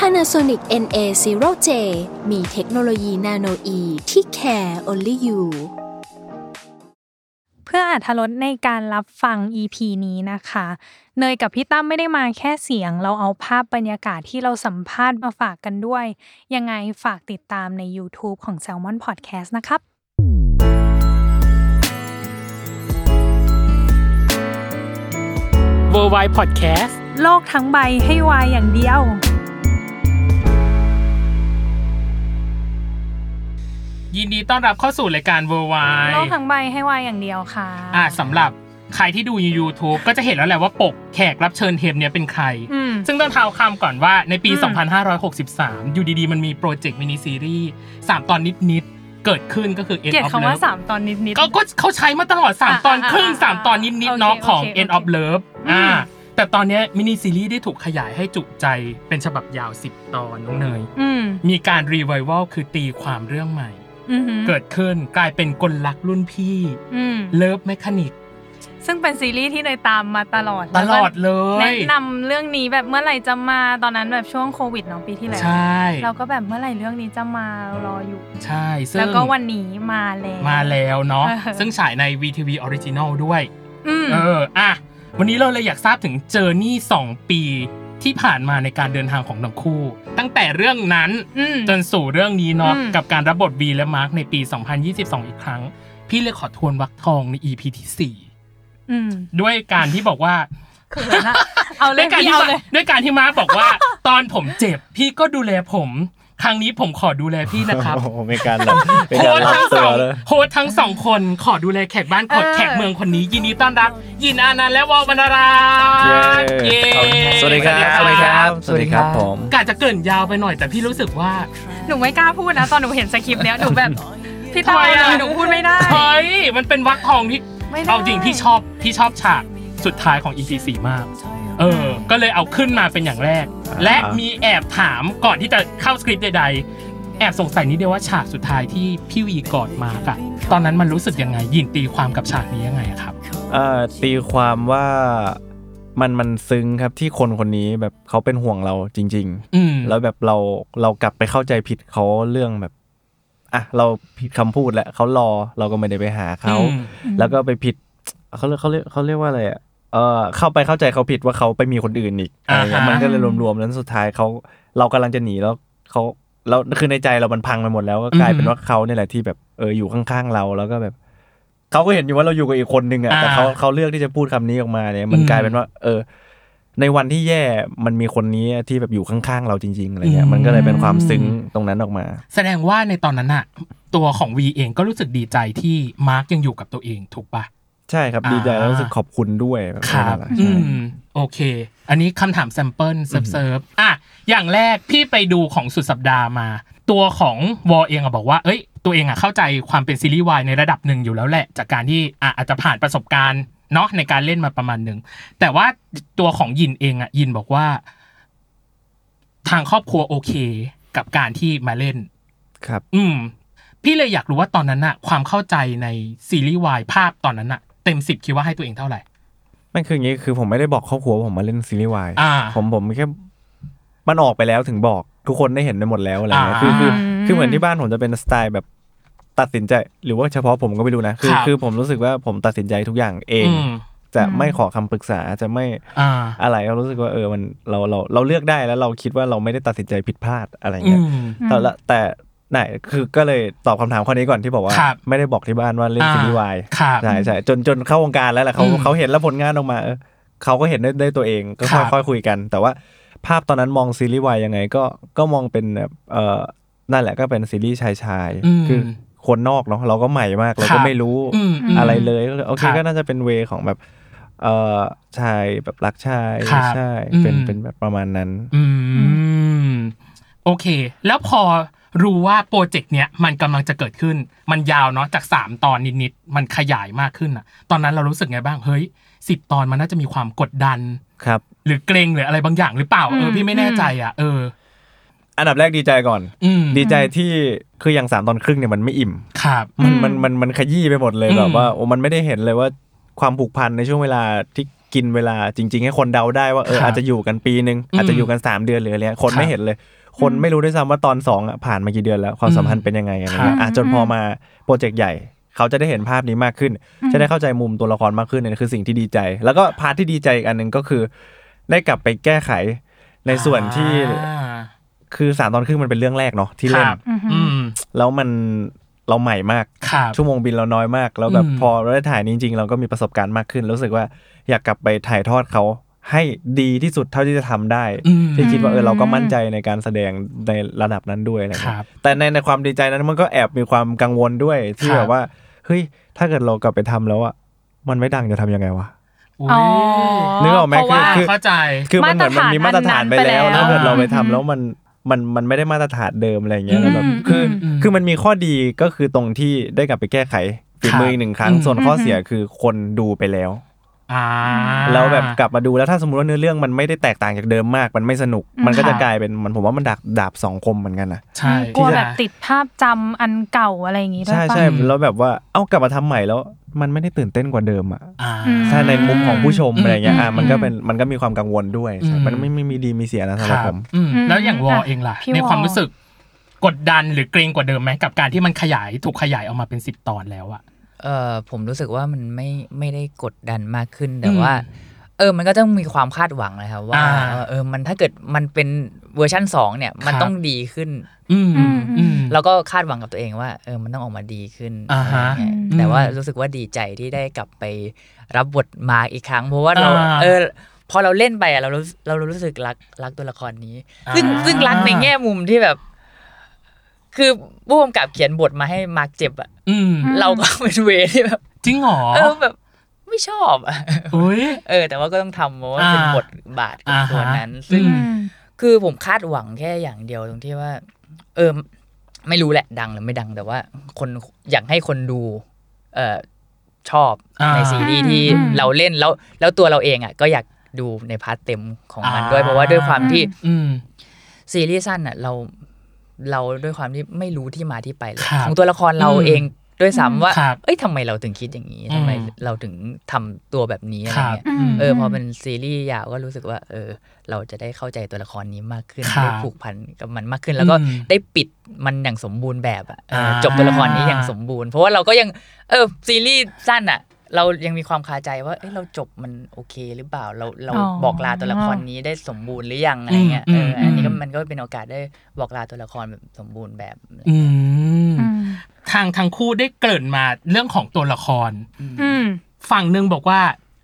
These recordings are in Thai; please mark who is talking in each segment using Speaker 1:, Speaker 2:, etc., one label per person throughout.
Speaker 1: Panasonic NA0J มีเทคโนโลยีนาโนอีที่ care only you
Speaker 2: เพื่ออาธรตในการรับฟัง EP นี้นะคะ เนยกับพี่ตั้มไม่ได้มาแค่เสียง เราเอาภาพบรรยากาศที่เราสัมภาษณ์มาฝากกันด้วย ยังไงฝากติดตามใน YouTube ของ Salmon Podcast นะครับ
Speaker 3: w o r l d w i d e Podcast
Speaker 2: โลกทั้งใบให้วายอย่างเดียว
Speaker 3: ยินดีต้อนรับเข้าสู่รายการ w o r l d w i d
Speaker 2: โลก
Speaker 3: e
Speaker 2: ทั้งใบให้วายอย่างเดียวค่ะ
Speaker 3: อ่ะสำหรับใครที่ดูใน YouTube ก็จะเห็นแล้วแหละว่าปกแขกรับเชิญเทปเนี้ยเป็นใคร
Speaker 2: อืม
Speaker 3: ซึ่งต้องเท้าความก่อนว่าในปี
Speaker 2: อืม
Speaker 3: 2563 อยู่ดีๆ มันมีโปรเจกต์มินิซีรีส์3ตอนนิด ๆ เกิดขึ้นก็คือ
Speaker 2: เก
Speaker 3: End
Speaker 2: ลียด
Speaker 3: of
Speaker 2: คำว่า
Speaker 3: Love
Speaker 2: 3 ตอนนิด
Speaker 3: ก็ก็เขาใช้มาตลอด 3 ตอน
Speaker 2: อ่ะ
Speaker 3: ครึ่ง
Speaker 2: อ่ะ
Speaker 3: 3 ตอนนิด
Speaker 2: โอ
Speaker 3: ๆ
Speaker 2: เค
Speaker 3: เนาะของ
Speaker 2: โอเค
Speaker 3: End of Love
Speaker 2: อืม
Speaker 3: อ่าแต่ตอนเนี้ยมินิซีรีส์ได้ถูกขยายให้จุใจเป็นฉบับยาว 10 ตอนน้องเนย
Speaker 2: ๆ อืม
Speaker 3: มีการรีไววัลคือตีความเรื่องใหม่
Speaker 2: อือหือ
Speaker 3: เกิดขึ้นกลายเป็นกลลักรุ่นพี่
Speaker 2: อืม
Speaker 3: เลิฟแมคานิก
Speaker 2: ซึ่งเป็นซีรีส์ที่เนยตามมาตลอดแว
Speaker 3: ตล
Speaker 2: ก็
Speaker 3: อดเลย
Speaker 2: แนะนำเรื่องนี้แบบเมื่อไหร่จะมาตอนนั้นแบบช่วงโควิดเนาะปีที่แล้ว
Speaker 3: ใช่
Speaker 2: เราก็แบบเมื่อไหร่เรื่องนี้จะมาเรารออยู่
Speaker 3: ใช่ซึ่ง
Speaker 2: แล้วก็วันนี้มาแล้ว
Speaker 3: มาแล้วเนาะ
Speaker 2: เออ
Speaker 3: ซึ่งฉายใน VTV Original ด้วย
Speaker 2: อืม
Speaker 3: เอออ่ะวันนี้เราเลยอยากทราบถึงเจอร์นี่ 2 ปีที่ผ่านมาในการเดินทางของทั้งคู่ ตั้งแต่เรื่องนั้น
Speaker 2: อืม
Speaker 3: จนสู่เรื่องนี้เนาะ
Speaker 2: อืม
Speaker 3: กับการรับบทบีและมาร์คในปี 2022 อีกครั้ง พี่เลยขอทวนวักทองใน EP ที่สี่
Speaker 2: อืม
Speaker 3: ด้วยการที่บอกว่า
Speaker 2: คือแบบว่า เอาเล
Speaker 3: ด้วย ยการ
Speaker 2: พี่
Speaker 3: ที่
Speaker 2: เอา
Speaker 3: มา
Speaker 2: เลย
Speaker 3: ด้วยการที่มาร์คบอก ว่า ตอนผมเจ็บ พี่ก็ดูแลผม ครั้งนี้ผมขอดูแลพี่นะครับ
Speaker 4: โอ้โหไม่การหลับไม่
Speaker 3: โค้ช
Speaker 4: การหลับ
Speaker 3: ทั้งสอ
Speaker 4: ตัว
Speaker 3: ง
Speaker 4: เลย
Speaker 3: โค้ชทั้งสองคนขอดูแลแขก บ้านขอ
Speaker 2: เออ
Speaker 3: แขกเมืองคนนี้ ยินดีต้อนรับ ยินอานันต์และวอลบรรณรัตน์เย้
Speaker 4: สวัสดีครับ สวัสดีครับผม
Speaker 3: กาจะเกรินยาวไปหน่อยแต่พี่รู้สึกว่า
Speaker 2: หนูไม่กล้าพูดนะ ตอนหนูเห็นสคริปต์เนี้ยหนู แบบพี่ตา
Speaker 3: ทำไม
Speaker 2: ย
Speaker 3: อะ
Speaker 2: หนูพูดไม่ได้
Speaker 3: เฮ้ยมันเป็นวักทองที่
Speaker 2: ไม่ได้
Speaker 3: เอาจริงพี่ชอบพี่ชอบฉากสุดท้ายของ EP 4มาก เออ ก็เลยเอาขึ้นมาเป็นอย่างแรก และมีแอบถามก่อนที่จะเข้าสคริปต์ใดๆ แอบสงสัยนิดเดียวว่าฉากสุดท้ายที่พี่วีกอดมาร์กอะตอนนั้นมันรู้สึกยังไง ยินตีความกับฉากนี้ยังไงอะครับ
Speaker 4: เอ่อตีความว่ามันมันซึ้งครับที่คนคนนี้แบบเขาเป็นห่วงเราจริง
Speaker 3: อืม
Speaker 4: ๆ แล้วแบบเราเรากลับไปเข้าใจผิดเขาเรื่องแบบอ่ะเราผิดคำพูดแหละเขารอเราก็ไม่ได้ไปหาเขา
Speaker 3: อืม
Speaker 4: แล้วก็ไปผิดเขาเรียกเขาเรียกเขาเรียกว่าอะไรอ่ะเออเข้าไปเข้าใจเขาผิดว่าเขาไปมีคนอื่นอีกอะไรเงี้ย
Speaker 3: อ่าฮะ
Speaker 4: มันก็เลยรวมๆแล้วสุดท้ายเขาเรากำลังจะหนีแล้วเขาเราคือในใจเรามันพังไปหมดแล้วก็กลายเป็นว่าเขาเนี่ยแหละที่แบบเอออยู่ข้างๆเราแล้วก็แบบ เขาก็เห็นอยู่ว่าเราอยู่กับอีกคนนึงอะ
Speaker 3: อ่า
Speaker 4: แต่เขาเขาเลือกที่จะพูดคำนี้ออกมาเนี่ย มัน
Speaker 3: อืม
Speaker 4: กลายเป็นว่า เออ ในวันที่แย่มันมีคนนี้ที่แบบอยู่ข้างๆเราจริงๆอะไรเงี้
Speaker 3: อืม
Speaker 4: ยมันก็เลยเป็นความซึ้งตรงนั้นออกมา
Speaker 3: แสดงว่าในตอนนั้นอะตัวของวีเองก็รู้สึกดีใจที่มาร์กยังอยู่กับตัวเองถูกปะ
Speaker 4: ใช่ครับ
Speaker 3: อ่า
Speaker 4: ดีใจแล้วรู้สึกขอบคุณด้วยแ
Speaker 3: ครับ
Speaker 4: นั้นอะ
Speaker 3: อื
Speaker 4: ใช่
Speaker 3: ม โอเค อันนี้คำถามแซมเปิลเซิร์ฟเซิร์ฟอ่ะ อย่างแรกพี่ไปดูของสุดสัปดาห์มา ตัวของวอเองอะบอกว่า เอ้ย ตัวเองอะเข้าใจความเป็นซีรีส์วายในระดับหนึ่งอยู่แล้วแหละ จากการที่อ่ะอาจจะผ่านประสบการณ์เนาะในการเล่นมาประมาณหนึ่ง แต่ว่าตัวของยินเองอะยินบอกว่า ทางครอบครัวโอเค กับการที่มาเล่น
Speaker 4: ครับ
Speaker 3: อืม พี่เลยอยากรู้ว่าตอนนั้นอะความเข้าใจในซีรีส์วายภาพตอนนั้นอะเต็มสิบคิดว่าให้ตัวเองเท่าไหร่
Speaker 4: มันคืออย่างนี้คือผมไม่ได้บอกครอบครัวว่าผมมาเล่นซีรีส์วาย
Speaker 3: อ่า
Speaker 4: ผมผมแค่มันออกไปแล้วถึงบอกทุกคนได้เห็นไปหมดแล้วอะไรเงี้ย
Speaker 3: อ่า
Speaker 4: คือคือ
Speaker 2: อืม
Speaker 4: คือเหมือนที่บ้านผมจะเป็นสไตล์แบบตัดสินใจ หรือว่าเฉพาะผมก็ไม่รู้นะคือ
Speaker 3: ครับ
Speaker 4: คือผมรู้สึกว่าผมตัดสินใจทุกอย่างเอง
Speaker 3: อืม
Speaker 4: จะไม่ขอคำปรึกษาจะไม่
Speaker 3: อ่า
Speaker 4: อะไรเรารู้สึกว่าเออมันเราเราเราเลือกได้แล้วเราคิดว่าเราไม่ได้ตัดสินใจผิดพลาดอะไร
Speaker 3: อื
Speaker 4: เงี้ย
Speaker 3: ม
Speaker 4: แต่ละแต่ไหนคือก็เลยตอบคำถามข้อนี้ก่อนที่บอกว่า
Speaker 3: ครับ
Speaker 4: ไม่ได้บอกที่บ้านว่าเล่นซีรีส์วาย
Speaker 3: ครับ
Speaker 4: ใช่ใช่จนจนเข้าวงการแล้วแหละเขา
Speaker 3: อืม
Speaker 4: เขาเห็นแล้วผลงานออกมาเออเขาก็เห็นได้วยด้วยตัวเองก็
Speaker 3: ครั
Speaker 4: ค่อบ ยค่อยคุยกัน แต่ว่าภาพตอนนั้นมองซีรีส์วายยังไงก็ก็มองเป็นแบบเออนั่นแหละก็เป็นซีรีส์ชายชายๆ
Speaker 3: อืม
Speaker 4: คือคนนอกเนาะเราก็ใหม่มากเรา
Speaker 3: ครั
Speaker 4: ก็
Speaker 3: บ
Speaker 4: ไม่รู้
Speaker 3: อืมม
Speaker 4: อะไรเลยก็เลยโอเค
Speaker 3: ครับ
Speaker 4: ก็น่าจะเป็นเวของแบบเออชายแบบรักชาย
Speaker 3: ครับ
Speaker 4: ใช่
Speaker 3: อืม
Speaker 4: เป็นเป็นแบบประมาณนั้น
Speaker 3: อืม โอเค แล้วพอ รู้ว่าโปรเจกต์เนี้ยมันกำลังจะเกิดขึ้น มันยาวเนาะจาก 3 ตอนนิดๆมันขยายมากขึ้นอะตอนนั้นเรารู้สึกไงบ้างเฮ้ยสิบตอนมันน่าจะมีความกดดัน
Speaker 4: ครับ
Speaker 3: หรือเกรงหรืออะไรบางอย่างหรือเปล่าเออพี่ไม่แน่ใจอ่ะเออ
Speaker 4: อันดับแรกดีใจก่อน
Speaker 3: อืม
Speaker 4: ดีใจที่คืออย่างสามตอนครึ่งเนี่ยมันไม่อิ่ม
Speaker 3: ครับ
Speaker 4: มัน
Speaker 2: อืม
Speaker 4: มันมันมันขยี้ไปหมดเลย
Speaker 3: อืม
Speaker 4: แบบว่าโอ้มันไม่ได้เห็นเลยว่าความผูกพันในช่วงเวลาที่กินเวลาจริง ๆ ให้คนเดาได้ว่าเอออาจจะอยู่กันปีหนึ่งอาจจะอยู่กันสามเดือนหรืออะไรเงี้ยคนไม่เห็นเลย คนไม่รู้ด้วยซ้ำว่าตอนสองอะผ่านมากี่เดือนแล้วความสัมพันธ์เป็นยังไงอะไรเงี้ยอ่ะจนพอมาโปรเจกต์ใหญ่ เขาจะได้เห็นภาพนี้มากขึ้น จะได้เข้าใจมุมตัวละครมากขึ้นเนี่ยคือสิ่งที่ดีใจ แล้วก็พาร์ทที่ดีใจอีกอันหนึ่งก็คือ ได้กลับไปแก้ไขในส่วนที่
Speaker 3: อ่า
Speaker 4: คือสามตอนครึ่งมันเป็นเรื่องแรกเนาะที่เล่
Speaker 3: คน รับอืม
Speaker 4: แล้วมันเราใหม่มาก
Speaker 3: ครับ
Speaker 4: ชั่วโมงบินเราน้อยมาก แล้วแบบ
Speaker 3: อืม
Speaker 4: พอเราได้ถ่ายนี้จริงๆ เราก็มีประสบการณ์มากขึ้น รู้สึกว่าอยากกลับไปถ่ายทอดเขาให้ดีที่สุดเท่าที่จะทำได้
Speaker 3: อืม
Speaker 4: ที่คิดว่าเออเราก็มั่นใจในการแสดงในระดับนั้นด้วยอะไร
Speaker 3: ครั
Speaker 4: เงี้
Speaker 3: บ
Speaker 4: ยแต่ในในความดีใจนั้นมันก็แอบมีความกังวลด้วยที่
Speaker 3: ครับ
Speaker 4: แบบว่าเฮ้ยถ้าเกิดเรากลับไปทำแล้วอะมันไม่ดังจะทำยังไงวะ
Speaker 3: อุ๊ย
Speaker 2: อ๋อ
Speaker 4: นึกออกไหม
Speaker 2: เพราะว่า
Speaker 4: คือ
Speaker 3: เข้าใจ
Speaker 4: คือมันเหมือนมันมีมาตรฐานไปแล้ว
Speaker 2: มาตรฐานอันนั้นไปแล้ว
Speaker 4: ถ้าเกิดเราไปทำ
Speaker 2: อืม
Speaker 4: แล้วมันมันมันไม่ได้มาตรฐานเดิมอะไรอย่างเงี้ย
Speaker 2: อืม
Speaker 4: แบบคืออ
Speaker 3: ม
Speaker 4: คือมันมีข้อดีก็คือตรงที่ได้กลับไปแก้ไขฝีมืออีกหนึ่งครั้ง
Speaker 3: ครับ
Speaker 4: ส่วนข้ออ
Speaker 2: ม
Speaker 4: เสียคือคนดูไปแล้ว
Speaker 3: อ่า
Speaker 4: แล้วแบบกลับมาดูแล้วถ้าสมมติว่าเนื้อเรื่องมันไม่ได้แตกต่างจากเดิมมาก มันไม่สนุก มันก็
Speaker 3: ครั
Speaker 4: จะ
Speaker 3: บ
Speaker 4: กลายเป็นมันผมว่ามันดักดาบสองคมเหมือนกันนะ
Speaker 3: ใช่
Speaker 2: กลัวแบบติดภาพจำอันเก่าอะไรอย่างงี้ด้วย
Speaker 4: ใช่
Speaker 2: ปะ
Speaker 4: ใช่แล้วแบบว่าเอ้ากลับมาทำใหม่แล้ว มันไม่ได้ตื่นเต้นกว่าเดิมอ่ะ
Speaker 3: อ่า
Speaker 4: ถ้าในมุมของผู้ชมอะไรเงี้ยอ่ะ
Speaker 2: อืม
Speaker 4: มันก็เป็นมันก็มีความกังวลด้วยใช่
Speaker 3: อืม
Speaker 4: มันไม่ไม่มีดีมีเสียนะ
Speaker 3: ค
Speaker 4: สำหรับ
Speaker 3: รับ
Speaker 4: ผม
Speaker 3: อืม
Speaker 2: อืม
Speaker 3: แล้วอย่างวอ
Speaker 2: อ่ะ
Speaker 3: เองล่ะ
Speaker 2: พี่
Speaker 3: ใน
Speaker 2: วอ
Speaker 3: ความรู้สึกกดดันหรือเกรงกว่าเดิมไหมกับการที่มันขยายถูกขยายออกมาเป็นสิบตอนแล้วอะ
Speaker 5: เออผมรู้สึกว่ามันไม่ไม่ได้กดดันมากขึ้นแต่
Speaker 3: อืม
Speaker 5: ว่า เออมันก็ต้องมีความคาดหวังนะครับว่า
Speaker 3: อ่า
Speaker 5: เออเออมันถ้าเกิดมันเป็นเวอร์ชั่น2เนี่ยมัน
Speaker 3: ครับ
Speaker 5: ต้องดีขึ้น
Speaker 3: อืม
Speaker 2: อืม
Speaker 3: อืม
Speaker 5: แล้วก็คาดหวังกับตัวเองว่าเออมันต้องออกมาดีขึ้น
Speaker 3: อ่าฮะ
Speaker 5: อะไรเงี้ย
Speaker 2: อื
Speaker 3: ม
Speaker 5: แต่ว่ารู้สึกว่าดีใจที่ได้กลับไปรับบทมาอีกครั้ง เพราะว่าเรา
Speaker 3: อ่า
Speaker 5: เออพอเราเล่นไปอะเรารู้เรารู้สึกรักรักตัวละครนี้ ซึ่ง
Speaker 3: อ่า
Speaker 5: ซึ่งรักในแง่มุมที่แบบ คือผู้กำกับเขียนบทมาให้มาร์กเจ็บอะ
Speaker 3: อืม
Speaker 2: ม
Speaker 5: เราก็เป็นเวที่แบบ
Speaker 3: จริงเหรอ
Speaker 5: เออแบบไม่ชอบอะ
Speaker 3: อุ้ย
Speaker 5: เออ แต่ว่าก็ต้องทำเพราะว่าเป็น
Speaker 3: อ่า
Speaker 5: บทบาทของ
Speaker 3: อ่าฮะ
Speaker 5: ตัวนั้น ซึ่ง
Speaker 3: อื
Speaker 2: อืม
Speaker 5: คือผมคาดหวังแค่อย่างเดียวตรงที่ว่า เออ ไม่รู้แหละดังหรือไม่ดังแต่ว่า คนอยากให้คนดู เออชอบ
Speaker 3: อ่า
Speaker 5: ในซีรีส์ที่
Speaker 2: อืม
Speaker 5: เราเล่นแล้ว แล้วตัวเราเองอ่ะ ก็อยากดูในพาร์ทเต็มของมันด้วย
Speaker 3: อ่า
Speaker 5: เพราะว่าด้วยความที่
Speaker 3: อืม
Speaker 5: ซีรีส์สั้นอ่ะ เรา เราด้วยความที่ไม่รู้ที่มาที่ไปเลย
Speaker 3: ครับ
Speaker 5: ของตัวละครเราเองด้วยซ้ำว่า
Speaker 3: ครับ
Speaker 5: เอ้ยทำไมเราถึงคิดอย่างนี้
Speaker 3: อืม
Speaker 5: ทำไมเราถึงทำตัวแบบนี้อะไร
Speaker 3: ครับ
Speaker 5: เงี้ย
Speaker 2: อืม
Speaker 5: เออพอเป็นซีรีส์ยาวก็รู้สึกว่า เออ เราจะได้เข้าใจตัวละครนี้มากขึ้น
Speaker 3: ครับ
Speaker 5: ได้ผูกพันกับมันมากขึ้น แล้วก็
Speaker 3: อืม
Speaker 5: ได้ปิดมันอย่างสมบูรณ์แบบอะเอออา จบตัวละครนี้อย่างสมบูรณ์ เพราะว่าเราก็ยังเออซีรีส์สั้นอะเรายังมีความคาใจว่าเอ้ยเราจบมันโอเคหรือเปล่าเราเรา
Speaker 2: อ๋อ
Speaker 5: บอกลาตัวละครนี้ได้สมบูรณ์หรือยังอะไรเงี้ยเอ
Speaker 2: ม
Speaker 5: อออันนี้ก็
Speaker 2: อืม
Speaker 5: มันก็เป็นโอกาสได้บอกลาตัวละครแบบสมบูรณ์แบบ
Speaker 3: อืม
Speaker 2: อืม
Speaker 3: ทางทั้งคู่ได้เกริ่นมาเรื่องของตัวละคร
Speaker 2: อืม
Speaker 3: ฝั่งหนึ่งบอกว่า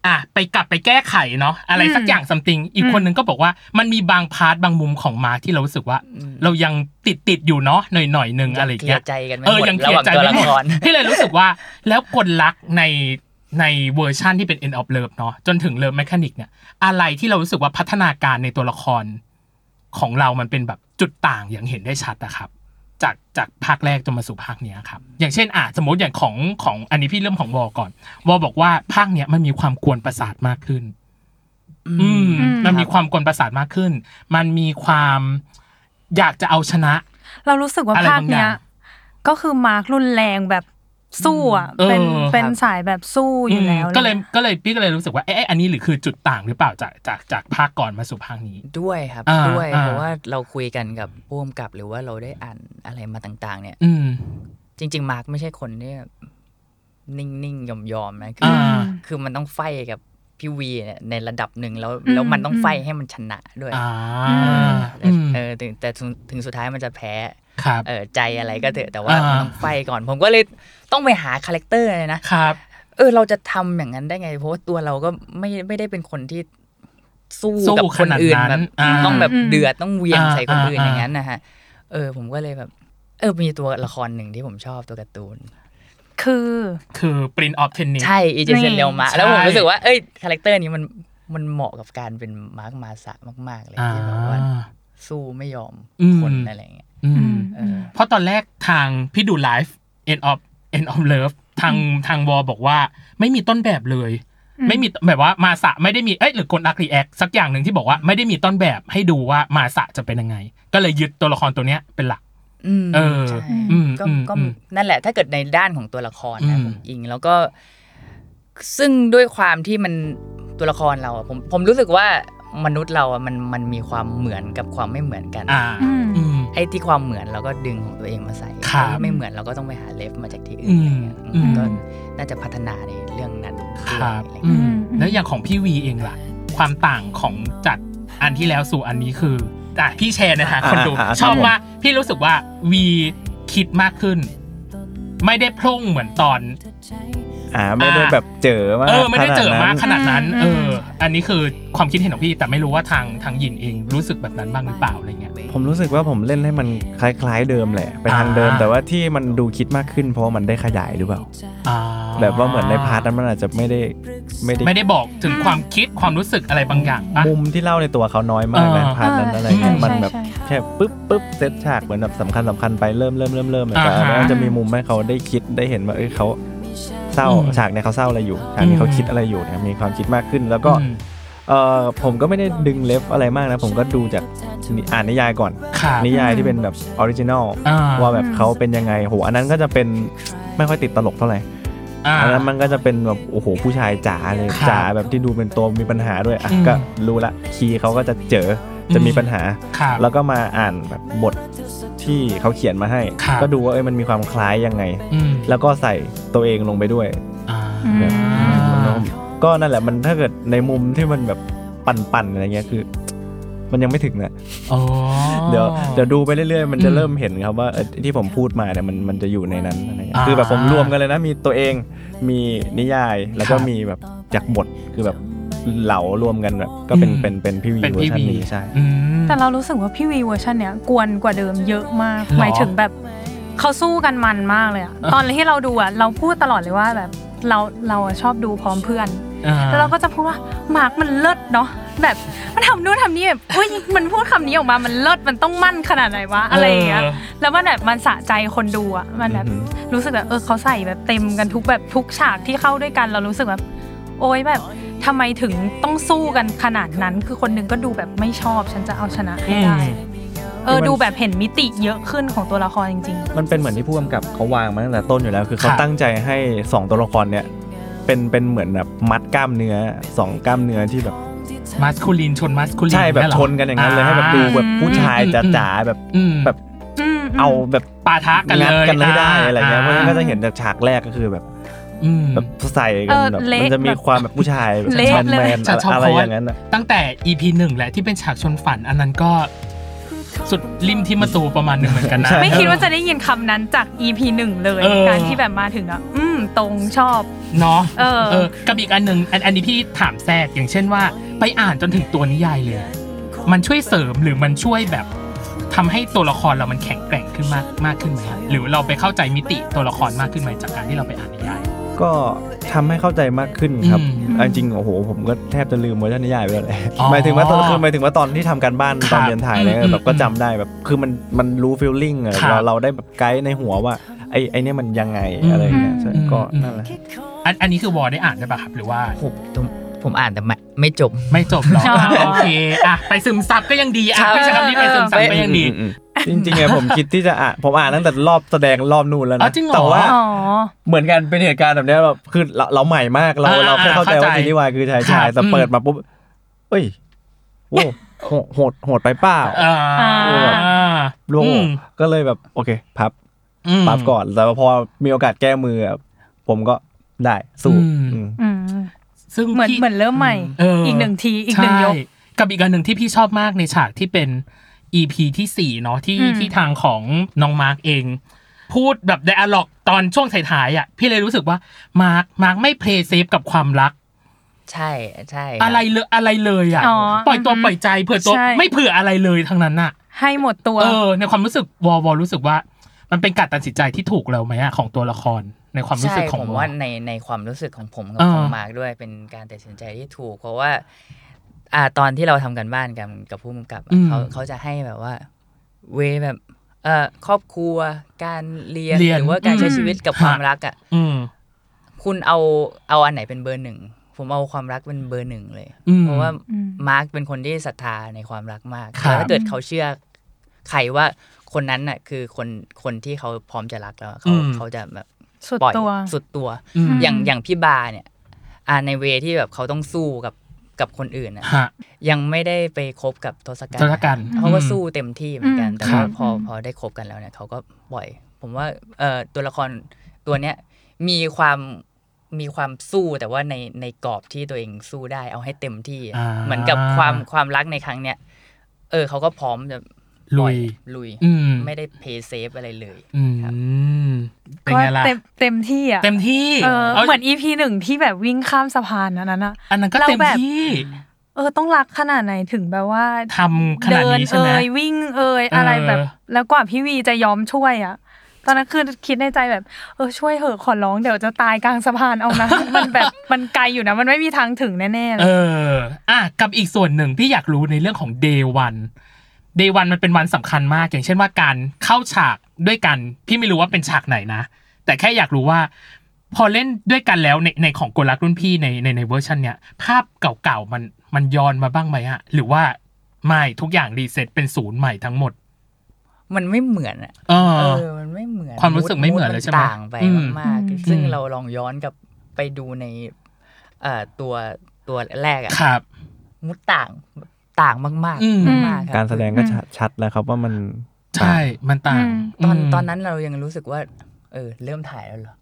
Speaker 3: อ่ะไปกลับไปแก้ไขเนาะอะไรสัก
Speaker 2: อืม
Speaker 3: อย่างซัมติง อีก
Speaker 2: อืม
Speaker 3: คนหนึงก็บอกว่ามันมีบางพาร์ทบางมุมของมาร์คที่เรารู้สึกว่า
Speaker 5: อืม
Speaker 3: เรายังติดติดๆอยู่เนาะหน่อยหน่อยๆหนึ่งอะไรอย่าง
Speaker 5: เคลี
Speaker 3: เงี้
Speaker 5: ย
Speaker 3: ย
Speaker 5: ร์ใจกันไม่
Speaker 3: เออ
Speaker 5: หมด
Speaker 3: ยังเค
Speaker 5: ระ
Speaker 3: ลีย
Speaker 5: หว่าง
Speaker 3: ร์ใจ
Speaker 5: ตัว
Speaker 3: ไม่
Speaker 5: ละ
Speaker 3: หม
Speaker 5: คร
Speaker 3: ด พี่เลยรู้สึกว่า แล้วคนรักในในเวอร์ชั่นที่เป็น end of love เนาะจนถึง love mechanic เนี่ย อะไรที่เรารู้สึกว่าพัฒนาการในตัวละครของเรามันเป็นแบบจุดต่างอย่างเห็นได้ชัดอะครับ จากจากภาคแรกจนมาสู่ภาคเนี้ยครับ อย่างเช่นอ่ะสมมติอย่างของของอันนี้พี่เริ่มของวอก่อนวอบอกว่าภาคเนี้ยมันมีความกวนประสาทมากขึ้น อืม
Speaker 2: อืม
Speaker 3: มันมีความกวนประสาทมากขึ้น มันมีความอยากจะเอาชนะ
Speaker 2: เรารู้สึกว่า
Speaker 3: อะไร
Speaker 2: ภาค
Speaker 3: บางอย่าง
Speaker 2: เนี้ย ก็คือมาร์ครุนแรงแบบสู้อ่ะ
Speaker 3: เออ
Speaker 2: เป็นเป็น
Speaker 5: ครับ
Speaker 2: สายแบบสู้อยู่แล้ว
Speaker 3: มก็เลย
Speaker 2: อะไรงี้
Speaker 3: ก็เลยพี่ก็เลยรู้สึกว่าเอ๊ะอันนี้หรือคือจุดต่างหรือเปล่าจากจากจากภาคก่อนมาสู่ภาคนี้
Speaker 5: ด้วยครับ
Speaker 3: อ่า
Speaker 5: ด้วย
Speaker 3: อ่า
Speaker 5: เพราะว่าเราคุยกันกับผู้กำกับหรือว่าเราได้อ่านอะไรมาต่าง ๆ เนี่ย
Speaker 3: อืม
Speaker 5: จริง ๆ มาร์กไม่ใช่คนที่นิ่งๆยอมยอมๆนะคื
Speaker 3: อ่า
Speaker 5: คือมันต้องไฟกับพี่วีเนี่ยในระดับหนึ่งแล้ว
Speaker 2: อืม
Speaker 5: แล้วมันต้อง
Speaker 2: อืม
Speaker 5: ไฟให้มันชนะด้วย
Speaker 3: อ่า
Speaker 5: แต่
Speaker 3: อืม
Speaker 5: เออถึงแต่ถึงถึงสุดท้ายมันจะแพ้
Speaker 3: ครับ
Speaker 5: เออใจอะไรก็เถอะแต่ว่า
Speaker 3: อ่ามั
Speaker 5: มันต้องไฟก่อน ผมก็เลยต้องไปหาคาแรคเตอร์เลยนะ
Speaker 3: ครับ
Speaker 5: เออเราจะทำอย่างนั้นได้ไง เพราะว่าตัวเราก็ไม่ไม่ได้เป็นคนที่สู้
Speaker 3: สู้
Speaker 5: กับคนอื่น
Speaker 3: ขนาด
Speaker 5: แบ
Speaker 3: นั้น
Speaker 5: บ
Speaker 3: อ่า
Speaker 5: ต้องแบบ
Speaker 2: อืม
Speaker 5: เดือดต้องเหวียง
Speaker 3: อ่า
Speaker 5: ใส่คนอื่น
Speaker 3: อ่า
Speaker 5: อย่างนั้นนะฮะเออ ผมก็เลยแบบ เออมีตัวละครหนึ่งที่ผมชอบตัวการ์ตูน
Speaker 2: คือ
Speaker 3: คือ print of tennis
Speaker 5: ใช่อีเจเซน
Speaker 2: นี่
Speaker 5: เรลมา
Speaker 3: ใช่
Speaker 5: แล้วผมรู้สึกว่าเอ้ยคาแรคเตอร์นี้มันมันเหมาะกับการเป็นมาร์คมาสะมาก ๆ เลย
Speaker 3: อ่า
Speaker 5: ที่แบบว่าสู้ไม่ยอม
Speaker 3: อืม
Speaker 5: คนอะไรอย่างเงี้ย
Speaker 3: อื
Speaker 2: อื
Speaker 3: ม
Speaker 2: ม
Speaker 5: เออ
Speaker 3: เพราะตอนแรกทางพี่ดูไลฟ์ end of end of love ทางทางวอลบอกว่าไม่มีต้นแบบเลย
Speaker 2: อืม
Speaker 3: ไม่มีแบบว่ามาสะไม่ได้มีเอ้ยหรือกลอักรีแอคสักอย่างหนึ่งที่บอกว่าไม่ได้มีต้นแบบให้ดูว่ามาสะจะเป็นยังไง ก็เลยยึดตัวละครตัวเนี้ยเป็นหลัก
Speaker 5: อืม
Speaker 3: เออ
Speaker 5: ใช่
Speaker 3: อืม
Speaker 5: ก็
Speaker 3: อืม
Speaker 5: ก็
Speaker 3: อืม
Speaker 5: นั่นแหละ ถ้าเกิดในด้านของตัวละครนะ
Speaker 3: อืม
Speaker 5: ผมอิงแล้วก็ ซึ่งด้วยความที่มันตัวละครเราอะผมผมรู้สึกว่ามนุษย์เราอะมันมันมีความเหมือนกับความไม่เหมือนกัน
Speaker 3: อ่า
Speaker 2: อืม
Speaker 3: อืม
Speaker 5: ไอ้ที่ความเหมือนเราก็ดึงของตัวเองมาใส่
Speaker 3: ครับ
Speaker 5: ไม่เหมือนเราก็ต้องไปหาเลฟมาจากที่อื่น
Speaker 3: อืม
Speaker 5: อะไรเงี้ย
Speaker 3: อืม
Speaker 5: ก็น่าจะพัฒนาในเรื่องนั้นด้วย
Speaker 3: ครับ
Speaker 5: อะไร
Speaker 3: อื
Speaker 5: เงี้ย
Speaker 3: ม
Speaker 2: อืม
Speaker 3: แล้วอย่างของพี่วีเองล่ะ ความต่างของจากอันที่แล้วสู่อันนี้คืออ่ะพี่แชร์นะคะ
Speaker 4: อ่า
Speaker 3: คนดู
Speaker 4: อ่าครับ
Speaker 3: ชอบ
Speaker 4: ผม
Speaker 3: ว่าพี่รู้สึกว่าวีคิดมากขึ้น ไม่ได้พร่งเหมือนตอน
Speaker 4: อ่าไม่ได้แบบเจอมาก
Speaker 3: เออไม่ได้เจอมากข
Speaker 4: ขนาดนั้น
Speaker 3: นาดนั้น
Speaker 2: อืม
Speaker 3: เออ อันนี้คือความคิดเห็นของพี่แต่ไม่รู้ว่าทางทางหยินเองรู้สึกแบบนั้นบ้างหรือเปล่าอะไรเงี้ย
Speaker 4: ผมรู้สึกว่าผมเล่นให้มันคล้าย ๆ เดิมแหละไปทางเดิม
Speaker 3: อ่า
Speaker 4: แต่ว่าที่มันดูคิดมากขึ้น เพราะว่ามันได้ขยายหรือเปล่า
Speaker 3: อ่า
Speaker 4: แบบว่าเหมือนในพาร์ทนั้นมันอาจจะไม่ได้ไม่ได้
Speaker 3: ไม่ได้บอกถึงความคิดความรู้สึกอะไรบางอย่างปะ
Speaker 4: มุมที่เล่าในตัวเขาน้อยมากนะ
Speaker 3: เออ
Speaker 4: พาร์ทนั้นอะไร
Speaker 3: เออใช่
Speaker 4: เงี้ยมัน
Speaker 2: ใช่
Speaker 4: แบบ
Speaker 2: ใช่
Speaker 4: แค่ปึ๊บปึ๊บเซตฉากเหมือนแบบสำคัญสำคัญไปเริ่มเริ่มเริ่มเริ่มเลย
Speaker 3: อ่า
Speaker 4: แต่
Speaker 3: ฮะ
Speaker 4: ว่ามันจะมีมุมให้เขาได้คิดได้เห็นว่าเออเขาเศร้า
Speaker 3: อืม
Speaker 4: ฉากเนี่ยเขาเศร้าอะไรอยู่ฉากนี้เขา
Speaker 3: อืม
Speaker 4: คิดอะไรอยู่เนี่ยมีความคิดมากขึ้นแล้วก็
Speaker 3: อืม
Speaker 4: เออผมก็ไม่ได้ดึงเล็บอะไรมากนะ ผมก็ดูจากนิอ่านนิยายก่อน
Speaker 3: ครับ
Speaker 4: นิยายที่เป็นแบบออริจินอล
Speaker 3: อ่า
Speaker 4: ว่าแบบเขาเป็นยังไงโหอันนั้นก็จะเป็นไม่ค่อยติดตลกเท่าไหร่
Speaker 3: อ่า
Speaker 4: อันนั้นมันก็จะเป็นแบบโอ้โหผู้ชายจ๋าเลย
Speaker 3: ครับ
Speaker 4: จ๋าแบบที่ดูเป็นตัวมีปัญหาด้วยอ่ะ
Speaker 3: อืม
Speaker 4: ก็รู้ละคีย์เขาก็จะเจอจะมี
Speaker 3: อืม
Speaker 4: ปัญหา
Speaker 3: ครับ
Speaker 4: แล้วก็มาอ่านแบบบทที่เขาเขียนมาให้
Speaker 3: ครับ
Speaker 4: ก็ดูว่าเอ้ยมันมีความคล้ายยังไง
Speaker 3: อืม
Speaker 4: แล้วก็ใส่ตัวเองลงไปด้วย
Speaker 3: อ่า
Speaker 4: แบบก็นั่นแหละมันถ้าเกิดในมุมที่มันแบบปั่นๆอะไรเงี้ยคือ มันยังไม่ถึงนะ
Speaker 3: อ๋อ
Speaker 4: เดี๋ยวเดี๋ยวดูไปเรื่อยๆ มันจะ
Speaker 3: อืม
Speaker 4: เริ่มเห็นครับว่าเอ่อที่ผมพูดมาเนี่ยมันมันจะอยู่ในนั้นอะไรเงี้ย
Speaker 3: อ่า
Speaker 4: คือแบบผมรวมกันเลยนะมีตัวเองมีนิยายแล้วก็
Speaker 3: ครับ
Speaker 4: มีแบบจากบทคือแบบเหลารวมกันแบบก็เป็น
Speaker 3: อืม
Speaker 4: เป็นเป็นพี่วี
Speaker 3: เป็น
Speaker 4: เวอ
Speaker 3: พี่
Speaker 4: ร์ชัน
Speaker 3: วี
Speaker 4: นี้ใช่
Speaker 3: อืม
Speaker 2: แต่เรารู้สึกว่าพี่วีเวอร์ชันเนี้ยกวนกว่าเดิมเยอะมาก
Speaker 3: หรอ
Speaker 2: หมายถึงแบบเขาสู้กันมันมากเลยอะ
Speaker 3: อ่ะ
Speaker 2: ตอนที่เราดูอะเราพูดตลอดเลยว่าแบบเราเราอะชอบดูพร้อมเพื่อน
Speaker 3: อ่
Speaker 2: แล้วเราก็จะพูดว่ามาร์กมันเลิศเนาะแบบมันทำนู่นทำนี่แบบเฮ้ยมันพูดคำนี้ออกมามันเลิศมันต้องมั่นขนาดไหนวะอะไรอย่างเงี้ย
Speaker 3: เ
Speaker 2: แล้วมันแบบมันสะใจคนดูอะมันแบบ
Speaker 4: อือหือ
Speaker 2: รู้สึกแบบเออเขาใส่แบบเต็มกันทุกแบบทุกฉากที่เข้าด้วยกัน เรารู้สึกแบบโอ๊ยแบบทำไมถึงต้องสู้กันขนาดนั้น คือคนหนึงก็ดูแบบไม่ชอบฉันจะเอาชนะให้ได้
Speaker 3: อืม
Speaker 2: เออดูแบบเห็นมิติเยอะขึ้นของตัวละครจริง
Speaker 4: มันเป็นเหมือนที่ผู้กำกับเขาวางมาตั้งแต่ต้นอยู่แล้ว คือเขา
Speaker 3: ครับ
Speaker 4: ตั้งใจให้สองตัวละครเนี่ยเป็นเป็นเหมือนแบบมัดกล้ามเนื้อสองกล้ามเนื้อที่แบบ
Speaker 3: มาสคูลินชนมาสคูลิน
Speaker 4: ใช่แบบชนกันอย่างนั้นเลยให้แบบดูแบบผู้ชายจ๋าๆแบบ
Speaker 3: อืม
Speaker 4: แบบ
Speaker 2: ๆ อืมม
Speaker 4: เอาแบบ
Speaker 3: ปะทะกัน
Speaker 4: งัด
Speaker 3: เลย
Speaker 4: กันให้ได้อะไรเงี้ยเพราะฉะนั้นก็
Speaker 3: อ่า
Speaker 4: จะเห็นจากฉากแรกก็คือแบบ
Speaker 3: อืม
Speaker 4: แบบใส่กั
Speaker 2: เอน อ
Speaker 4: แบบ
Speaker 2: เละ
Speaker 4: มันจะมีความแบบผู้ชายแบบ
Speaker 2: เละเลย
Speaker 4: แมนๆ
Speaker 3: จะชอบ
Speaker 4: อะไร
Speaker 3: โพสต์
Speaker 4: อย่างนั้นอะ
Speaker 3: ตั้งแต่ EP หนึ่งแหละที่เป็นฉากชนฝัน อันนั้นก็สุดริมที่มาตูประมาณหนึ่งเหมือนกันนะ
Speaker 2: ไม่คิดว่าจะได้ยินคำนั้นจาก EP หนึ่งเลย
Speaker 3: เออ
Speaker 2: การที่แบบมาถึงแล้วอืม ตรงชอบ
Speaker 3: เนาะ
Speaker 2: เออ
Speaker 3: เออกับอีกอันหนึ่งอันอันนี้พี่ถามแทรกอย่างเช่นว่า ไปอ่านจนถึงตัวนิยายเลย มันช่วยเสริมหรือมันช่วยแบบทำให้ตัวละครเรามันแข็งแกร่งขึ้นมากมากขึ้นไหมหรือเราไปเข้าใจมิติตัวละครมากขึ้นไหมจากการที่เราไปอ่านนิยาย
Speaker 4: ก็ทำให้เข้าใจมากขึ้นครับ
Speaker 3: อืม
Speaker 4: เอาจริงๆโอ้โหผมก็แทบจะลืมเวอร์ชันนิยายไปแล้วแหละ
Speaker 3: อ๋อ
Speaker 4: หมายถึงว่าตอนคือหมายถึงว่าตอนที่ทำการบ้าน
Speaker 3: ครับ
Speaker 4: ตอนเรียนถ่ายอะไร
Speaker 3: อืม
Speaker 4: แบบก็จำได้แบบคือมันมันรู้ฟีลลิ่งอะ
Speaker 3: ครับ
Speaker 4: เราเราได้แบบไกด์ในหัวว่าไอ้ไอ้เนี่ยมันยังไงอะไรอย่างเงี้ยใช่
Speaker 3: อืม
Speaker 4: ก็นั่นแหละ
Speaker 3: อันอันนี้คือวอลได้อ่านใช่ปะครับหรือว่า
Speaker 5: ผมผมผมอ่านแต่ไม่ไม่จบ
Speaker 3: ไม่จบ หรอก
Speaker 2: อ๋อ
Speaker 3: โอเคอ่ะไปซึมซับก็ยังดีอ่ะ
Speaker 5: ครับ
Speaker 3: พี่ชคำนี้ไปซึมซับก็ยังดี
Speaker 4: จริงๆไงผมคิดที่จะอ่านผมอ่านตั้งแต่รอบแสดงรอบนู่นแล้ว
Speaker 3: อ๋อ
Speaker 4: นะ
Speaker 3: จริงเหรอ
Speaker 4: แต่ว่า
Speaker 2: อ๋อ
Speaker 4: เหมือนกันเป็นเหตุการณ์แบบเนี้ยแบบคือเราเราใหม่มากเรา
Speaker 3: อ่า
Speaker 4: เราแค่เข้าใจ
Speaker 3: เข้าใจ
Speaker 4: ว่าซีรีส์วายคือชายชาย
Speaker 3: ครับ
Speaker 4: แต่
Speaker 3: อืม
Speaker 4: เปิดมาปุ๊บเอ้ยโอ้โหโหดโหดไปเปล่า
Speaker 3: อ่า
Speaker 2: อ่า
Speaker 4: โล่
Speaker 3: อืม
Speaker 4: ก็เลยแบบโอเคพับ
Speaker 3: อืม
Speaker 4: พับก่อนแต่พอมีโอกาสแก้มืออะผมก็ได้สู้
Speaker 3: อืม
Speaker 4: อืม
Speaker 2: อืม
Speaker 3: ซึ่ง
Speaker 2: เหมือน
Speaker 3: พี่
Speaker 2: เหมือนเริ่มใหม่
Speaker 3: เอออี
Speaker 2: อีกหนึ่งที อีกหนึ่งยก
Speaker 3: ใช่กับอีกอันหนึ่งที่พี่ชอบมากในฉากที่เป็น EP ที่ 4 เนาะที่
Speaker 2: อืม
Speaker 3: ที่ทางของน้องมาร์กเอง พูดแบบไดอะล็อกตอนช่วงท้ายๆอ่ะพี่เลยรู้สึกว่ามาร์กมาร์กไม่เพลย์เซฟกับความรัก
Speaker 5: ใช่ใช่คบ
Speaker 3: อะไรเลยอะไรเลยอ่ะ
Speaker 2: อ๋อ
Speaker 3: ปล่อยตัว
Speaker 2: อืม
Speaker 3: ปล่อยใจเผื่อตัว
Speaker 2: ใช่
Speaker 3: ไม่เผื่ออะไรเลยทั้งนั้นอ่ะ
Speaker 2: ให้หมดตัว
Speaker 3: เออในความรู้สึกวอวอรู้สึกว่า มันเป็นการตัดสินใจที่ถูกเราไหมอะของตัวละครในความรู้
Speaker 5: ใช่
Speaker 3: สึกของ
Speaker 5: ผม
Speaker 3: วอ
Speaker 5: ว่าในในความรู้สึกของผมกับ
Speaker 3: อ่า
Speaker 5: ของมาร์กด้วยเป็นการตัดสินใจที่ถูก เพราะว่า อ่าตอนที่เราทำกันบ้านกันกับผู้กำกับอะเขาเขาจะให้แบบว่า เวแบบ เอ่อครอบครัว การเรียน
Speaker 3: เรียน
Speaker 5: หรือว่าการใช้ชีวิตกับ
Speaker 3: อืม
Speaker 5: ความรักอ่ะ
Speaker 3: อืม
Speaker 5: คุณเอาเอาอันไหนเป็นเบอร์หนึ่งผมเอาความรักเป็นเบอร์หนึ่งเลย
Speaker 3: อืม
Speaker 5: เพราะว่า
Speaker 2: อืม
Speaker 5: มาร์กเป็นคนที่ศรัทธาในความรักมาก
Speaker 3: ครับ
Speaker 5: แล้วถ้าเกิดเขาเชื่อใครว่าคนนั้นน่ะคือคนคนที่เขาพร้อมจะรักแล้วอะเขาเขาจะแบบ
Speaker 2: สุด
Speaker 5: ปล่อย
Speaker 2: ตัว
Speaker 5: สุดตัว
Speaker 3: อืม
Speaker 5: อย่างอย่างพี่บาเนี่ยอ่าในเวที่แบบเขาต้องสู้กับกับคนอื่นอะ
Speaker 3: ฮะ
Speaker 5: ยังไม่ได้ไปคบกับทศกัณฐ์
Speaker 3: ทศกัณฐ์
Speaker 5: เขาก็สู้เต็มที่เหมือนกัน
Speaker 2: อืม
Speaker 5: แต่
Speaker 3: ค
Speaker 5: ว่า
Speaker 3: รับ
Speaker 5: พอ
Speaker 2: อืม
Speaker 5: พอได้คบกันแล้วเนี่ยเขาก็ปล่อย ผมว่าเอ่อตัวละครตัวเนี้ยมีความมีความสู้แต่ว่าในในกรอบที่ตัวเองสู้ได้เอาให้เต็มที่อะ
Speaker 3: อ่า
Speaker 5: เหมือนกับความความรักในครั้งเนี้ยเออเขาก็พร้อมจะป
Speaker 3: ลุ
Speaker 5: อย ลุย
Speaker 3: อืม
Speaker 5: ไม่ได้เพย์เซฟอะไรเลย
Speaker 3: อืม
Speaker 5: ครับ
Speaker 3: เป็น
Speaker 2: ก็
Speaker 3: ไงล่ะ
Speaker 2: เต็มเต็มที่อ่ะ
Speaker 3: เต็มที่
Speaker 2: เออ
Speaker 3: เอา
Speaker 2: เหมือนอีพีหนึ่งที่แบบวิ่งข้ามสะพานอันนั้นอ่ะ
Speaker 3: อันนั้นก็
Speaker 2: เรา
Speaker 3: เต็ม
Speaker 2: แบบ
Speaker 3: ที่
Speaker 2: เออต้องรักขนาดไหนถึงแบบว่า
Speaker 3: ทำขนาด
Speaker 2: เดิน
Speaker 3: นี้ใช่
Speaker 2: เอ่
Speaker 3: ไหม
Speaker 2: ยวิ่งเอ่ยอะไร
Speaker 3: เออ
Speaker 2: แบบ แล้วกว่าพี่วีจะยอมช่วยอ่ะ ตอนนั้นคือคิดในใจแบบ เออช่วยเหอะขอร้องเดี๋ยวจะตายกลางสะพานเอานะ มันแบบมันไกลอยู่นะ มันไม่มีทางถึงแน่ๆเล
Speaker 3: เอย อ อ่ะ กับอีกส่วนหนึ่งที่อยากรู้ในเรื่องของ day one day one มันเป็นวันสำคัญมาก อย่างเช่นว่าการเข้าฉากด้วยกัน พี่ไม่รู้ว่าเป็นฉากไหนนะ แต่แค่อยากรู้ว่า พอเล่นด้วยกันแล้วในในของกลรักรุ่นพี่ในในในเวอร์ชันเนี้ย ภาพเก่าๆ มันมันย้อนมาบ้างไหมอะหรือว่าไม่ทุกอย่างรีเซ็ตเป็นศูนย์ใหม่ทั้งหมด
Speaker 5: มันไม่เหมือนอะ
Speaker 3: เออ
Speaker 5: เออ มันไม่เหมือน
Speaker 3: ความรู้สึกไม่เหมือน
Speaker 5: ด
Speaker 3: เลยใช่ไหม
Speaker 5: ต่างไป
Speaker 3: อืม
Speaker 5: มาก
Speaker 2: อืม
Speaker 5: ๆ ซึ่ง
Speaker 3: อืม
Speaker 5: เราลองย้อนกลับไปดูในเอ่อตัวตัวแรกอะ
Speaker 3: ครับ
Speaker 5: มุดต่างต่างมากๆมาก
Speaker 3: อืม
Speaker 5: มากๆครับ
Speaker 4: การแสดงก็ชัดชัดแล้วครับว่ามัน
Speaker 3: ใช่ มันต่าง
Speaker 5: ตอน
Speaker 3: ม
Speaker 5: ตอนนั้นเรายังรู้สึกว่า เออ เริ่มถ่ายแล้วเหรอ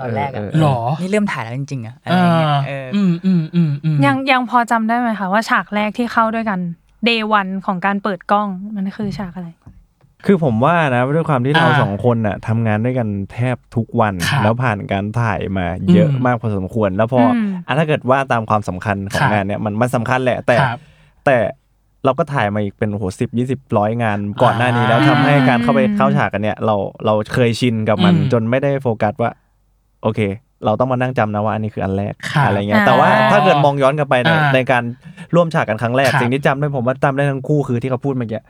Speaker 5: ตอนแรกอะ
Speaker 3: หรอ
Speaker 5: นี่เริ่มถ่ายแล้วจริงๆอะอะ
Speaker 3: เอ
Speaker 5: ไรอย่างเงี้
Speaker 3: อย
Speaker 5: เอออ
Speaker 3: อืมอืมอืมอืม
Speaker 2: ยังยังพอจำได้ไหมคะว่าฉากแรกที่เข้าด้วยกัน day one ของการเปิดกล้องมันคือฉากอะไร
Speaker 4: คือผมว่านะด้วยความที่เรา
Speaker 3: อ่า
Speaker 4: สองคนน่ะทำงานด้วยกันแทบทุกวัน
Speaker 3: ครับ
Speaker 4: แล้วผ่านการถ่ายมาเยอะ
Speaker 3: อืม
Speaker 4: มากพอสมควร แล้วพออ
Speaker 2: ม
Speaker 4: อ่ะถ้าเกิดว่าตามความสำคัญขอ
Speaker 3: ครั
Speaker 4: ง
Speaker 3: บ
Speaker 4: งานเนี่ยมันมันสำคัญแหละแต่
Speaker 3: ครับ
Speaker 4: แต่เราก็ถ่ายมาอีกเป็นโอ้โหสิบยี่สิบร้อยงานก่อนหน้านี้แล้ว
Speaker 3: อ่า
Speaker 4: ทำให้การเข้าไป
Speaker 2: อืม
Speaker 4: เข้าฉากกันเนี่ย เราเราเคยชินกับมัน
Speaker 3: อืม
Speaker 4: จนไม่ได้โฟกัสว่า โอเค เราต้องมานั่งจำนะว่าอันนี้คืออันแรก
Speaker 3: ค่ะ
Speaker 4: อะไรเงี้ยแต่ว่าถ้าเกิดมองย้อนกลับไปใน
Speaker 3: อ่า
Speaker 4: ในการร่วมฉากกันครั้งแรก
Speaker 3: ค่ะ
Speaker 4: สิ่งที่จำได้ผมว่าจำได้ทั้งคู่คือที่เขาพูดเมื่อกี้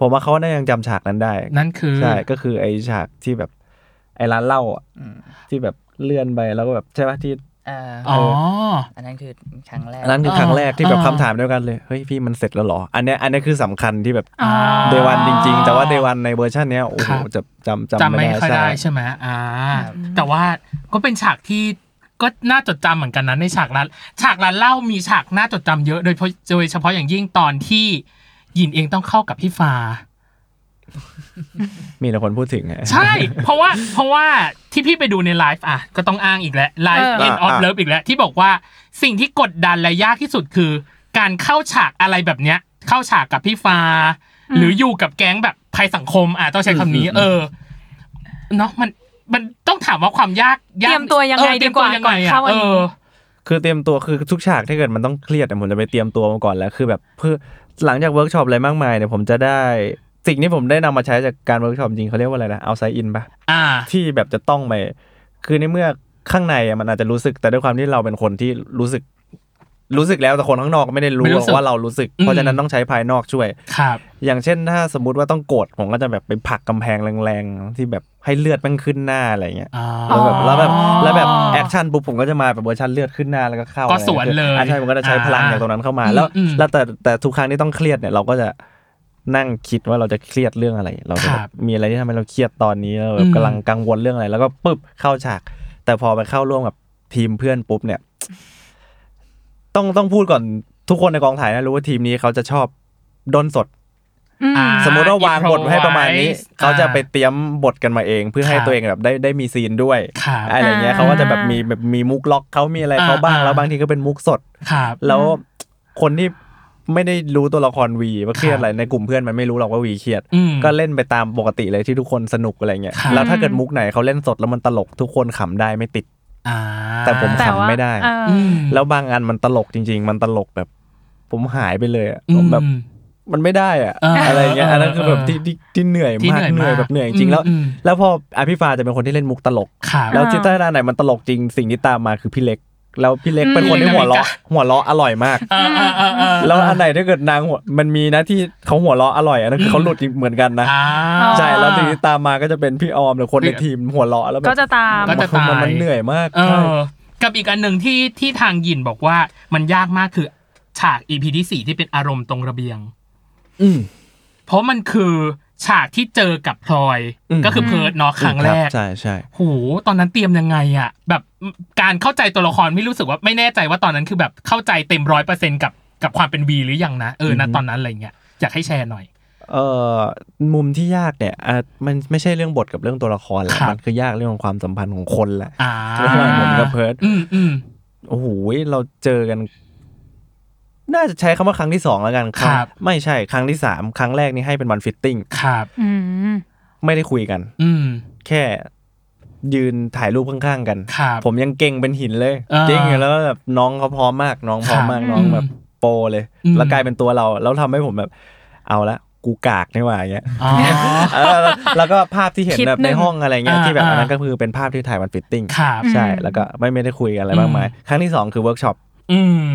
Speaker 4: ผมว่าเขาน่ายังจำฉากนั้นได้
Speaker 3: นั่นคือ
Speaker 4: ใช่ก็คือไอ้ฉากที่แบบไอ้ร้านเหล้าอะ
Speaker 5: อืม
Speaker 4: ที่แบบเลื่อนไปแล้วก็แบบใช่ปะที่
Speaker 5: เอ่ออ
Speaker 3: อ๋อ
Speaker 5: อันนั้นคือครั้งแรก
Speaker 4: อันนั้นคือครั้งแรกที่แบบ
Speaker 3: อ่า
Speaker 4: คำถามเดียวกันเลยเฮ้ยพี่มันเสร็จแล้วเหรอ อันเนี้ยอันเนี้ยคือสำคัญที่แบบ
Speaker 3: อ่า
Speaker 4: เดวันจริง ๆ แต่ว่าเดวันในเวอร์ชันเนี้ยโอ้โห
Speaker 3: ครับ
Speaker 4: จะจำ
Speaker 3: จำ
Speaker 4: จำ
Speaker 3: ไม่
Speaker 4: ไม่
Speaker 3: ค่อย
Speaker 4: ได้
Speaker 3: ได้
Speaker 4: ใช่
Speaker 3: ใช่ไหมอ่า
Speaker 5: ครับ
Speaker 3: แต่ว่าก็เป็นฉากที่ก็น่าจดจำเหมือนกันนะในฉากร้านฉากร้านเหล้ามีฉากน่าจดจำเยอะโดยเฉพาะโดยเฉพาะอย่างยิ่งตอนที่หยินเองต้องเข้ากับพี่ฟ้า
Speaker 4: มีหลายคนพูดถึงไง
Speaker 3: ใช่ เพราะว่าเพราะว่าที่พี่ไปดูในไลฟ์อ่ะก็ต้องอ้างอีกแล้วไลฟ์
Speaker 2: เออ
Speaker 3: end of
Speaker 4: อ่ะ
Speaker 3: love อีกแล้ว ที่บอกว่าสิ่งที่กดดันและยากที่สุดคือ การเข้าฉากอะไรแบบเนี้ย เข้าฉากกับพี่ฟ้า หรืออยู่กับแก๊งแบบภัยสังคมอ่ะต้องใช้คำนี้ เออเนาะมันมันต้องถามว่าความยากาก
Speaker 2: เตรียมตัวยังไง
Speaker 3: เออเตรีย
Speaker 2: ดีก
Speaker 3: มตัว
Speaker 2: ว่า
Speaker 3: ยังไง
Speaker 2: ก่อน
Speaker 3: อ่ะ
Speaker 2: เข้าอั
Speaker 3: เอน
Speaker 2: นี้
Speaker 3: อ
Speaker 4: คือเตรียมตัวคือทุกฉากถ้าเกิดมันต้องเครียดอะผมจะไปเตรียมตัวมาก่อนแล้วคือแบบเพื่อหลังจากเวิร์กช็อปอะไรมากมายเนี่ยผมจะได้สิ่งที่ผมได้นำมาใช้จากการเวิร์กช็อปจริงเขาเรียกว่าอะไรนะเอาไซอินปะ
Speaker 3: อ่า
Speaker 4: ที่แบบจะต้องไปคือในเมื่อข้างในอะมันอาจจะรู้สึกแต่ด้วยความที่เราเป็นคนที่รู้สึก รู้สึกแล้วแต่คนข้างนอกไม่ได้รู้
Speaker 3: ไม่รู้สึก
Speaker 4: ว่าเรารู้สึก
Speaker 3: อืม
Speaker 4: เพราะฉะนั้นต้องใช้ภายนอกช่วย
Speaker 3: ครับ
Speaker 4: อย่างเช่นถ้าสมมติว่าต้องโกรธผมก็จะแบบไปผลักกำแพงแรงๆ ที่แบบให้เลือดมันขึ้นหน้าอะไรเงี้ย
Speaker 3: อ่า
Speaker 4: แล้วแบบแล้วแบบแล้วแบบแอค
Speaker 3: อืม
Speaker 4: ชั่นปุ๊บผมก็จะมาแบบเวอร์ชันเลือดขึ้นหน้าแล้วก็เข้า
Speaker 3: ก็สวนเลย
Speaker 4: อ่ะใช่ผมก็จะใช้พลังจากตรงนั้นเข้ามา
Speaker 3: อ่า
Speaker 4: แล้ว
Speaker 3: อืม
Speaker 4: แล้วแต่แต่ทุกครั้งที่ต้องเครียดเนี่ยเราก็จะนั่งคิดว่าเราจะเครียดเรื่องอะไร เราจะ
Speaker 3: ค
Speaker 4: แบ
Speaker 3: รับบ
Speaker 4: มีอะไรที่ทำให้เราเครียดตอนนี้เราแบ
Speaker 3: อื
Speaker 4: บ
Speaker 3: ม
Speaker 4: กำลังกังวลเรื่องอะไร แล้วก็ปุ๊บเข้าฉาก แต่พอไปเข้าร่วมกับทีมเพื่อนปุ๊บเนี่ย ต้องต้องพูดก่อนทุกคนในกองถ่ายนะรู้ว่าทีมนี้เขาจะชอบด้นสด
Speaker 2: อืม
Speaker 3: อ่า
Speaker 4: สมมุติว่าวางบทไว้ให้ประมาณนี้
Speaker 3: improvise
Speaker 4: เขาจะไปเตรียมบทกันมาเองเพื่อให้
Speaker 3: ครับ
Speaker 4: ตัวเองแบบได้ได้มีซีนด้วย
Speaker 3: ครับ
Speaker 4: อะไรอย่างเงี้ย
Speaker 2: อ่า
Speaker 4: เขาก็จะแบบมีแบบมีมุกล็อกเขามีอะไรเขาบ้าง
Speaker 3: อ่า
Speaker 4: แล้วบางทีก็เป็นมุกสด
Speaker 3: ครับ
Speaker 4: แล้วคนที่ไม่ได้รู้ตัวละครวีว่าเครี
Speaker 3: ค
Speaker 4: ย
Speaker 3: รั
Speaker 4: ด
Speaker 3: บ
Speaker 4: อะไรในกลุ่มเพื่อนมันไม่รู้หรอกว่าวีเครียด
Speaker 3: อืม
Speaker 4: ก็เล่นไปตามปกติเลยที่ทุกคนสนุกอะไรเงี้ย
Speaker 3: ครับ
Speaker 4: แล้วถ้าเกิดมุกไหนเขาเล่นสดแล้วมันตลกทุกคนขำได้ไม่ติด
Speaker 3: อ่า
Speaker 4: แต่ผม
Speaker 2: แต่ว่า
Speaker 4: ทำไม่ได้
Speaker 2: เอออ
Speaker 3: อืม
Speaker 4: แล้วบางอันมันตลกจริง ๆ มันตลกแบบ ผมหายไปเลยอะ
Speaker 3: อื
Speaker 4: ผม
Speaker 3: ม
Speaker 4: แบบ มันไม่ได้อะ
Speaker 3: เอออ
Speaker 4: อะไรเงี้ยอันนั้นคือแบบ
Speaker 3: เออ
Speaker 4: ที่ที่ที่เหนื่อย
Speaker 3: ที่
Speaker 4: มากเหนื่อย
Speaker 3: มา
Speaker 4: แบบเหนื่อยจริงๆแล้ว
Speaker 3: อืม
Speaker 4: แล้วพออภิฟ้าจะเป็นคนที่เล่นมุกตลก
Speaker 3: ครับ
Speaker 4: แล้ว
Speaker 2: อ่า
Speaker 4: จิตใต้ด้านไหนมันตลกจริงสิ่งที่ตามมาคือพี่เล็ก แล้วพี่เล็กเป็นคนที่หัวเราะหัวเราะอร่อยมาก
Speaker 3: เออเออเออเออ
Speaker 4: แล้วอันไหนถ้าเกิดนางหัวมันมีนะที่เขาหัวเราะอร่อยอันนั้นคือเขาหลุดเหมือนกันนะ
Speaker 3: อ่า
Speaker 4: ใช่แล้วทีนี้ตามมาก็จะเป็นพี่ออมหรือคนในทีมหัวเราะแล้วแบบ
Speaker 2: ก็จะตาม
Speaker 3: ก็จะตาย
Speaker 4: มันมันเหนื่อยมาก
Speaker 3: เอ
Speaker 4: ใช่
Speaker 3: อกับอีกอันหนึ่งที่ที่ทางยินบอกว่ามันยากมากคือฉาก EP ที่สี่ที่เป็นอารมณ์ตรงระเบียง
Speaker 4: อืม
Speaker 3: เพราะมันคือฉากที่เจอกับพลอย
Speaker 4: อืม
Speaker 3: ก็คือเพิร์ดเนาะครั้งแรก
Speaker 4: ใช่ใช่
Speaker 3: โห ตอนนั้นเตรียมยังไงอะแบบการเข้าใจตัวละครไม่รู้สึกว่าไม่แน่ใจว่าตอนนั้นคือแบบเข้าใจเต็มร้อยเปอร์เซ็นกับกับความเป็นวีหรือยังนะเออนะ
Speaker 4: อือฮึ
Speaker 3: ตอนนั้นอะไรเงี้ยอยากให้แชร์หน่อย
Speaker 4: เอ่อมุมที่ยากเนี่ยอ่ะมันไม่ใช่เรื่องบทกับเรื่องตัวละครแหละ
Speaker 3: ครับ
Speaker 4: มันคือยากเรื่องของความสัมพันธ์ของคนแหละ
Speaker 3: อ่า
Speaker 4: ระหว่างผมกับเพิร์ท
Speaker 3: อืมอืม
Speaker 4: โอ้โหเราเจอกัน น่าจะใช้คำว่าครั้งที่สองแล้วกัน
Speaker 3: ครับ
Speaker 4: ไม่ใช่ครั้งที่สามครั้งแรกนี่ให้เป็นวันฟิตติ้ง
Speaker 3: ครับ
Speaker 2: อืม
Speaker 4: ไม่ได้คุยกัน
Speaker 3: อืม
Speaker 4: แค่ยืนถ่ายรูปข้างๆกัน
Speaker 3: ครับ
Speaker 4: ผมยังเก่งเป็นหินเลย
Speaker 3: อ่า
Speaker 4: เก่งอยู่แล้วแบบน้องเขาพร้อมมากน้องพร้อมมาก
Speaker 2: ครับ
Speaker 4: น้องแบบโปรเลย
Speaker 3: อืม
Speaker 4: แล้วกลายเป็นตัวเรา แล้วทำให้ผมแบบ เอาละกูกากนี่หว่าอย่างเงี้ย
Speaker 3: อ๋อ
Speaker 4: เออแล้วแล้วก็ภาพที่เห็น
Speaker 2: คลิป
Speaker 4: แบบ
Speaker 2: หนึ่
Speaker 4: ใน
Speaker 2: ง
Speaker 4: ห้องอะไรเงี้ย
Speaker 3: อ่า
Speaker 4: ที่แบบอันนั้น
Speaker 3: อ่า
Speaker 4: ก็คือเป็นภาพที่ถ่ายวันฟิตติ้ง
Speaker 3: ครับ
Speaker 4: ใช่แล้วก็ไม่ไม่ได้คุยกันอะไรมากมายครั้งที่สองคือเวิร์กช็อป
Speaker 3: อืม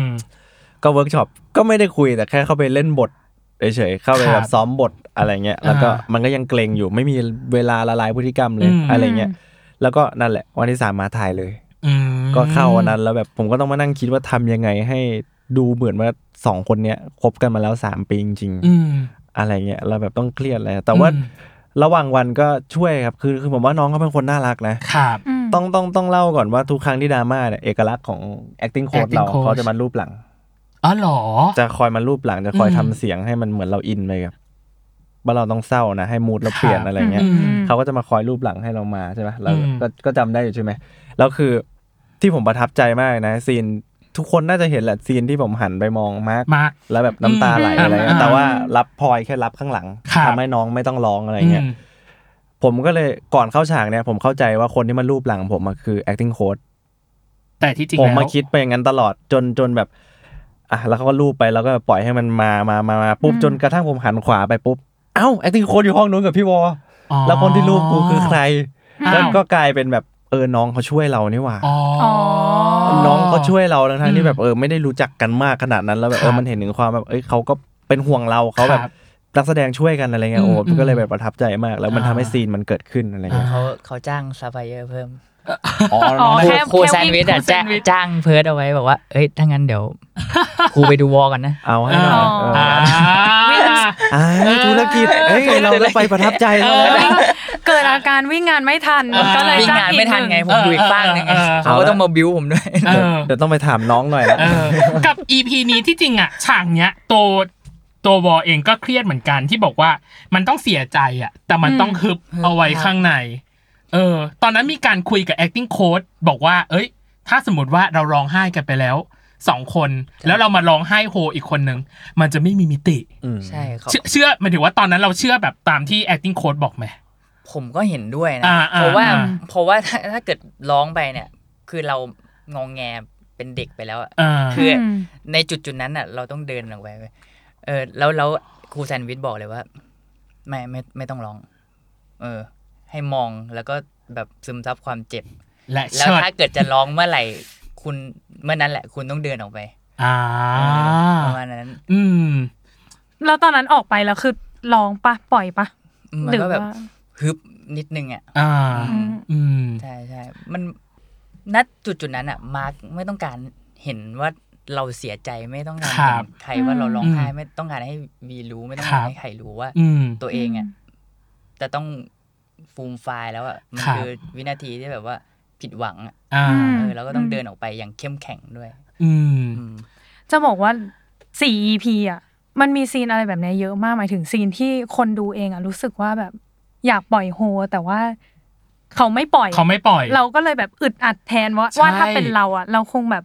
Speaker 4: ก็เวิร์กช็อปก็ไม่ได้คุยแต่แค่เข้าไปเล่นบทเฉยๆเข้าไป
Speaker 3: ค
Speaker 4: แบ
Speaker 3: รับบ
Speaker 4: ซ้อมบทอะไรเงี้ยแล้วก็
Speaker 3: อ่ามั
Speaker 4: มันก็ยังเกรงอยู่ไม่มีเวลาละลายพฤติกรรมเลย
Speaker 3: อืม
Speaker 4: อะไรเงี้ยแล้วก็นั่นแหละวันที่สามมาถ่ายเลย
Speaker 3: อืม
Speaker 4: ก็เข้าวันนั้นแล้วแบบผมก็ต้องมานั่งคิดว่าทำยังไงให้ดูเหมือนว่าสองคนเนี้ยคบกันมาแล้วสามปีจริง
Speaker 3: อืม
Speaker 4: ๆอะไรเงี้ยเราแบบต้องเครียดเลยแต่ว่า
Speaker 3: อืม
Speaker 4: ระหว่างวันก็ช่วยครับคือคือผมว่าน้องเขาเป็นคนน่ารักนะ
Speaker 3: ครับ
Speaker 2: ม
Speaker 4: ต้องต้องต้องเล่าก่อนว่าทุกครั้งที่ดราม่าเนี่ยเอกลักษณ์ของ acting coach
Speaker 3: acting
Speaker 4: เรา
Speaker 3: coach
Speaker 4: เขาจะมารูปหลัง
Speaker 3: อ๋อเหรอ
Speaker 4: จะคอยมารูปหลังจะคอย
Speaker 3: อืม
Speaker 4: ทำเสียงให้มันเหมือนเราอินไปกับว่าเราต้องเศร้านะให้มูดเราเปลี่ย
Speaker 3: ค
Speaker 4: น
Speaker 3: รับ
Speaker 4: อะไรเงี้ย
Speaker 3: อืม
Speaker 4: เขาก็จะมาคอยรูปหลังให้เรามาใช่ไหมเรา
Speaker 3: อืม
Speaker 4: ก็ก็จำได้อยู่ใช่ไหมแล้วคือที่ผมประทับใจมากนะซีนทุกคนน่าจะเห็นแหละซีนที่ผมหันไปมองมาร์ค
Speaker 3: มา
Speaker 4: แล้วแบบน้ำตาไหล
Speaker 3: อืม
Speaker 4: อะไรเงี้ย
Speaker 3: อ่า
Speaker 4: แต่ว่ารับพลอยแค่รับข้างหลัง
Speaker 3: ครับ
Speaker 4: ทำให้น้องไม่ต้องร้องอะไรเงี้ยผมก็เลยก่อนเข้าฉากเนี่ย ผมเข้าใจว่าคนที่มารูปหลังผมอะคือ acting coach
Speaker 3: แต่ที่จริง
Speaker 4: ผม
Speaker 3: แล้ว
Speaker 4: มาคิดไปอย่างนั้นตลอดจนจนแบบอ่ะแล้วเขาก็ลูบไปแล้วก็ปล่อยให้มันมามามามาปุ๊บ
Speaker 2: อืม
Speaker 4: จนกระทั่งผมหันขวาไปปุ๊บเอ้าไอ้ที่โคนอยู่ห้องนู้นกับพี่วอ
Speaker 3: อ๋อ
Speaker 4: แล้วคนที่ลูบกูคือใคร
Speaker 3: อ้าว
Speaker 4: แล้วก็กลายเป็นแบบเออน้องเขาช่วยเรานี่หว่า
Speaker 3: อ๋อ
Speaker 4: น้องเขาช่วยเราทั้งๆ
Speaker 3: อื
Speaker 4: ที่
Speaker 3: ม
Speaker 4: แบบเออไม่ได้รู้จักกันมากขนาดนั้นแล้วแบบ
Speaker 3: ครั
Speaker 4: เอบ อมันเห็นถึงความแบบเอ้ยเขาก็เป็นห่วงเราเขาแบบ
Speaker 3: ครับ
Speaker 4: นักแสดงช่วยกันอะไรเงี้ยโอ้โห
Speaker 3: อืมอืม
Speaker 4: ก็เลยแบบประทับใจมาก แล้วมัน
Speaker 3: อ่า
Speaker 4: ทำให้ซีนมันเกิดขึ้นอะไรเงี้ย
Speaker 5: เขาเขาจ้างซัพพลายเออร์เพิ่ม
Speaker 4: อ๋อน้
Speaker 2: อ๋
Speaker 4: อ
Speaker 2: อ
Speaker 4: ง
Speaker 2: แค่
Speaker 5: ครูแซนด์วิช
Speaker 2: แค่วิ่
Speaker 5: อ่ะ
Speaker 2: งครูแซ
Speaker 5: จ้าน
Speaker 2: ด์วิช
Speaker 5: จ้างเพิร์ดเอาไว้บอกว่าเอ้ยถ้างั้นเดี๋ยวครูไปดูวอลกันนะ
Speaker 4: เอาให้หน่อยเออ
Speaker 3: อ่า
Speaker 4: อ่าธุรกิจเอ้ยเราก็ไปประทับใจเขาแล้ว
Speaker 2: เกิดอาการวิ่งงานไม่ทันก็เลย
Speaker 5: วิ่ง
Speaker 2: จ้
Speaker 5: งาน
Speaker 2: อีก
Speaker 5: ไม่ทันไง
Speaker 2: ห
Speaker 5: ผมดูอีกฟางหนึงไง
Speaker 3: เออเออ
Speaker 5: เขาก็ต้องมาบิ้วผมด้วย
Speaker 3: เอ
Speaker 4: เดี๋ยว
Speaker 3: อ
Speaker 4: เดี๋ยวต้องไปถามน้องหน่อยละ
Speaker 3: เออกับ EP นี้ที่จริงอะฉากเนี้ยตัวตัววอเองก็เครียดเหมือนกันที่บอกว่ามันต้องเสียใจอะแต่มันต้องฮึบเอาไว้ข้างใน เออ ตอนนั้นมีการคุยกับ acting coach บอกว่า เอ้ย ถ้าสมมติว่าเราร้องไห้กันไปแล้วสองคน แล้วเรามาร้องไห้โฮอีกคนนึงมันจะไม่มีมิติ
Speaker 5: ใช่เขา
Speaker 3: เชื่อเชื่อหมายถึงว่าตอนนั้นเราเชื่อแบบตามที่ acting coach บอกไหม
Speaker 5: ผมก็เห็นด้วยนะ
Speaker 3: อ่าอ่า
Speaker 5: เพราะว่า
Speaker 3: อ่า
Speaker 5: เพราะว่าถ้าถ้าเกิดร้องไปเนี่ย คือเรางองแงเป็นเด็กไปแล้วอะ
Speaker 3: เออ
Speaker 5: คือ
Speaker 2: ม
Speaker 5: ในจุดจุดนั้นอ่ะ เราต้องเดินออกไปเว้ยเออ แล้วแล้วครูแซนด์วิชบอกเลยว่า ไม่ไม่ไม่ต้องร้อง เออ ให้มองแล้วก็แบบซึมซับความเจ็บ
Speaker 3: และ
Speaker 5: แล้ว
Speaker 3: เชิด
Speaker 5: ถ้าเกิดจะร้องเมื่อไหร่ คุณเมื่อนั้นแหละ คุณต้องเดินออกไป
Speaker 3: อ่า
Speaker 5: เออประมาณนั้น
Speaker 3: อืม
Speaker 2: แล้วตอนนั้นออกไปแล้วคือร้องปะปล่อยปะ
Speaker 5: มัน
Speaker 2: หรือ
Speaker 5: ก็แบบ
Speaker 2: ว่า
Speaker 5: ฮึบนิดนึงอ่ะ
Speaker 3: อ่า
Speaker 2: อืม
Speaker 3: อืม
Speaker 5: ใช่ใช่ มันณจุดจุดนั้นอ่ะ มาร์กไม่ต้องการเห็นว่าเราเสียใจไม่ต้องการ
Speaker 3: ครั
Speaker 5: เห็
Speaker 3: บ
Speaker 5: นใครว่าเราร้องไห้
Speaker 3: อืม
Speaker 5: ไม่ต้องการให้วีรู้ไม่ต้อง
Speaker 3: ครั
Speaker 5: การ
Speaker 3: บ
Speaker 5: ให้ใครรู้ว่า
Speaker 3: อืม
Speaker 5: ตัวเองอ่ะจะต้องฟูมไฟล์แล้วอ่ะมัน
Speaker 3: ครับ
Speaker 5: คือวินาทีที่แบบว่าผิดหวังอะ
Speaker 3: อ่า
Speaker 2: อืม
Speaker 5: เออเราก็ต้องเดินออกไปอย่างเข้มแข็งด้วย
Speaker 3: อืม
Speaker 5: อืม
Speaker 2: จะบอกว่าสี่ EP อ่ะ มันมีซีนอะไรแบบเนี้ยเยอะมากหมายถึงซีนที่คนดูเองอ่ะรู้สึกว่าแบบอยากปล่อยโฮ แต่ว่า เขาไม่ปล่อย
Speaker 3: เขาไม่ปล่อย
Speaker 2: เราก็เลยแบบอึดอัดแทนว่า
Speaker 3: ใช่
Speaker 2: ว่าถ้าเป็นเราอ่ะ เราคงแบบ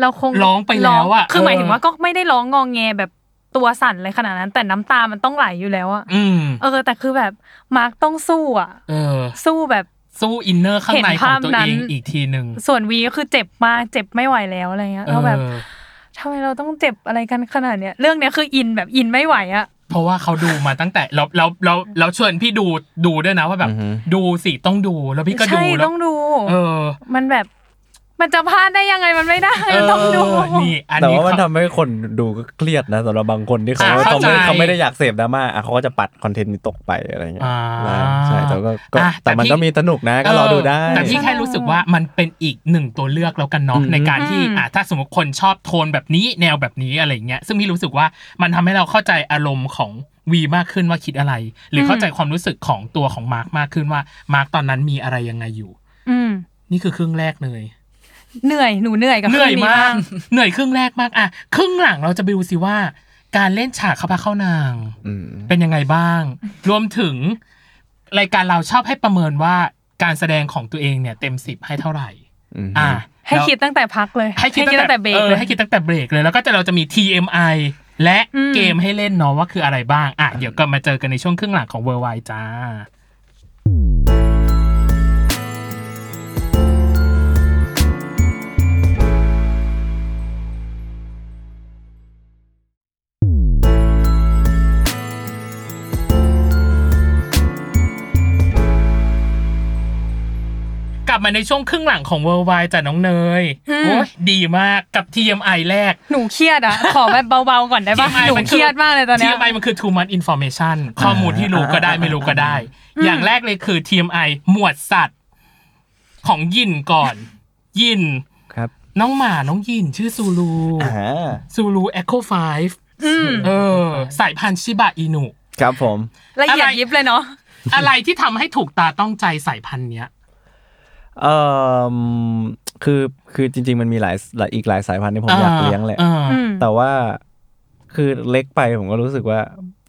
Speaker 2: เราคง
Speaker 3: ร้องไปแล้วอะ
Speaker 2: ร้งคือ
Speaker 3: เออ
Speaker 2: หมายถึงว่าก็ไม่ได้ร้องงองแงแบบตัวสั่นเลยขนาดนั้น แต่น้ำตามันต้องไหลอยู่แล้วอ่ะ
Speaker 3: อืม
Speaker 2: เออ แต่คือแบบมาร์กต้องสู้อ่ะ
Speaker 3: เออ
Speaker 2: สู้แบบ
Speaker 3: สู้อินเนอร์ข้างใน
Speaker 2: เห็น
Speaker 3: ขอ
Speaker 2: ภาง พ
Speaker 3: ตัว
Speaker 2: นั้
Speaker 3: เอน งอีกทีหนึ่ง
Speaker 2: ส่วนวีก็คือเจ็บมากเจ็บไม่ไหวแล้วอะไรเงี้ยเราแบบ
Speaker 3: เออ
Speaker 2: ทำไมเราต้องเจ็บอะไรกันขนาดเนี้ยเรื่องเนี้ยคืออินแบบอินไม่ไหวอ่ะ
Speaker 3: เพราะว่าเขาดูมาตั้งแต่เราเราเราเราชวนพี่ดูดูด้วยนะว่าแบบ
Speaker 4: อือฮึ
Speaker 3: ดูสิต้องดูแล้วพี่ก็ดู
Speaker 2: ใช่
Speaker 3: แล้ว
Speaker 2: ต้องดู
Speaker 3: เออ
Speaker 2: มันแบบ มัน มันจะพลาดได้ยังไงมันไม่ได้มันต้องดู
Speaker 3: เนี่อัน
Speaker 4: แต่
Speaker 3: นี้
Speaker 4: ว่ามัน
Speaker 3: เขา
Speaker 4: ทำให้คนดูก็เครียดนะสำหรับบางคนที่เขา
Speaker 3: อ่ะ
Speaker 4: เขา
Speaker 3: เข้าใจ
Speaker 4: ไม่เขาไม่ได้อยากเสพดราม่าอ่ะเขาก็จะปัดคอนเทนต์นี้ตกไปอะไรเงี้ย
Speaker 3: อ่า
Speaker 4: ได้ใช่แต่ก็ก็
Speaker 3: อ่ะแต่
Speaker 4: แต่มัน
Speaker 3: พี่
Speaker 4: ก็มีสนุกนะก็รอดูได้
Speaker 3: แต่พี่แค่รู้สึกว่ามันเป็นอีกหนึ่งตัวเลือกแล้วกันเนาะ
Speaker 4: อืม
Speaker 3: ในการที่
Speaker 2: อืม
Speaker 3: อ่ะถ้าสมมติคนชอบโทนแบบนี้แนวแบบนี้อะไรอย่างเงี้ยซึ่งพี่รู้สึกว่ามันทำให้เราเข้าใจอารมณ์ของวีมากขึ้นว่าคิดอะไร หรือเข้าใจความรู้สึกของตัวของมาร์กมากขึ้นว่ามาร์กตอนนั้นมีอะไรยังไงอยู่
Speaker 2: อืม
Speaker 3: นี่คือครึ่งแรกเลย
Speaker 2: เหนื่อยหนูเหนื่อยกับ
Speaker 3: เหนื่อย
Speaker 2: รื่ง
Speaker 3: มาก เหนื่อยครึ่งแรกมากอ่ะครึ่งหลังเราจะไปดูสิว่า การเล่นฉากเข้าพระเข้านาง
Speaker 4: อืม
Speaker 3: เป็นยังไงบ้าง รวมถึง รายการเราชอบให้ประเมินว่าการแสดงของตัวเองเนี่ยเต็มสิบให้เท่าไหร่ อ่า
Speaker 2: ให้
Speaker 3: แล้ว
Speaker 2: คิดตั้งแต่พักเลย
Speaker 3: ให้คิดตั้งแต่
Speaker 2: เบรก
Speaker 3: ออ
Speaker 2: เลย
Speaker 3: ให้คิดตั้งแต่เบรกเลย แล้วก็จะเราจะมี TMI และ
Speaker 2: อืม
Speaker 3: เกมให้เล่นเนาะว่าคืออะไรบ้าง อ่ะ เดี๋ยวก็มาเจอกันในช่วงครึ่งหลังของเวอร์ไวจ้า กลับมาในช่วงครึ่งหลังของเวอร์ไวจ้ะน้องเนย
Speaker 2: อืม
Speaker 3: โอ้ยดีมากกับ TMI แรก
Speaker 2: หนูเครียดอ่ะ ขอแบบเบาๆก่อนได้ปะ
Speaker 3: TMI
Speaker 2: หนู
Speaker 3: มัน
Speaker 2: เครียดมากเลยตอนเนี้ย
Speaker 3: TMI มันคือ too much information ข้อมูลที่รู้ก็ได้ไม่รู้ก็ได้ อย่างแรกเลยคือ TMI หมวดสัตว์ ของยินก่อน ยิน
Speaker 4: ครับ
Speaker 3: น้องหมาน้องยินชื่อซูลู
Speaker 4: อ่า
Speaker 3: ซูลู Echo 5
Speaker 2: อืม
Speaker 3: เออ สายพันธุ์ชิบะอินุ
Speaker 4: ครับผม
Speaker 2: ละเอียด
Speaker 3: อะไร
Speaker 2: ยิบเลยเนาะ
Speaker 3: อะไรที่ทำให้ถูกตาต้องใจสายพันธุ์เนี้ย
Speaker 4: เอ่อคือคือจริง ๆ มันมีหลายหลายอีกหลายสายพันธุ์ที่ผมอยากเลี้ยงแหละ
Speaker 3: ออ
Speaker 2: อืม
Speaker 4: แต่ว่าคือเล็กไปผมก็รู้สึกว่า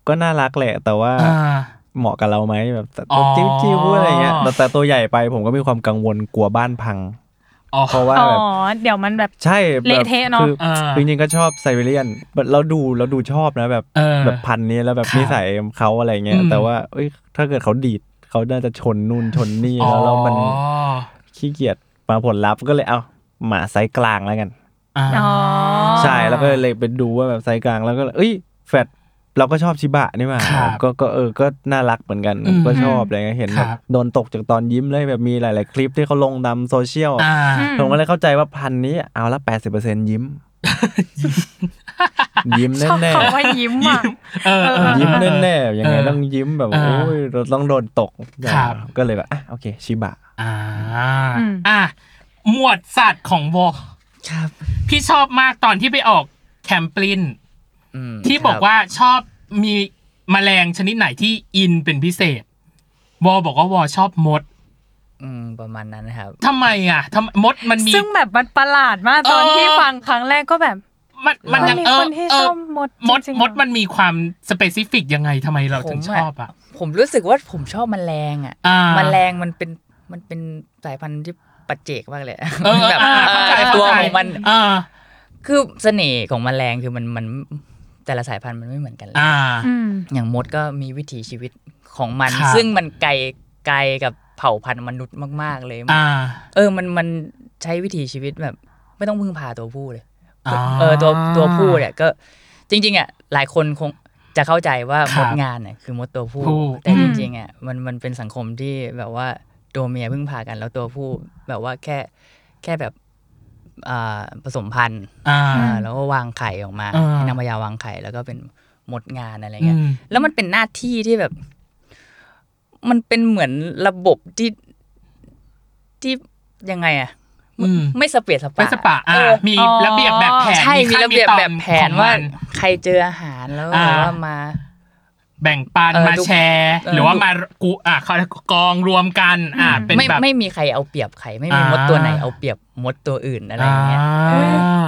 Speaker 4: ก็น่ารักแหละ แต่ว่า
Speaker 3: อ่า
Speaker 4: เหมาะกับเราไหมแบบ
Speaker 3: อ๋
Speaker 4: ตั
Speaker 3: อ
Speaker 4: วจิ้วจิ้วอะไรเงี้ยแต่แต่ตัวใหญ่ไปผมก็มีความกังวลกลัวบ้านพัง
Speaker 3: อ๋อ
Speaker 4: เพราะว่า
Speaker 2: อ๋อ
Speaker 4: แบบ
Speaker 2: เดี๋ยวมันแบบ
Speaker 4: ใช่แบบ
Speaker 2: เละเทะเนอะ
Speaker 4: คือ
Speaker 3: อ่า
Speaker 4: จริงๆก็ชอบไซเบเรียนเราดูเราดูชอบนะแบบ
Speaker 3: เออ
Speaker 4: แบบพันธุ์นี้แล้วแบบ
Speaker 3: ครับ
Speaker 4: นิสัยเขาอะไรเงี้ย
Speaker 3: อืม
Speaker 4: แต่ว่าเอ้ยถ้าเกิดเขาดีดเขาน่าจะชนนู่นชนนี่แล้วแล้วมัน
Speaker 3: อ๋อ
Speaker 4: ขี้เกียจมาผลลัพธ์ก็เลยเอาหมาไซส์กลางแล้วกัน
Speaker 3: อ่า
Speaker 2: อ๋อ
Speaker 4: ใช่แล้วก็เลยไปดูว่าแบบไซส์กลางแล้วก็เอ้ยแฟดเราก็ชอบชิบะนี่หว่า
Speaker 3: ครับ
Speaker 4: ก็ก็เออก็น่ารักเหมือนกัน
Speaker 3: อืม
Speaker 4: ก็ชอบอะไรเงี้ยเห็น
Speaker 3: ค
Speaker 4: แบ
Speaker 3: รั
Speaker 4: บบ โดนตกจากตอนยิ้มเลยแบบมีหลาย ๆ คลิปที่เขาลงตามโซเชียล
Speaker 3: อ่า
Speaker 4: ผมก็เลยเข้าใจว่าพันธุ์นี้เอาละ 80%ยิ้ม ยิ้ม
Speaker 2: ชอบ
Speaker 4: แน่
Speaker 2: คำว่ายิ้มอ่ะ
Speaker 3: เออเออ
Speaker 4: ๆยิ้มแน่ๆยังไง
Speaker 3: เออ
Speaker 4: ต้องยิ้มแบบ
Speaker 3: เออ
Speaker 4: โอ้ยเราต้องโดนตก
Speaker 3: ครับ
Speaker 4: ก็เลยแบบอ่ะโอเคชิบะ
Speaker 3: อ่า
Speaker 2: อืม
Speaker 3: อ่ะหมวดสัตว์ของวอ
Speaker 4: ครับ
Speaker 3: พี่ชอบมากตอนที่ไปออกแคมปลิน
Speaker 5: อืม
Speaker 3: ที่บอกว่าชอบมีมแมลงชนิดไหนที่อินเป็นพิเศษ วอบอกว่าวอชอบมด
Speaker 5: อืมประมาณนั้นนะครับ
Speaker 3: ทำไมอ่ะทำมดมันมี
Speaker 2: ซึ่งแบบมันประหลาดมากตอน
Speaker 3: เออ
Speaker 2: ที่ฟังครั้งแรกก็แบบ
Speaker 3: มันมัน
Speaker 2: มั
Speaker 3: ยั
Speaker 2: น
Speaker 3: ง
Speaker 2: มี
Speaker 3: เอ
Speaker 2: ค
Speaker 3: อน
Speaker 2: ที่
Speaker 3: เอ
Speaker 2: ช
Speaker 3: อ
Speaker 2: อบมด
Speaker 3: มด
Speaker 2: จริงๆ
Speaker 3: ม
Speaker 2: เหรอ
Speaker 3: ดมันมีความสเปซิฟิกยังไงทำไมเราถึง
Speaker 5: ผม
Speaker 3: ช
Speaker 5: อะ
Speaker 3: อบอ่ะ
Speaker 5: ผมรู้สึกว่าผมชอบแมลงอ่ะ
Speaker 3: อ่า
Speaker 5: แมลงมันเป็นมันเป็นสายพันธุ์ที่ปัจเจกมากเลยอะ
Speaker 3: เออ
Speaker 5: แบบ
Speaker 3: อ่าเข้าใจเข้าใจ
Speaker 5: ตัวของมัน
Speaker 3: อ่า
Speaker 5: คือเสน่ห์ของแมลงคือมันมันแต่ละสายพันธุ์มันไม่เหมือนกันเลย
Speaker 3: อ่า
Speaker 2: อืม
Speaker 5: อย่างมดก็มีวิถีชีวิตของมัน
Speaker 3: ครับ
Speaker 5: ซึ่งมันไกลไกลกับเผ่าพันธุ์มนุษย์มาก ๆเลย
Speaker 3: อ่า
Speaker 5: เออ มันมันใช้วิถีชีวิตแบบ ไม่ต้องพึ่งพาตัวผู้เลย
Speaker 3: อ่า
Speaker 5: เออตัวตัวผู้เนี่ยก็จริง ๆอ่ะหลายคนคงจะเข้าใจว่า
Speaker 3: ค
Speaker 5: ม
Speaker 3: รับ
Speaker 5: ดงานเนี่ยคือมดตัวผู้
Speaker 3: ผู้
Speaker 5: แต่
Speaker 3: อื
Speaker 5: จ
Speaker 3: ม
Speaker 5: ริงๆอ่ะมันมันเป็นสังคมที่แบบว่าตัวเมียพึ่งพากันแล้วตัวผู้แบบว่าแค่แค่แบบอ่าผสมพันธุ์
Speaker 3: อ่า
Speaker 5: อ่าแล้วก็วางไข่ออกมา
Speaker 3: อ่า
Speaker 5: ให้นางพญาวางไข่แล้วก็เป็นมดงานอะไรเงี้ย
Speaker 3: ม
Speaker 5: แล้วมันเป็นหน้าที่ที่แบบ มันเป็นเหมือนระบบที่ที่ยังไงอะ
Speaker 3: อืม
Speaker 5: ไม่สเปรดสปะ
Speaker 3: เป็นสปะอ่า
Speaker 5: เออ
Speaker 3: มี
Speaker 2: อ๋อ
Speaker 3: ระเบียบแบบแผน
Speaker 5: ใช่มี
Speaker 3: ขั้น
Speaker 5: ระเบียบ
Speaker 3: ตอน
Speaker 5: แบบแผน
Speaker 3: ของมั
Speaker 5: ว่า ใครเจออาหารแล้ว
Speaker 3: อ่า
Speaker 5: แบบว่ามา
Speaker 3: แบ่งปัน
Speaker 5: เออ
Speaker 3: มา
Speaker 5: ดู
Speaker 3: แชร์
Speaker 5: เออ
Speaker 3: หรือว่า
Speaker 5: ดู
Speaker 3: มากูอ่ะเขาเรียกกองรวมกันอ่ะเป็น
Speaker 5: ไม่
Speaker 3: แบบ
Speaker 5: ไม่มีใครเอาเปรียบใคร ไม่มี
Speaker 3: อ่ามม
Speaker 5: ดตัวไหนเอาเปรียบมดตัวอื่นอะไร
Speaker 3: อ่
Speaker 5: อย่างเงี้ย
Speaker 3: า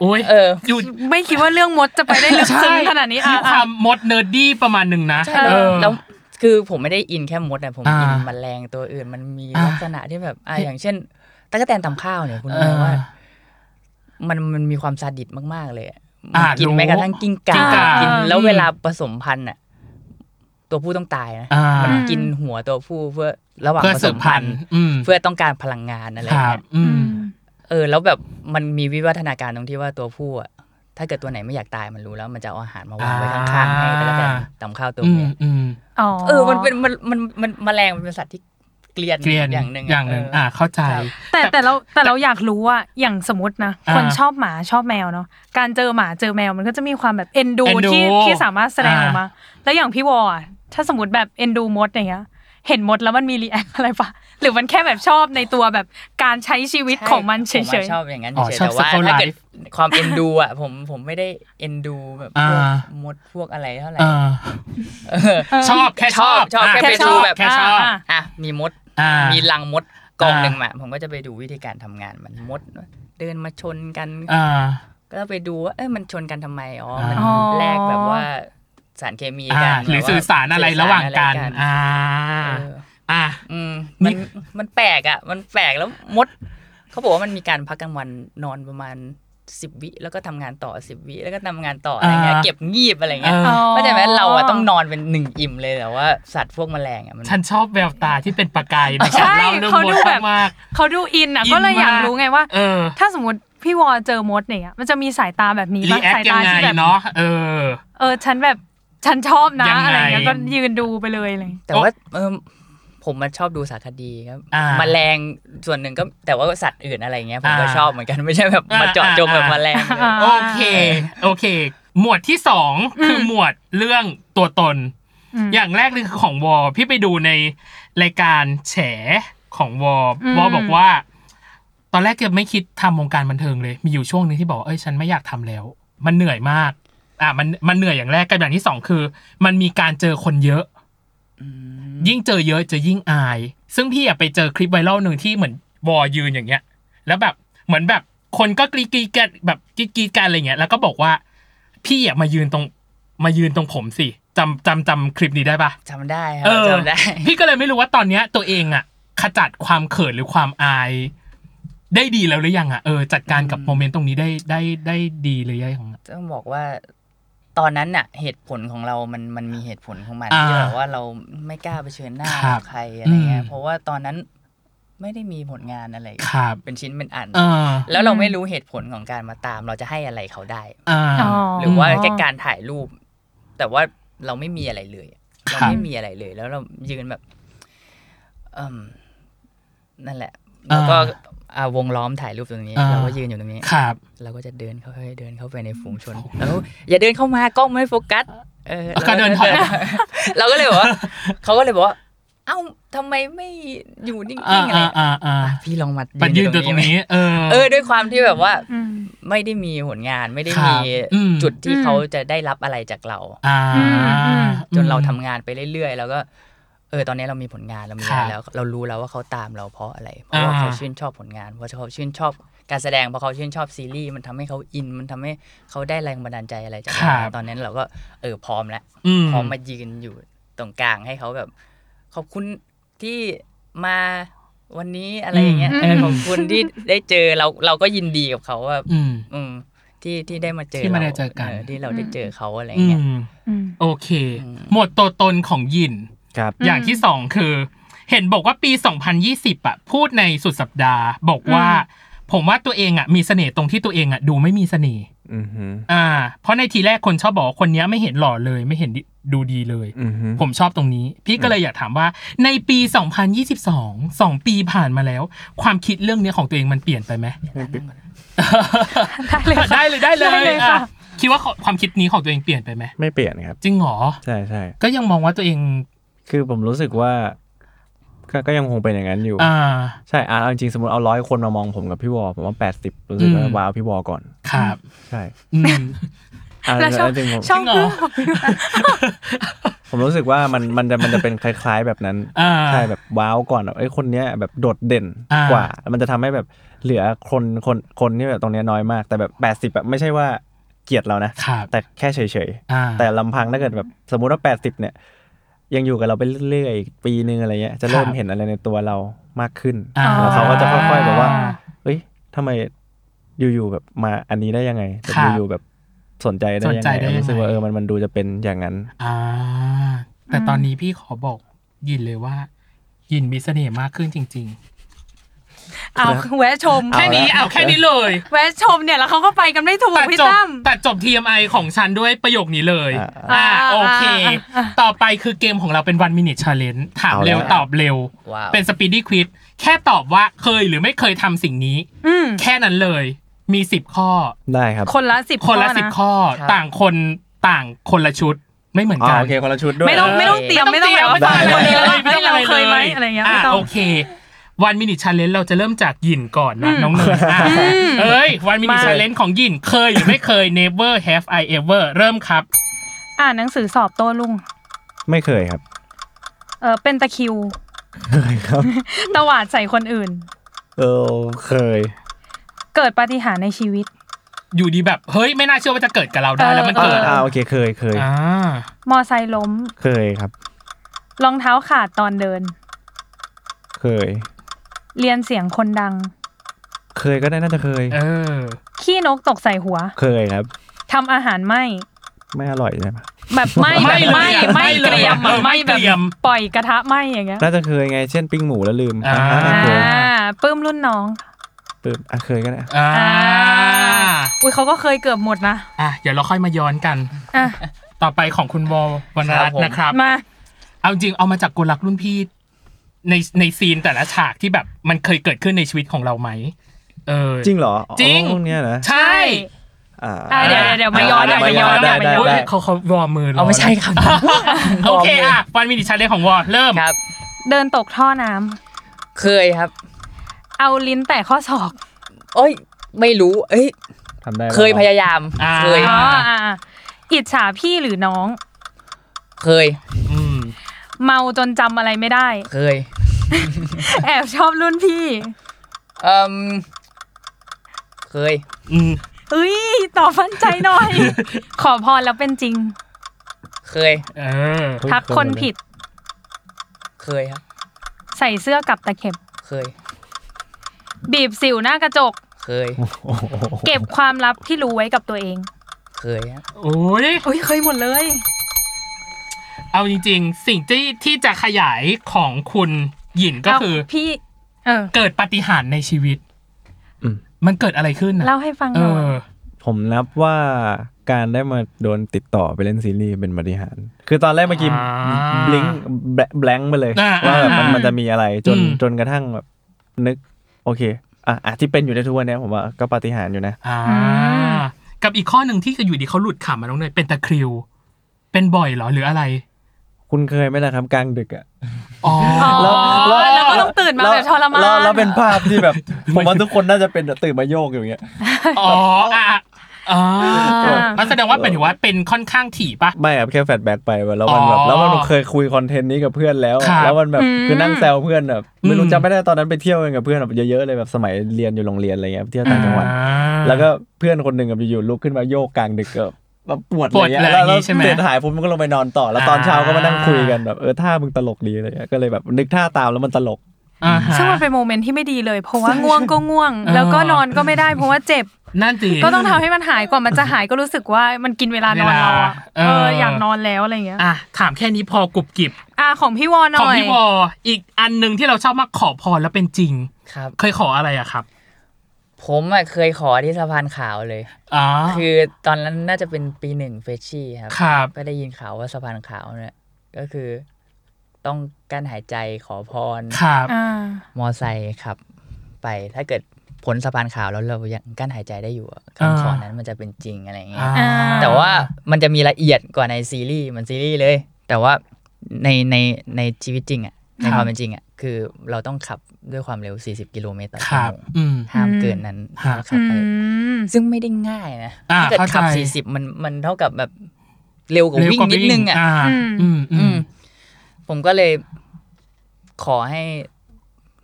Speaker 3: โอ้ย
Speaker 5: เออ
Speaker 3: อยู่
Speaker 2: ไม่คิดว่าเรื่องมดจะไปได้ลึกซึ้งขนาดนี้อ่ะ
Speaker 3: มีค
Speaker 2: อ่ะ
Speaker 3: วามมดเนิร์ดดี้ประมาณหนึ่งนะ
Speaker 5: ใช่แล้ว
Speaker 3: เออ
Speaker 5: แล้วคือผมไม่ได้อินแค่มดอะผม
Speaker 3: อ่า
Speaker 5: อินแมลงตัวอื่น มันมี
Speaker 3: อ่า
Speaker 5: ลักษณะที่แบบอ่ะอย่างเช่นตั๊กแตนตำข้าวเนี่ยคุณ
Speaker 3: เอ
Speaker 5: รู้ไหม
Speaker 3: อ
Speaker 5: ว่า มันมันมีความซาดิสมาก ๆ เลยอะ
Speaker 3: อ่า
Speaker 5: มันกิน
Speaker 3: รู้
Speaker 5: แม้กระทั่งกิ้ง
Speaker 3: กิ้
Speaker 5: ก่าง
Speaker 3: ก่ากิ
Speaker 5: กินแล้ว
Speaker 3: อืม
Speaker 5: เวลาผสมพันธุ์อ่ะตัวผู้ต้องตายนะ
Speaker 3: อ่า
Speaker 5: มันกิน
Speaker 2: อืม
Speaker 5: หัวตัวผู้เพื่อระหว่าง
Speaker 3: เพื่อ
Speaker 5: ผส
Speaker 3: สืบ
Speaker 5: ม
Speaker 3: พั
Speaker 5: พั
Speaker 3: น
Speaker 5: น
Speaker 3: ธุ์
Speaker 5: ธุ์
Speaker 3: อืม
Speaker 5: เพื่อต้องการพลังงานอะไรอ
Speaker 3: ค
Speaker 5: ย่าง
Speaker 3: รับ
Speaker 5: เงี้ย
Speaker 3: อื
Speaker 2: อื
Speaker 3: ม
Speaker 2: ม
Speaker 5: เออ แล้วแบบมันมีวิวัฒนาการตรงที่ว่าตัวผู้อ่ะถ้าเกิดตัวไหนไม่อยากตายมันรู้แล้ว มันจะเอาอาหารมาวางไว้
Speaker 3: อ่า
Speaker 5: ข้างๆให้ตั๊กแตนตำข้าวตัว
Speaker 3: อืม
Speaker 5: เนี้ย
Speaker 3: อืม
Speaker 2: อ๋อ
Speaker 5: เออมันเป็นมันมันมันแมลงมันเป็นสัตว์ที่ เกลียน
Speaker 3: เกลียน
Speaker 5: อย่างหนึ่งะ
Speaker 3: อย่างหนึ่ง
Speaker 5: เ
Speaker 3: อ่าเข้าใจ
Speaker 5: ครับ
Speaker 2: แต่
Speaker 3: แต่
Speaker 2: แต่เราแต่เราอยากรู้ว่าอย่างสมมตินะ
Speaker 3: อ่า
Speaker 2: คนชอบหมาชอบแมวเนาะการเจอหมาเจอแมวมันก็จะมีความแบบเอ็นดู
Speaker 3: เอ็นดู
Speaker 2: ที่ที่สามารถแสดงออก
Speaker 3: อ่าม
Speaker 2: มา แล้วอย่างพี่วออ่ะถ้าสมมติแบบเอ็นดูมดอย่างเงี้ยเห็นมดแล้วมันมีรีแอคอะไรปะหรือมันแค่แบบชอบในตัวแบบการใช้ชีวิต
Speaker 5: ใช่
Speaker 2: ของมันเฉ
Speaker 5: ผม
Speaker 2: ย
Speaker 5: อะชอบอย่างนั้น
Speaker 3: อ๋อ
Speaker 5: เฉยๆ
Speaker 3: ชอบ
Speaker 5: แต่ว่า
Speaker 3: circle
Speaker 5: ถ้าเกิด
Speaker 3: life
Speaker 5: ความเอ็นดูอ่ะ ผมผมไม่ได้เอ็นดูแบบพวก
Speaker 3: อ่า
Speaker 5: มดพวกอะไรเท่าไหร่
Speaker 3: เออ
Speaker 5: เออ
Speaker 3: ชอบแค่ชอบ
Speaker 5: ชอบชอบ
Speaker 3: อ่ะ
Speaker 5: แค่ไปดูแบบ
Speaker 3: แค่ชอบ
Speaker 2: า
Speaker 5: อ่ะมีมด
Speaker 3: อ่ามี
Speaker 5: มีรังมดกอง
Speaker 3: อ่า
Speaker 5: หนึ่งมาผมก็จะไปดูวิธีการทำงานมันมด เดินมาชนกัน
Speaker 3: อ่า
Speaker 5: ก็ไปดูว่าเอ้ยมันชนกันทำไมอ๋อมัน
Speaker 3: อ๋อ
Speaker 5: แลกแบบว่าสารเคมี
Speaker 3: อ่า
Speaker 5: กัน
Speaker 3: หรือ
Speaker 5: แบบว่
Speaker 3: สื่อสารอะไรระหว่างกัน
Speaker 5: สื่สรอะไร
Speaker 3: อ่า
Speaker 5: เออ
Speaker 3: อ่า
Speaker 5: อืม
Speaker 3: นี่
Speaker 5: มันมันแปลกอ่ะ มันแปลกแล้วมด เขาบอกว่ามันมีการพักกลางวันนอนประมาณสิบวิแล้วก็ทำงานต่อสิบวิแล้วก็ทำงานต่ออะไรเงี้ยเก็บงีบอะไร
Speaker 3: เอ
Speaker 5: เงี้ย
Speaker 3: อ
Speaker 5: เข้าใจไหมเราอะต้องนอนเป็นหนึ่งอิ่มเลยแต่ว่าสัตว์พวกแมลงอ่ะมัน
Speaker 3: ฉันชอบแววตาที่เป็นประกายใน
Speaker 2: ใช่
Speaker 3: การเล่าเรื่อง
Speaker 2: เขา
Speaker 3: ม
Speaker 2: ดู
Speaker 3: ด
Speaker 2: แบบ
Speaker 3: มาก
Speaker 2: เขาดูอินอ่ะ
Speaker 3: อิน
Speaker 2: ก็เลยอยาก
Speaker 3: มาก
Speaker 2: รู้ไงว่า
Speaker 3: ๆเออ
Speaker 2: ถ้าสมมติพี่วอเจอมดเนี่ยมันจะมีสายตาแบบนี้
Speaker 3: รี
Speaker 2: ปะ
Speaker 3: แอค
Speaker 2: สาย
Speaker 3: ยั
Speaker 2: ตาง
Speaker 3: ไง
Speaker 2: ที่แบบ
Speaker 3: เนาะเออ
Speaker 2: เออฉันแบบฉันชอบนะ
Speaker 3: ยังไง
Speaker 2: อะไรเงี้ยก็ยืนดูไปเลยเลย
Speaker 5: แต่ว่าเออผมมันชอบดูสารคดีครับ
Speaker 3: อ่า
Speaker 5: แมลงส่วนหนึ่งก็แต่ว่าสัตว์อื่นอะไรเงี้ยผมก็
Speaker 3: อ่า
Speaker 5: ชอบเหมือนกันไม่ใช่แบบมาเจาะจงแบบ
Speaker 3: อ่าอ่า
Speaker 5: แมลงเลย
Speaker 2: อ่า
Speaker 3: โอเค โอเค หมวดที่สองคืออ
Speaker 2: ม
Speaker 3: หมวดเรื่องตัวตน
Speaker 2: ม
Speaker 3: อย่างแรกเลยคือของวอพี่ไปดูในรายการแฉของวอ
Speaker 2: อืม
Speaker 3: วอบอกว่า ตอนแรกเกือบไม่คิดทำวงการบันเทิงเลย มีอยู่ช่วงหนึงที่บอกว่าเอ้ยฉันไม่อยากทำแล้ว มันเหนื่อยมาก อ่ะมันมันเหนื่อยอย่างแรกกับอย่างที่สองคือ มันมีการเจอคนเยอะ ยิ่งเจอเยอะจะยิ่งอาย ซึ่งพี่อะไปเจอคลิปไวรัลหนึ่งที่เหมือนวอยืนอย่างเงี้ย แล้วแบบเหมือนแบบคนก็กรีดกรีดกันแบบกรีดกรีดกันอะไรเงี้ย แล้วก็บอกว่า พี่อะมายืนตรงมายืนตรงผมสิจำจำจำคลิปนี้ได้ปะ
Speaker 5: จำได้ครับ
Speaker 3: เออ
Speaker 5: จำได้
Speaker 3: พี่ก็เลยไม่รู้ว่าตอนเนี้ยตัวเองอะขจัดความเขินหรือความอาย ได้ดีแล้วหรือยังอะเออจัดการกับ
Speaker 5: อืม
Speaker 3: โมเมนต์ตรงนี้ได้ได้ได้ดีหรือยังอะ
Speaker 5: ต้องบอกว่าตอนนั้นน่ะ เหตุผลของเรามันมันมีเหตุผลของมัน
Speaker 3: อ่า
Speaker 5: ที่แบบว่าเราไม่กล้าไปเผชิญหน้า
Speaker 3: ครับ
Speaker 5: ใครอะไรเงี้
Speaker 3: อื
Speaker 5: ย
Speaker 3: ม
Speaker 5: เพราะว่าตอนนั้นไม่ได้มีผลงานอะไร
Speaker 3: ครับ
Speaker 5: เป็นชิ้นเป็นอัน
Speaker 3: เออ
Speaker 5: แล้วเราไม่รู้เหตุผลของการมาตาม เราจะให้อะไรเขาได้
Speaker 3: อ่า
Speaker 2: อ๋อ
Speaker 5: หรือว่าแค่การถ่ายรูป แต่ว่าเราไม่มีอะไรเลย
Speaker 3: ครั
Speaker 5: เรา
Speaker 3: บ
Speaker 5: ไม่มีอะไรเลย แล้วเรายืนแบบเอิ่มนั่นแหละ
Speaker 3: อ่า
Speaker 5: แล้วก็อ่าวงล้อมถ่ายรูปตรงนี้
Speaker 3: อ่า
Speaker 5: เราก็ยืนอยู่ตรงนี้
Speaker 3: ครับ
Speaker 5: เราก็จะเดินเข้าไปเดินเข้าไปในฝูงชน แล้วอย่าเดินเข้ามากล้องไม่โฟกัส เออ
Speaker 3: ก็เดินถอย
Speaker 5: รา เราก็เลยบอกว่าเขาก็เลยบอกว่า เอ้าทำไมไม่อยู่นิ่
Speaker 3: อ่าง
Speaker 5: ๆอะไร
Speaker 3: อ่าอ่าอ่า
Speaker 5: อ่ะพี่ลองมา
Speaker 3: มันยืนอยู่ตรง
Speaker 5: ไหม
Speaker 3: นี้ เออ
Speaker 5: เออ ด้วยความที่แบบว่า
Speaker 2: อืม
Speaker 5: ไม่ได้มีผลงานไม่ได้
Speaker 3: ครับ
Speaker 5: มี
Speaker 3: อืม
Speaker 5: จุดที่
Speaker 2: อืม
Speaker 5: เขาจะได้รับอะไรจากเรา
Speaker 3: อ่า
Speaker 2: อืมอืม
Speaker 5: จนเราทำงานไปเรื่อยๆ แล้วก็ เออ ตอนนี้เรามีผลงานเรามีอะ
Speaker 3: ครั
Speaker 5: ไร
Speaker 3: บ
Speaker 5: แล้ว เรารู้แล้วว่าเขาตามเราเพราะอะไร เพราะว่า
Speaker 3: อ่า
Speaker 5: เขาชื่นชอบผลงาน เพราะเขาชื่นชอบการแสดงเพราะเขาชื่นชอบซีรีส์มันทำให้เขาอิน มันทำให้เขาได้แรงบันดาลใจอะไรจากเราตอนนั้นเราก็เออพร้อมแล้ว
Speaker 3: อืม
Speaker 5: พร้อมมายืนอยู่ตรงกลางให้เขาแบบ ขอบคุณที่มาวันนี้อะไรอย่างเงี้ย
Speaker 2: อืม
Speaker 5: เออขอบคุณที่ได้เจอเราเราก็ยินดีกับเขาว่า
Speaker 3: อืม
Speaker 5: อืมที่ที่ได้มาเจอ
Speaker 3: ที่มา
Speaker 5: ร
Speaker 3: ได้เจอกัน
Speaker 5: ที่เราได้เจอเขาอะไร
Speaker 3: อื
Speaker 5: เงี้ย
Speaker 3: ม
Speaker 2: อืม
Speaker 3: โอเค
Speaker 5: อืม
Speaker 3: หมวดตัวตนของยิน
Speaker 4: ครับ
Speaker 2: อืม
Speaker 3: อย่างที่สองคือ เห็นบอกว่าปี 2020อ่ะ พูดในสุดสัปดาห์ บอกว่า ผมว่าตัวเองอ่ะมีเสน่ห์ตรงที่ตัวเองอ่ะดูไม่มีเสน่ห์
Speaker 4: อือหือ
Speaker 3: อ่า เพราะในทีแรกคนชอบบอกว่าคนเนี้ยไม่เห็นหล่อเลย ไม่เห็นดูดีเลย
Speaker 4: อือหือ
Speaker 3: ผมชอบตรงนี้ พี่ก็เลยอยากถามว่า ในปี 2022 2 ปีผ่านมาแล้ว ความคิดเรื่องเนี้ยของตัวเองมันเปลี่ยนไปไหม
Speaker 2: ได้เลยค่ะ
Speaker 3: ได้เลยได้เล
Speaker 2: ได้
Speaker 3: ย
Speaker 2: เลย
Speaker 3: อ่ะ
Speaker 2: ค่ะ
Speaker 3: คิดว่าความคิดนี้ของตัวเองเปลี่ยนไปไหม
Speaker 4: ไม่เปลี่ยนครับ
Speaker 3: จริงเหรอ
Speaker 4: ใช่ใช่
Speaker 3: ก็ยังมองว่าตัวเอง
Speaker 4: คือผมรู้สึกว่าก็ก็ยังคงเป็นอย่างนั้นอยู่
Speaker 3: อ่า
Speaker 4: ใช่อ่ะเอาจริงๆสมมติเอาร้อยคนมามองผมกับพี่วอผมว่าแปดสิบรู้สึกว่า
Speaker 3: อืม
Speaker 4: ว้าวพี่วอก่อน
Speaker 3: ครับ
Speaker 4: ใช่
Speaker 3: อืม
Speaker 4: อ่ะ
Speaker 2: แล้วชอบ
Speaker 4: จริงๆผม
Speaker 2: ชอบ
Speaker 3: จริงเหรอ
Speaker 4: ผมรู้สึกว่ามันมันจะมันจะเป็นคล้าย ๆ แบบนั้น
Speaker 3: อ่า
Speaker 4: ใช่แบบว้าวก่อนแบบเอ้ยคนเนี้ยแบบโดดเด่น
Speaker 3: อ่าก
Speaker 4: ว่าแล้วมันจะทำให้แบบเหลือคนคนคนที่แบบตรงเนี้ยน้อยมาก แต่แบบแปดสิบแบบไม่ใช่ว่าเกลียดเรานะครับ แต่แค่เฉย
Speaker 3: อ่า
Speaker 4: ๆ แต่ลำพังถ้าเกิดแบบสมมุติว่าแปดสิบเนี่ย ยังอยู่กับเราไปเรื่อยๆอีกปีนึงอะไรเงี้ยจะเริ่ม
Speaker 3: ครับ
Speaker 4: เห็นอะไรในตัวเรามากขึ้น
Speaker 3: อ่า
Speaker 4: แล้วเขาก็จะค่อยๆแบบว่า
Speaker 3: อ่
Speaker 4: เอ้ยทำไมอยู่ๆแบบมาอันนี้ได้ยังไงแบบ
Speaker 3: ครับ
Speaker 4: อยู่ๆแบบสนใจได้
Speaker 3: สนใจได้ยั
Speaker 4: ยัง
Speaker 3: งไง
Speaker 4: ไงรู้สึกว่าเออมันมันดูจะเป็นอย่างนั้น
Speaker 3: อ่า แต่ตอนนี้พี่ขอบอกยินเลยว่า ยินมีเสน่ห์มากขึ้นจริง
Speaker 2: เอาแวะชม
Speaker 3: แค่นี้เอาแค่นี้เลย
Speaker 2: แวะชมเนี่ยแล้วเขาก็ไปกันไม่ถูก
Speaker 3: ตัด
Speaker 2: พี่
Speaker 3: จบ
Speaker 2: ตั้ม
Speaker 3: ตัดจบ TMI ของฉันด้วยประโยคนี้เลย
Speaker 4: อ่า
Speaker 3: อ่า
Speaker 2: อ่า
Speaker 3: โอเค
Speaker 2: อ่าอ่า
Speaker 3: ต่อไปคือเกมของเราเป็น one minute challenge ถาม
Speaker 4: เอาแล้ว
Speaker 3: เร็วตอบเร็ว
Speaker 5: ว้าว
Speaker 3: เป็น speedy quiz แค่ตอบว่าเคยหรือไม่เคยทำสิ่งนี้
Speaker 2: อืม
Speaker 3: แค่นั้นเลย มี 10 ข้อ
Speaker 4: ได้ครับ
Speaker 2: คนละสิบ
Speaker 3: คนละ
Speaker 2: ข้อ
Speaker 3: สิบ
Speaker 2: นะ
Speaker 3: ข้อ
Speaker 5: ครับ
Speaker 3: ต่างคนต่างคนละชุดไม่เหมือน
Speaker 4: อ๋อ
Speaker 3: กัน
Speaker 4: โอเคคนละชุดด้วย
Speaker 2: ไม่ต้องไม่ต้องเตรียมไม่ต้อง
Speaker 3: ไม่
Speaker 2: ไม่
Speaker 3: ต้
Speaker 2: ต้
Speaker 3: อ
Speaker 2: อง ง
Speaker 3: เตรียม
Speaker 2: คน
Speaker 3: ไม่
Speaker 2: เดียวเรา
Speaker 3: ต้องเตรียมไม่ต้องอะไรเลย
Speaker 2: เคยไหมอะไรอย่างเงี้ยไม่
Speaker 3: อ่ะ
Speaker 2: ต้อง
Speaker 3: โอเควันมินิชาเลนเราจะเริ่มจากหยินก่อนนะ
Speaker 2: อืม
Speaker 3: น้องเนยอ่ะเอ้ยวันมินิ
Speaker 2: มา
Speaker 3: ชาเลนของหยินเคยหรือไม่เคย never have I ever เริ่มครับ
Speaker 2: อ่านหนังสือสอบโต้ลุง
Speaker 4: ไม่เคยครับ
Speaker 2: เออเป็นตะคริว
Speaker 4: เคยครับ
Speaker 2: ตวาดใส่คนอื่น
Speaker 4: เออเคย
Speaker 2: เกิดปาฏิหาริย์ในชีวิต
Speaker 3: อยู่ดีแบบ เฮ้ย ไม่น่าเชื่อว่าจะเกิดกับเราได้แล้วมัน
Speaker 2: อ
Speaker 3: เกิ
Speaker 2: อ
Speaker 3: ด
Speaker 4: อ่าโอเคเคยเคย
Speaker 3: อ่าม
Speaker 2: อไซค์ล้ม
Speaker 4: เคยครับ
Speaker 2: รองเท้าขาดตอนเดิน
Speaker 4: เคย
Speaker 2: เรียนเสียงคนดัง
Speaker 4: เคยก็ได้น่าจะเคย
Speaker 3: เออ
Speaker 2: ขี้นกตกใส่หัว
Speaker 4: เคยครับ
Speaker 2: ทำอาหารไหม
Speaker 4: ไม่อร่อยใช่ไหม
Speaker 2: แบบไหม
Speaker 3: ไม่
Speaker 2: แบบไหมไหม
Speaker 3: เลยอะไม่เล
Speaker 2: เก
Speaker 3: ยอะ
Speaker 2: รียม
Speaker 3: เอ
Speaker 2: อะ
Speaker 3: อ
Speaker 2: ไหม
Speaker 3: ไม่
Speaker 2: แบบ
Speaker 3: เกรียม
Speaker 2: ปล่อยกระทะไหมอย่างเงี้ย
Speaker 4: น่าจะเคยไง เช่นปิ้งหมูแล้วลืม
Speaker 3: อ่า
Speaker 4: อ่าเค
Speaker 2: อ่าย ปลื้มรุ่นน้อง
Speaker 4: เอออ่ะเคยก็ได้
Speaker 3: อ่า
Speaker 2: อ่า อุ้ยเขาก็เคยเกือบหมดนะ
Speaker 3: อ่ะเดี๋ยวเราค่อยมาย้อนกัน
Speaker 2: อ่ะ
Speaker 3: ต่อไปของคุณวอลวรรณรัตน์
Speaker 5: ครับผม
Speaker 3: นะครับ
Speaker 2: มา
Speaker 3: เอาจริงเอามาจากกุลักรุ่นพี่ในในซีนแต่ละฉากที่แบบมันเคยเกิดขึ้นในชีวิตของเราไหมเออ
Speaker 4: จริงเหรอ
Speaker 3: จริง
Speaker 4: อ๋อพวกเนี้ยนะ
Speaker 3: ใช่
Speaker 4: อ่า
Speaker 2: อ่ะเดี๋ยวเดี๋ยวมาย้อน
Speaker 4: เดี๋ยวมาย้อน
Speaker 2: เดี๋ยวมาย้อน
Speaker 4: ได้ได้ได้
Speaker 3: เฮ้ยเขาเขาวอร์มมือ
Speaker 5: เอาไม่ใช่ครับ
Speaker 3: โอเคอ่ะวันมินิชาเลนของวอลเริ่ม
Speaker 5: ครับ
Speaker 2: เดินตกท่อน้ำ
Speaker 5: เคยครับ
Speaker 2: เอาลิ้นแตะข้อศอก
Speaker 5: โอ้ย ไม่รู้ เอ้ย
Speaker 4: ทำได้
Speaker 5: เคยพยายาม
Speaker 3: อ่า
Speaker 5: เคย
Speaker 2: อ๋ออ่ะอ่ะอิจฉาพี่หรือน้อง
Speaker 5: เคย
Speaker 3: อืม
Speaker 2: เมาจนจำอะไรไม่ได้
Speaker 5: เคย
Speaker 2: แอบชอบรุ่นพี่
Speaker 5: เอ่มเคย
Speaker 3: อืม
Speaker 2: เอ้ยตอบฟันใจหน่ อย ขอพรแล้วเป็นจริง
Speaker 5: เคย
Speaker 3: เออ
Speaker 4: เฮ้ย
Speaker 2: ทักคนผิด
Speaker 5: เคยครับ
Speaker 2: ใส่เสื้อกับตะเข็บ
Speaker 5: เคย
Speaker 2: บีบสิวหน้ากระจก
Speaker 5: เคย
Speaker 4: โอ้โห
Speaker 2: เก็บความลับที่รู้ไว้กับตัวเอง
Speaker 5: เคยครับ
Speaker 3: โอ้ย
Speaker 2: เอ้ยเคยหมดเลย
Speaker 3: เอาจริงๆ สิ่งที่ที่จะขยายของคุณหยินก็คือ
Speaker 2: เอาพี่ เออ
Speaker 3: เกิดปาฏิหารย์ในชีวิต มันเกิดอะไรขึ้นนะ
Speaker 2: เล่าให้ฟังห
Speaker 3: เอ
Speaker 2: น่อย
Speaker 3: อ
Speaker 4: ผมนับว่าการได้มาโดนติดต่อไปเล่นซีรีส์เป็นบริหารย์คือตอนแรกเมื่อกี้
Speaker 3: อ่า
Speaker 4: บลิงก์แบงค์ไปเลย
Speaker 3: อ่า
Speaker 4: ว่าแบบ
Speaker 3: อ่า
Speaker 4: มันมันจะมีอะไรจน
Speaker 3: อืม
Speaker 4: จนกระทั่งแบบนึก โอเคอ่ะอ่ะที่เป็นอยู่ในทุกวันเนี้ยผมว่าก็ปาฏิหาริย์อยู่นะ
Speaker 3: อ่า กับอีกข้อหนึ่งที่อยู่ดีเขาหลุดขำมาน้องเนยเป็นตะคริว เป็นบ่อยเหรอหรืออะไร
Speaker 4: คุณเคยไหมล่ะครับกลางดึกอ่ะ
Speaker 3: อ๋อ
Speaker 2: อ๋อ
Speaker 4: เรา
Speaker 2: แล้วก็ต้องตื่นมาแบบทรมาน
Speaker 4: แล้วแล้วเป็นภาพที่แบบ ผมว่าทุกคนน่าจะเป็นแบบตื่นมาโยกอยู่อย่างเงี้ย
Speaker 3: อ๋ออ่ะอ่า
Speaker 2: อ่า
Speaker 3: มันแสดงว่าเป็นถือว่าเป็นค่อนข้างถี่ปะ
Speaker 4: ไม่ครับแค่แฟลชแบ็กไปแล้วมันแบบ
Speaker 3: อ๋อ
Speaker 4: แล้วมันเคยคุยคอนเทนต์นี้กับเพื่อนแล้ว
Speaker 3: ครับ
Speaker 4: แล้วมันแบบ
Speaker 2: อืม
Speaker 4: คือนั่งแซวเพื่อนแบบไม่
Speaker 3: อื
Speaker 4: รู้
Speaker 3: ม
Speaker 4: จำไม่ได้ตอนนั้นไปเที่ยวกันกับเพื่อนแบบเยอะๆเลยแบบสมัยเรียนอยู่โรงเรียนอะไรเงี้ยเที่ยวต่างจังหวัด
Speaker 3: อ่า
Speaker 4: แล้วก็เพื่อนคนหนึ่งแบบอยู่ๆลุกขึ้นมาโยกกลางดึกก็แบบปวดอะไรเงี้
Speaker 3: ปวดอะ
Speaker 4: ย
Speaker 3: ไร
Speaker 4: แล้ว
Speaker 3: อย่างงี้ใช่ไหม
Speaker 4: เสร็จหายผมมันก็ลงไปนอนต่อแล้วตอน
Speaker 3: อ่า
Speaker 4: เช้าก็มานั่งคุยกันแบบเออท่ามึงตลกดีอะไรเลยก็เลยแบบนึกท่าตามแล้วมันตลก
Speaker 3: อ่าฮะ
Speaker 2: ซึ่งมันเป็นโมเมนต์ที่ไม่ดีเลย เพราะว่าง่วงก็ง่วง
Speaker 3: เออ
Speaker 2: แล้วก็นอนก็ไม่ได้เพราะว่าเจ็บ
Speaker 3: นั่นสิ
Speaker 2: ก็ต้องทำให้มันหายกว่ามันจะหายก็รู้สึกว่ามันกินเวลานอนเราอะ
Speaker 3: เวลาเออ
Speaker 2: เอออยากนอนแล้วอะไรอย่างเงี้ย
Speaker 3: อ่ะถามแค่นี้พอกรุบกริบ
Speaker 2: อ่ะของพี่วอห
Speaker 3: ข
Speaker 2: น่
Speaker 3: อง
Speaker 2: อย
Speaker 3: พี่วออีกอันหนึ่งที่เราชอบมากขอพรแล้วเป็นจริง
Speaker 5: ครับ
Speaker 3: เคยขออะไรอะครับ
Speaker 5: ผมอ่ะเคยขอที่สะพานขาวเลย
Speaker 3: อ๋อ
Speaker 5: คือตอนนั้นน่าจะเป็นปีหนึ่งเฟชชี่ครับ
Speaker 3: ครับ
Speaker 5: ก็ได้ยินข่าวว่าสะพานขาวเนี่ยก็คือต้องกั้นหายใจขอพร
Speaker 3: ครับ
Speaker 2: อ่า
Speaker 5: มอไซค์ขับ ไปถ้าเกิดผลสะพานขาวแล้วเรายังกั้นหายใจได้อยู่อะ
Speaker 3: อ่า
Speaker 5: คำขอนั้นมันจะเป็นจริงอะไรอย่างเงี้ย
Speaker 3: อ่า
Speaker 5: แต่ว่ามันจะมีละเอียดกว่าในซีรีส์มันซีรีส์เลย แต่ว่าในในในชีวิตจริงอะ
Speaker 3: ค
Speaker 5: ใน
Speaker 3: รับ
Speaker 5: ความเป็นจริงอะคือเราต้องขับด้วยความเร็ว 40 กิโลเมตรต่อ
Speaker 3: ค
Speaker 5: ชั่ว
Speaker 3: รับ
Speaker 5: โมง
Speaker 3: อืม
Speaker 5: ห้ามเกินนั้น
Speaker 3: ครับ
Speaker 5: ห้ามขับไป
Speaker 2: อืม
Speaker 5: ซึ่งไม่ได้ง่ายนะ
Speaker 3: อ่า
Speaker 5: ถ้าเกิด
Speaker 3: เข้าใจ
Speaker 5: ขับ 40 มันมันเท่ากับแบบเร็วกว่าวิ่งนิดนึงอะ
Speaker 3: อ่า
Speaker 2: อืม
Speaker 3: อืมอื
Speaker 5: อื
Speaker 3: ม
Speaker 5: มผมก็เลยขอให้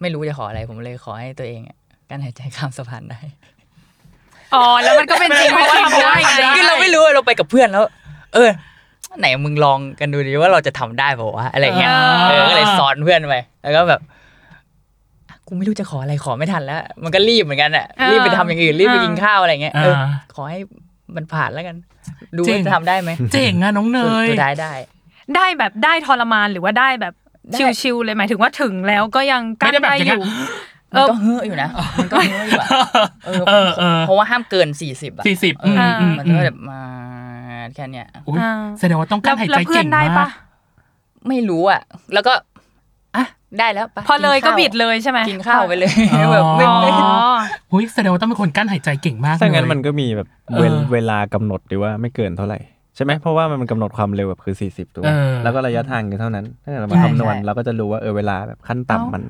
Speaker 5: ไม่รู้จะขออะไร ผมเลยขอให้ตัวเองอะกั้นหายใจข้ามสะพานได้
Speaker 2: อ๋อ แล้วมันก็เป็นจริงเพราะว่าทำได้ไง
Speaker 5: คือเราไม่รู้อะเราไปกับเพื่อนแล้ว เออ ไหนมึงลองกันดูดิว่าเราจะทำได้เปล่าวะอะไรเงี้ย
Speaker 2: เอ
Speaker 5: เอ
Speaker 2: อ
Speaker 5: อก็เลยสอนเพื่อนไปแล้วก็แบบอ่ะกูไม่รู้จะขออะไรขอไม่ทันแล้ว มันก็รีบเหมือนกันอะรีบไปทำอย่างอื่นรีบไปกินข้าวอะไรเงี้ย
Speaker 3: อ่
Speaker 5: เออา ขอให้มันผ่านแล้วกัน ดู
Speaker 3: จริ
Speaker 5: ว่าง จะทำได้ไหม
Speaker 3: เจ๋งอะน้องเนย
Speaker 5: สุดท้ายได้
Speaker 2: ได้แบบได้ทรมานหรือว่าได้แบบ
Speaker 5: ได้
Speaker 2: ชิวๆเลยหมายถึงว่าถึงแล้วก็ยัง
Speaker 3: ไม่
Speaker 2: กั้น
Speaker 3: ได้แบบ
Speaker 2: ได้
Speaker 3: อ
Speaker 2: อย
Speaker 3: ย่างเงี้ย
Speaker 2: ู่
Speaker 5: มันก็เฮ้ออยู่นะมันก็เฮ้ออยู่อะเออ
Speaker 3: เออเออ
Speaker 5: เพราะว่าห้ามเกินสี่สิบอะ
Speaker 3: สี่สิบ
Speaker 5: เอ
Speaker 3: อืม
Speaker 5: ออ
Speaker 3: อืม
Speaker 5: มัน
Speaker 3: อื
Speaker 5: ก็
Speaker 3: ม
Speaker 5: แบบมาแค่เนี้ย
Speaker 3: อุ๊ย
Speaker 2: อ่า
Speaker 3: แสดงว่าต้องกา
Speaker 2: แล้
Speaker 3: ร
Speaker 2: ว
Speaker 3: หาย
Speaker 2: แล้
Speaker 3: ใจ
Speaker 2: วเพื่อ
Speaker 3: เก่
Speaker 2: น
Speaker 3: ง
Speaker 2: ได้
Speaker 3: มา
Speaker 2: ปะ
Speaker 3: ก
Speaker 5: ไม่รู้อ่ะ แล้วก็อ่ะได้แล้วไป
Speaker 2: พอเลยก็
Speaker 5: นข้าว
Speaker 2: บิดเลยใช่ไหม
Speaker 5: กินข้าวไปเลย
Speaker 3: อ๋อ
Speaker 5: แบบไม่
Speaker 2: อ๋อ
Speaker 5: ไม่
Speaker 3: อุ้ยแสดงว่าต้องเป็นคนกั้นหายใจเก่งมาก
Speaker 4: ถ้างั้น
Speaker 3: เลย
Speaker 4: มันก็มีแบบเวล
Speaker 3: เออ
Speaker 4: เวลากำหนดดีว่าไม่เกินเท่าไหร่ใช่ไหมเพราะว่ามันกำหนดความเร็วแบบคือ 40ถูกไหม
Speaker 3: เออ
Speaker 4: แล้วก็ระยะทางคือเท่านั้นถ้าเกิดเรามาคำนวณเราก็จะรู้ว่าเออเวลาแบบขั้นต่ำมัน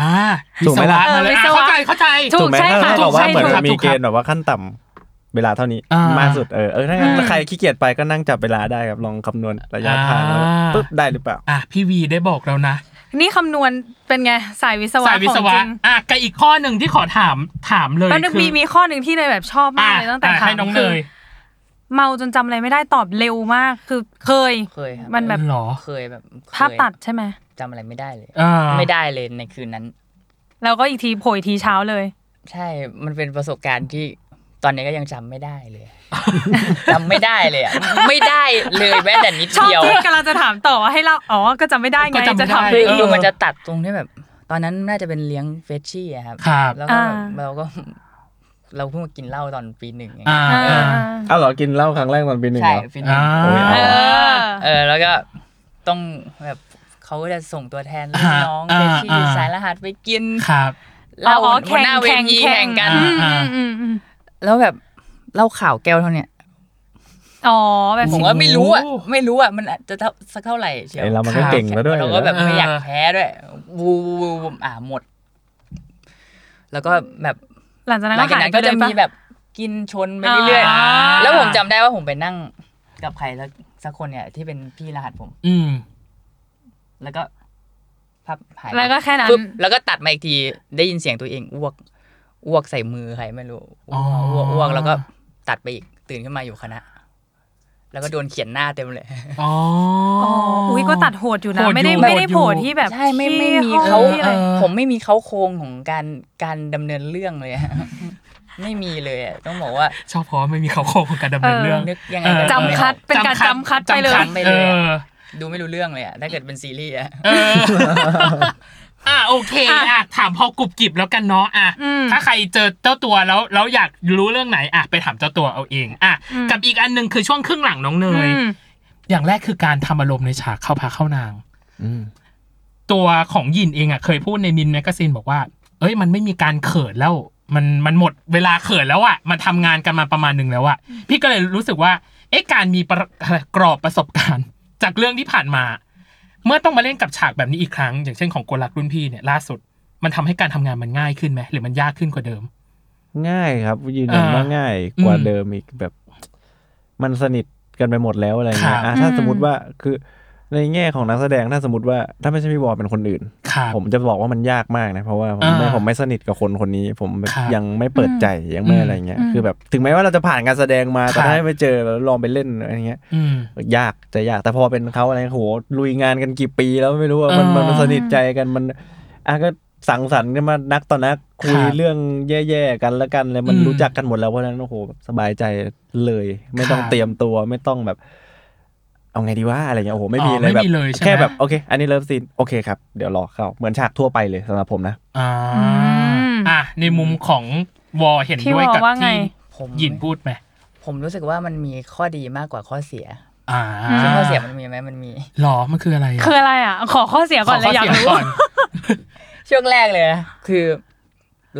Speaker 3: อ่าวิ
Speaker 4: ถูกไหมล่ะ
Speaker 3: ศวมาเล
Speaker 2: เออ
Speaker 3: ย
Speaker 2: วิศ
Speaker 3: อ่ะ
Speaker 2: วะ
Speaker 3: เข้าใจเข้าใจ
Speaker 2: ถู
Speaker 4: ถู
Speaker 2: ก
Speaker 4: กไหม
Speaker 2: ใช่ค่ะ
Speaker 4: ถ้า
Speaker 2: ถูก
Speaker 4: เราบอกว่า
Speaker 2: ใช่
Speaker 4: เหมือน
Speaker 2: ถูก
Speaker 4: มันมี
Speaker 3: ถูก
Speaker 4: เกณฑ์แบบว่าขั้นต่ำเวลาเท่านี้
Speaker 3: อ่าม
Speaker 4: มากสุดเออเออถ้างั้น
Speaker 2: อืม
Speaker 4: ใครขี้เกียจไปก็นั่งจับเวลาได้ครับลองคำนวณระยะทางแล้ว
Speaker 3: อ่า
Speaker 4: ปุ๊บได้หรือเปล่า
Speaker 3: อ่ะพี่วีได้บอกเรานะ
Speaker 2: นี่คำนวณเป็นไงสายวิศวะ
Speaker 3: สายวิ
Speaker 2: ข
Speaker 3: ศ
Speaker 2: อง
Speaker 3: วะ
Speaker 2: จริง
Speaker 3: อ่ะกับอีกข้อหนึ่งที่ขอถามถามเลย
Speaker 2: แล้วนึก
Speaker 3: คือ
Speaker 2: มีมีข้อหนึ่งที่เนยแบบชอบมาก
Speaker 3: อ่ะ
Speaker 2: เลยตั้งแต่
Speaker 3: อ่ะ
Speaker 2: ถาม
Speaker 3: ให้น้อง
Speaker 2: คื
Speaker 3: เนย
Speaker 2: เมาจนจำอะไรไม่ได้ตอบเร็วมากคือเคย
Speaker 5: เคยครับ
Speaker 2: มันแบบ
Speaker 3: หรอ
Speaker 5: เคยแบบเคย
Speaker 2: ภาพตัดใช่ไหม
Speaker 5: จำอะไรไม่ได้เลย
Speaker 3: เออ
Speaker 5: ไม่ได้เลยในคืนนั้น
Speaker 2: แล้วก็อีกทีโผล่อีกทีเช้าเลย
Speaker 5: ใช่ มันเป็นประสบการณ์ที่ตอนนี้ก็ยังจำไม่ได้เลย จำไม่ได้เลยอะไม่ได้เลยแม้แต่นิด
Speaker 2: ชอบ
Speaker 5: เดียว
Speaker 2: ที่กำลังจะถามต่อว่าให้เราอ๋อก็จำไม่ได้ไง
Speaker 3: ก็จำไม่
Speaker 2: จะ
Speaker 3: ได้
Speaker 2: ทำ
Speaker 5: คือ
Speaker 3: เออ
Speaker 5: คือมันจะตัดตรงที่แบบ ตอนนั้นน่าจะเป็นเลี้ยงเฟชชี่อะครับ
Speaker 3: ครับ
Speaker 5: แล้วก็แบบ
Speaker 2: อ่า
Speaker 5: เราก็ เราเพิ่งมากินเหล้าตอนปีหนึ่งไง
Speaker 3: อ่า
Speaker 2: อ่า
Speaker 3: อ่า
Speaker 4: เอาเหรอกินเหล้าครั้งแรกตอนปีหนึ่ง
Speaker 5: ใช่
Speaker 4: เหรอ
Speaker 5: ปีหนึ่ง
Speaker 4: โอ้ย
Speaker 2: เอ
Speaker 4: เอ
Speaker 2: อ
Speaker 4: า
Speaker 5: เออแล้วก็ต้องแบบเขาก็จะส่งตัวแทนลูกน้อง
Speaker 3: อ่า
Speaker 5: ไปที่
Speaker 3: อ่า
Speaker 5: สายรหัสไปกิน
Speaker 3: ครับ
Speaker 5: เหล้า
Speaker 2: อ๋อ
Speaker 5: หัวหน้าเว
Speaker 2: แข่ง
Speaker 5: ที
Speaker 2: แข่ง
Speaker 5: แข่งกัน
Speaker 3: อ่า
Speaker 2: อืมอืมอืม
Speaker 5: แล้วแบบเหล้าขาวแก้วเท่าเนี้ย
Speaker 2: อ๋อแบบ
Speaker 5: ผม
Speaker 2: สิ
Speaker 5: ว่าไม่รู้อ่ะ
Speaker 3: โอ้โห
Speaker 5: ไม่รู้อ่ะมันอาจจะเท่าสักเท่าไหร่เชียว
Speaker 4: ไอ้เรามันก็เก่งแล้วด้วย
Speaker 5: เราก็แบบ
Speaker 3: เออ
Speaker 5: ไม่อยากแพ้ด้วยวูวูวูวูอ่าหมด แล้วก็แบบ
Speaker 2: หลังจากนั้น
Speaker 5: หลั
Speaker 2: ก็
Speaker 5: งจาก
Speaker 2: หาย
Speaker 5: นั้น
Speaker 2: ไป
Speaker 5: ก็
Speaker 2: เล
Speaker 5: จะ
Speaker 2: ย
Speaker 5: มี
Speaker 2: ปะ
Speaker 5: แบบกินชนไปเรื่อย
Speaker 3: อ่า
Speaker 5: ๆแล้วผมจำได้ว่าผมไปนั่งกับใครแล้วสักคนเนี่ย ที่เป็นพี่รหัสผม
Speaker 3: อืม
Speaker 5: แล้วก็พับหายไป
Speaker 2: แล้วก็แค่นั้น
Speaker 5: ปึ๊บแล้วก็ตัดมาอีกทีได้ยินเสียงตัวเองอ้วกอ้วกใส่มือใครไม่รู้
Speaker 3: อ๋อ
Speaker 5: อ้วกอ้วกแล้วก็ตัดไปอีกตื่นขึ้นมาอยู่คณะ แล้วก็โดนเขียนหน้าเต็มเลย
Speaker 3: อ๋อ
Speaker 2: อ๋
Speaker 3: อ
Speaker 2: อ อุ้ยก็ตัดโหดอยู่นะ
Speaker 3: โหดอยู่
Speaker 2: ไม่ได้ไม่ได้โผล่ที่แบบ
Speaker 5: ใช่ไม่ไม่มี
Speaker 2: ที่ห้อง
Speaker 5: เขา
Speaker 2: ที่อะไร
Speaker 3: เออ
Speaker 5: ผมไม่มีเขาโครงของการการดำเนินเรื่องเลยอะ ไม่มีเลยอะต้องบอกว่า
Speaker 3: ชอบเพราะว่าไม่มีเขาโครงของการดำเนินเรื่อง
Speaker 5: นึกยังไง
Speaker 3: เออ
Speaker 5: ก็ไม่ออก
Speaker 2: จำคัดเป็นการจำคัดไปเลย
Speaker 3: จำคัดเออ
Speaker 5: ดูไม่รู้เรื่องเลยอะถ้าเกิดเป็นซีรีส์อะ
Speaker 3: เออ อ่ะโอเคอ่ะถามพอกรุบกริบแล้วกันเนาะอ่ะ
Speaker 2: อืม
Speaker 3: ถ้าใครเจอเจ้าตัวแล้วแล้วอยากรู้เรื่องไหนอ่ะไปถามเจ้าตัวเอาเองอ่ะ
Speaker 2: อืม
Speaker 3: กับอีกอันหนึ่งคือช่วงครึ่งหลังน้องเน
Speaker 2: อื
Speaker 3: ย
Speaker 2: ม
Speaker 3: อย่างแรกคือการทำอารมณ์ในฉากเข้าพาเข้านาง
Speaker 4: อืม
Speaker 3: ตัวของยินเองอ่ะเคยพูดในมินแมกซีนบอกว่า เอ้ยมันไม่มีการเขินแล้ว มันมันหมดเวลาเขินแล้วอ่ะมันทำงานกันมาประมาณหนึ่งแล้วอ่ะพี่ก็เลยรู้สึกว่าเอ๊ะการมีประกรอบประสบการณ์ จากเรื่องที่ผ่านมา เมื่อต้องมาเล่นกับฉากแบบนี้อีกครั้ง อย่างเช่นของโกลักรุ่นพี่เนี่ยล่าสุด มันทำให้การทำงานมันง่ายขึ้นไหมหรือมันยากขึ้นกว่าเดิม
Speaker 4: ง่ายครับยืนยัน
Speaker 3: อ่า
Speaker 4: ว่าง่ายกว่า
Speaker 3: อืม
Speaker 4: เดิมอีกแบบ มันสนิทกันไปหมดแล้วอะไรเงี้
Speaker 3: ครั
Speaker 4: ย
Speaker 3: บ
Speaker 4: อ่ะถ้า
Speaker 2: อืม
Speaker 4: สมมติว่าคือในแง่ของนักแสดงถ้าสมมติว่าถ้าไม่ใช่พี่บอยเป็นคนอื่น
Speaker 3: ครับ
Speaker 4: ผมจะบอกว่ามันยากมากนะ เพราะว่าผม
Speaker 3: อ่า
Speaker 4: ไม่ผมไม่สนิทกับคนคนนี้ ผมแบบ
Speaker 3: ครับ
Speaker 4: ยังไม่เปิดใจยังไม่อะไรเงี้ย
Speaker 2: อืม
Speaker 4: คือแบบถึงแม้ว่าเราจะผ่านการแสดงมา
Speaker 3: ครั
Speaker 4: แต่
Speaker 3: บ
Speaker 4: ถ้าไม่ไปเจอแล้วลองไปเล่นอะไรเงี้ย
Speaker 3: อืม
Speaker 4: ยากจะยากแต่พอเป็นเขาอะไรโหลุยงานกันกี่ปีแล้วไม่รู้ว่ามัน
Speaker 3: เออ
Speaker 4: มันมันสนิทใจกันมันอ่ะก็สังสรรค์กันมานักต่อนักคุย
Speaker 3: ครับ
Speaker 4: เรื่องแย่ๆกันแล้วกันเลยมัน
Speaker 3: อืม
Speaker 4: รู้จักกันหมดแล้วเพราะฉะนั้นโอ้โหสบายใจเลย ไม่ต้อง
Speaker 3: ครับ
Speaker 4: เตรียมตัวไม่ต้องแบบ เอาไงดีว่าอะไรเงี้ยโอ้โหไม่
Speaker 3: อ๋อ
Speaker 4: มีเลย
Speaker 3: ไม่
Speaker 4: แบบ
Speaker 3: มีเลยใช่ไหม
Speaker 4: แค่แบบโอเค อันนี้เลิฟซีนโอเคครับเดี๋ยวรอเข้าเหมือนฉากทั่วไปเลยสำหรับผมนะ
Speaker 3: อ่า
Speaker 2: อืม
Speaker 3: อ่ะในมุมของวอเห็น
Speaker 2: พี่
Speaker 3: ด้วยกับ
Speaker 2: วอว่าไง
Speaker 3: ที่
Speaker 5: ผม
Speaker 3: ยินพูดไหม
Speaker 5: ผมรู้สึกว่ามันมีข้อดีมากกว่าข้อเสีย
Speaker 3: อ่า
Speaker 5: ซึ่งข้อเสียมันมีไหมมันมี
Speaker 3: หรอมันคืออะไรอะ
Speaker 2: คืออะไรอ่ะ ขอข้อเสียก่อนเลยอยาก
Speaker 3: ข
Speaker 2: รู้
Speaker 3: ข้เสีก่อน
Speaker 5: ช่วงแรกเลยนะคือ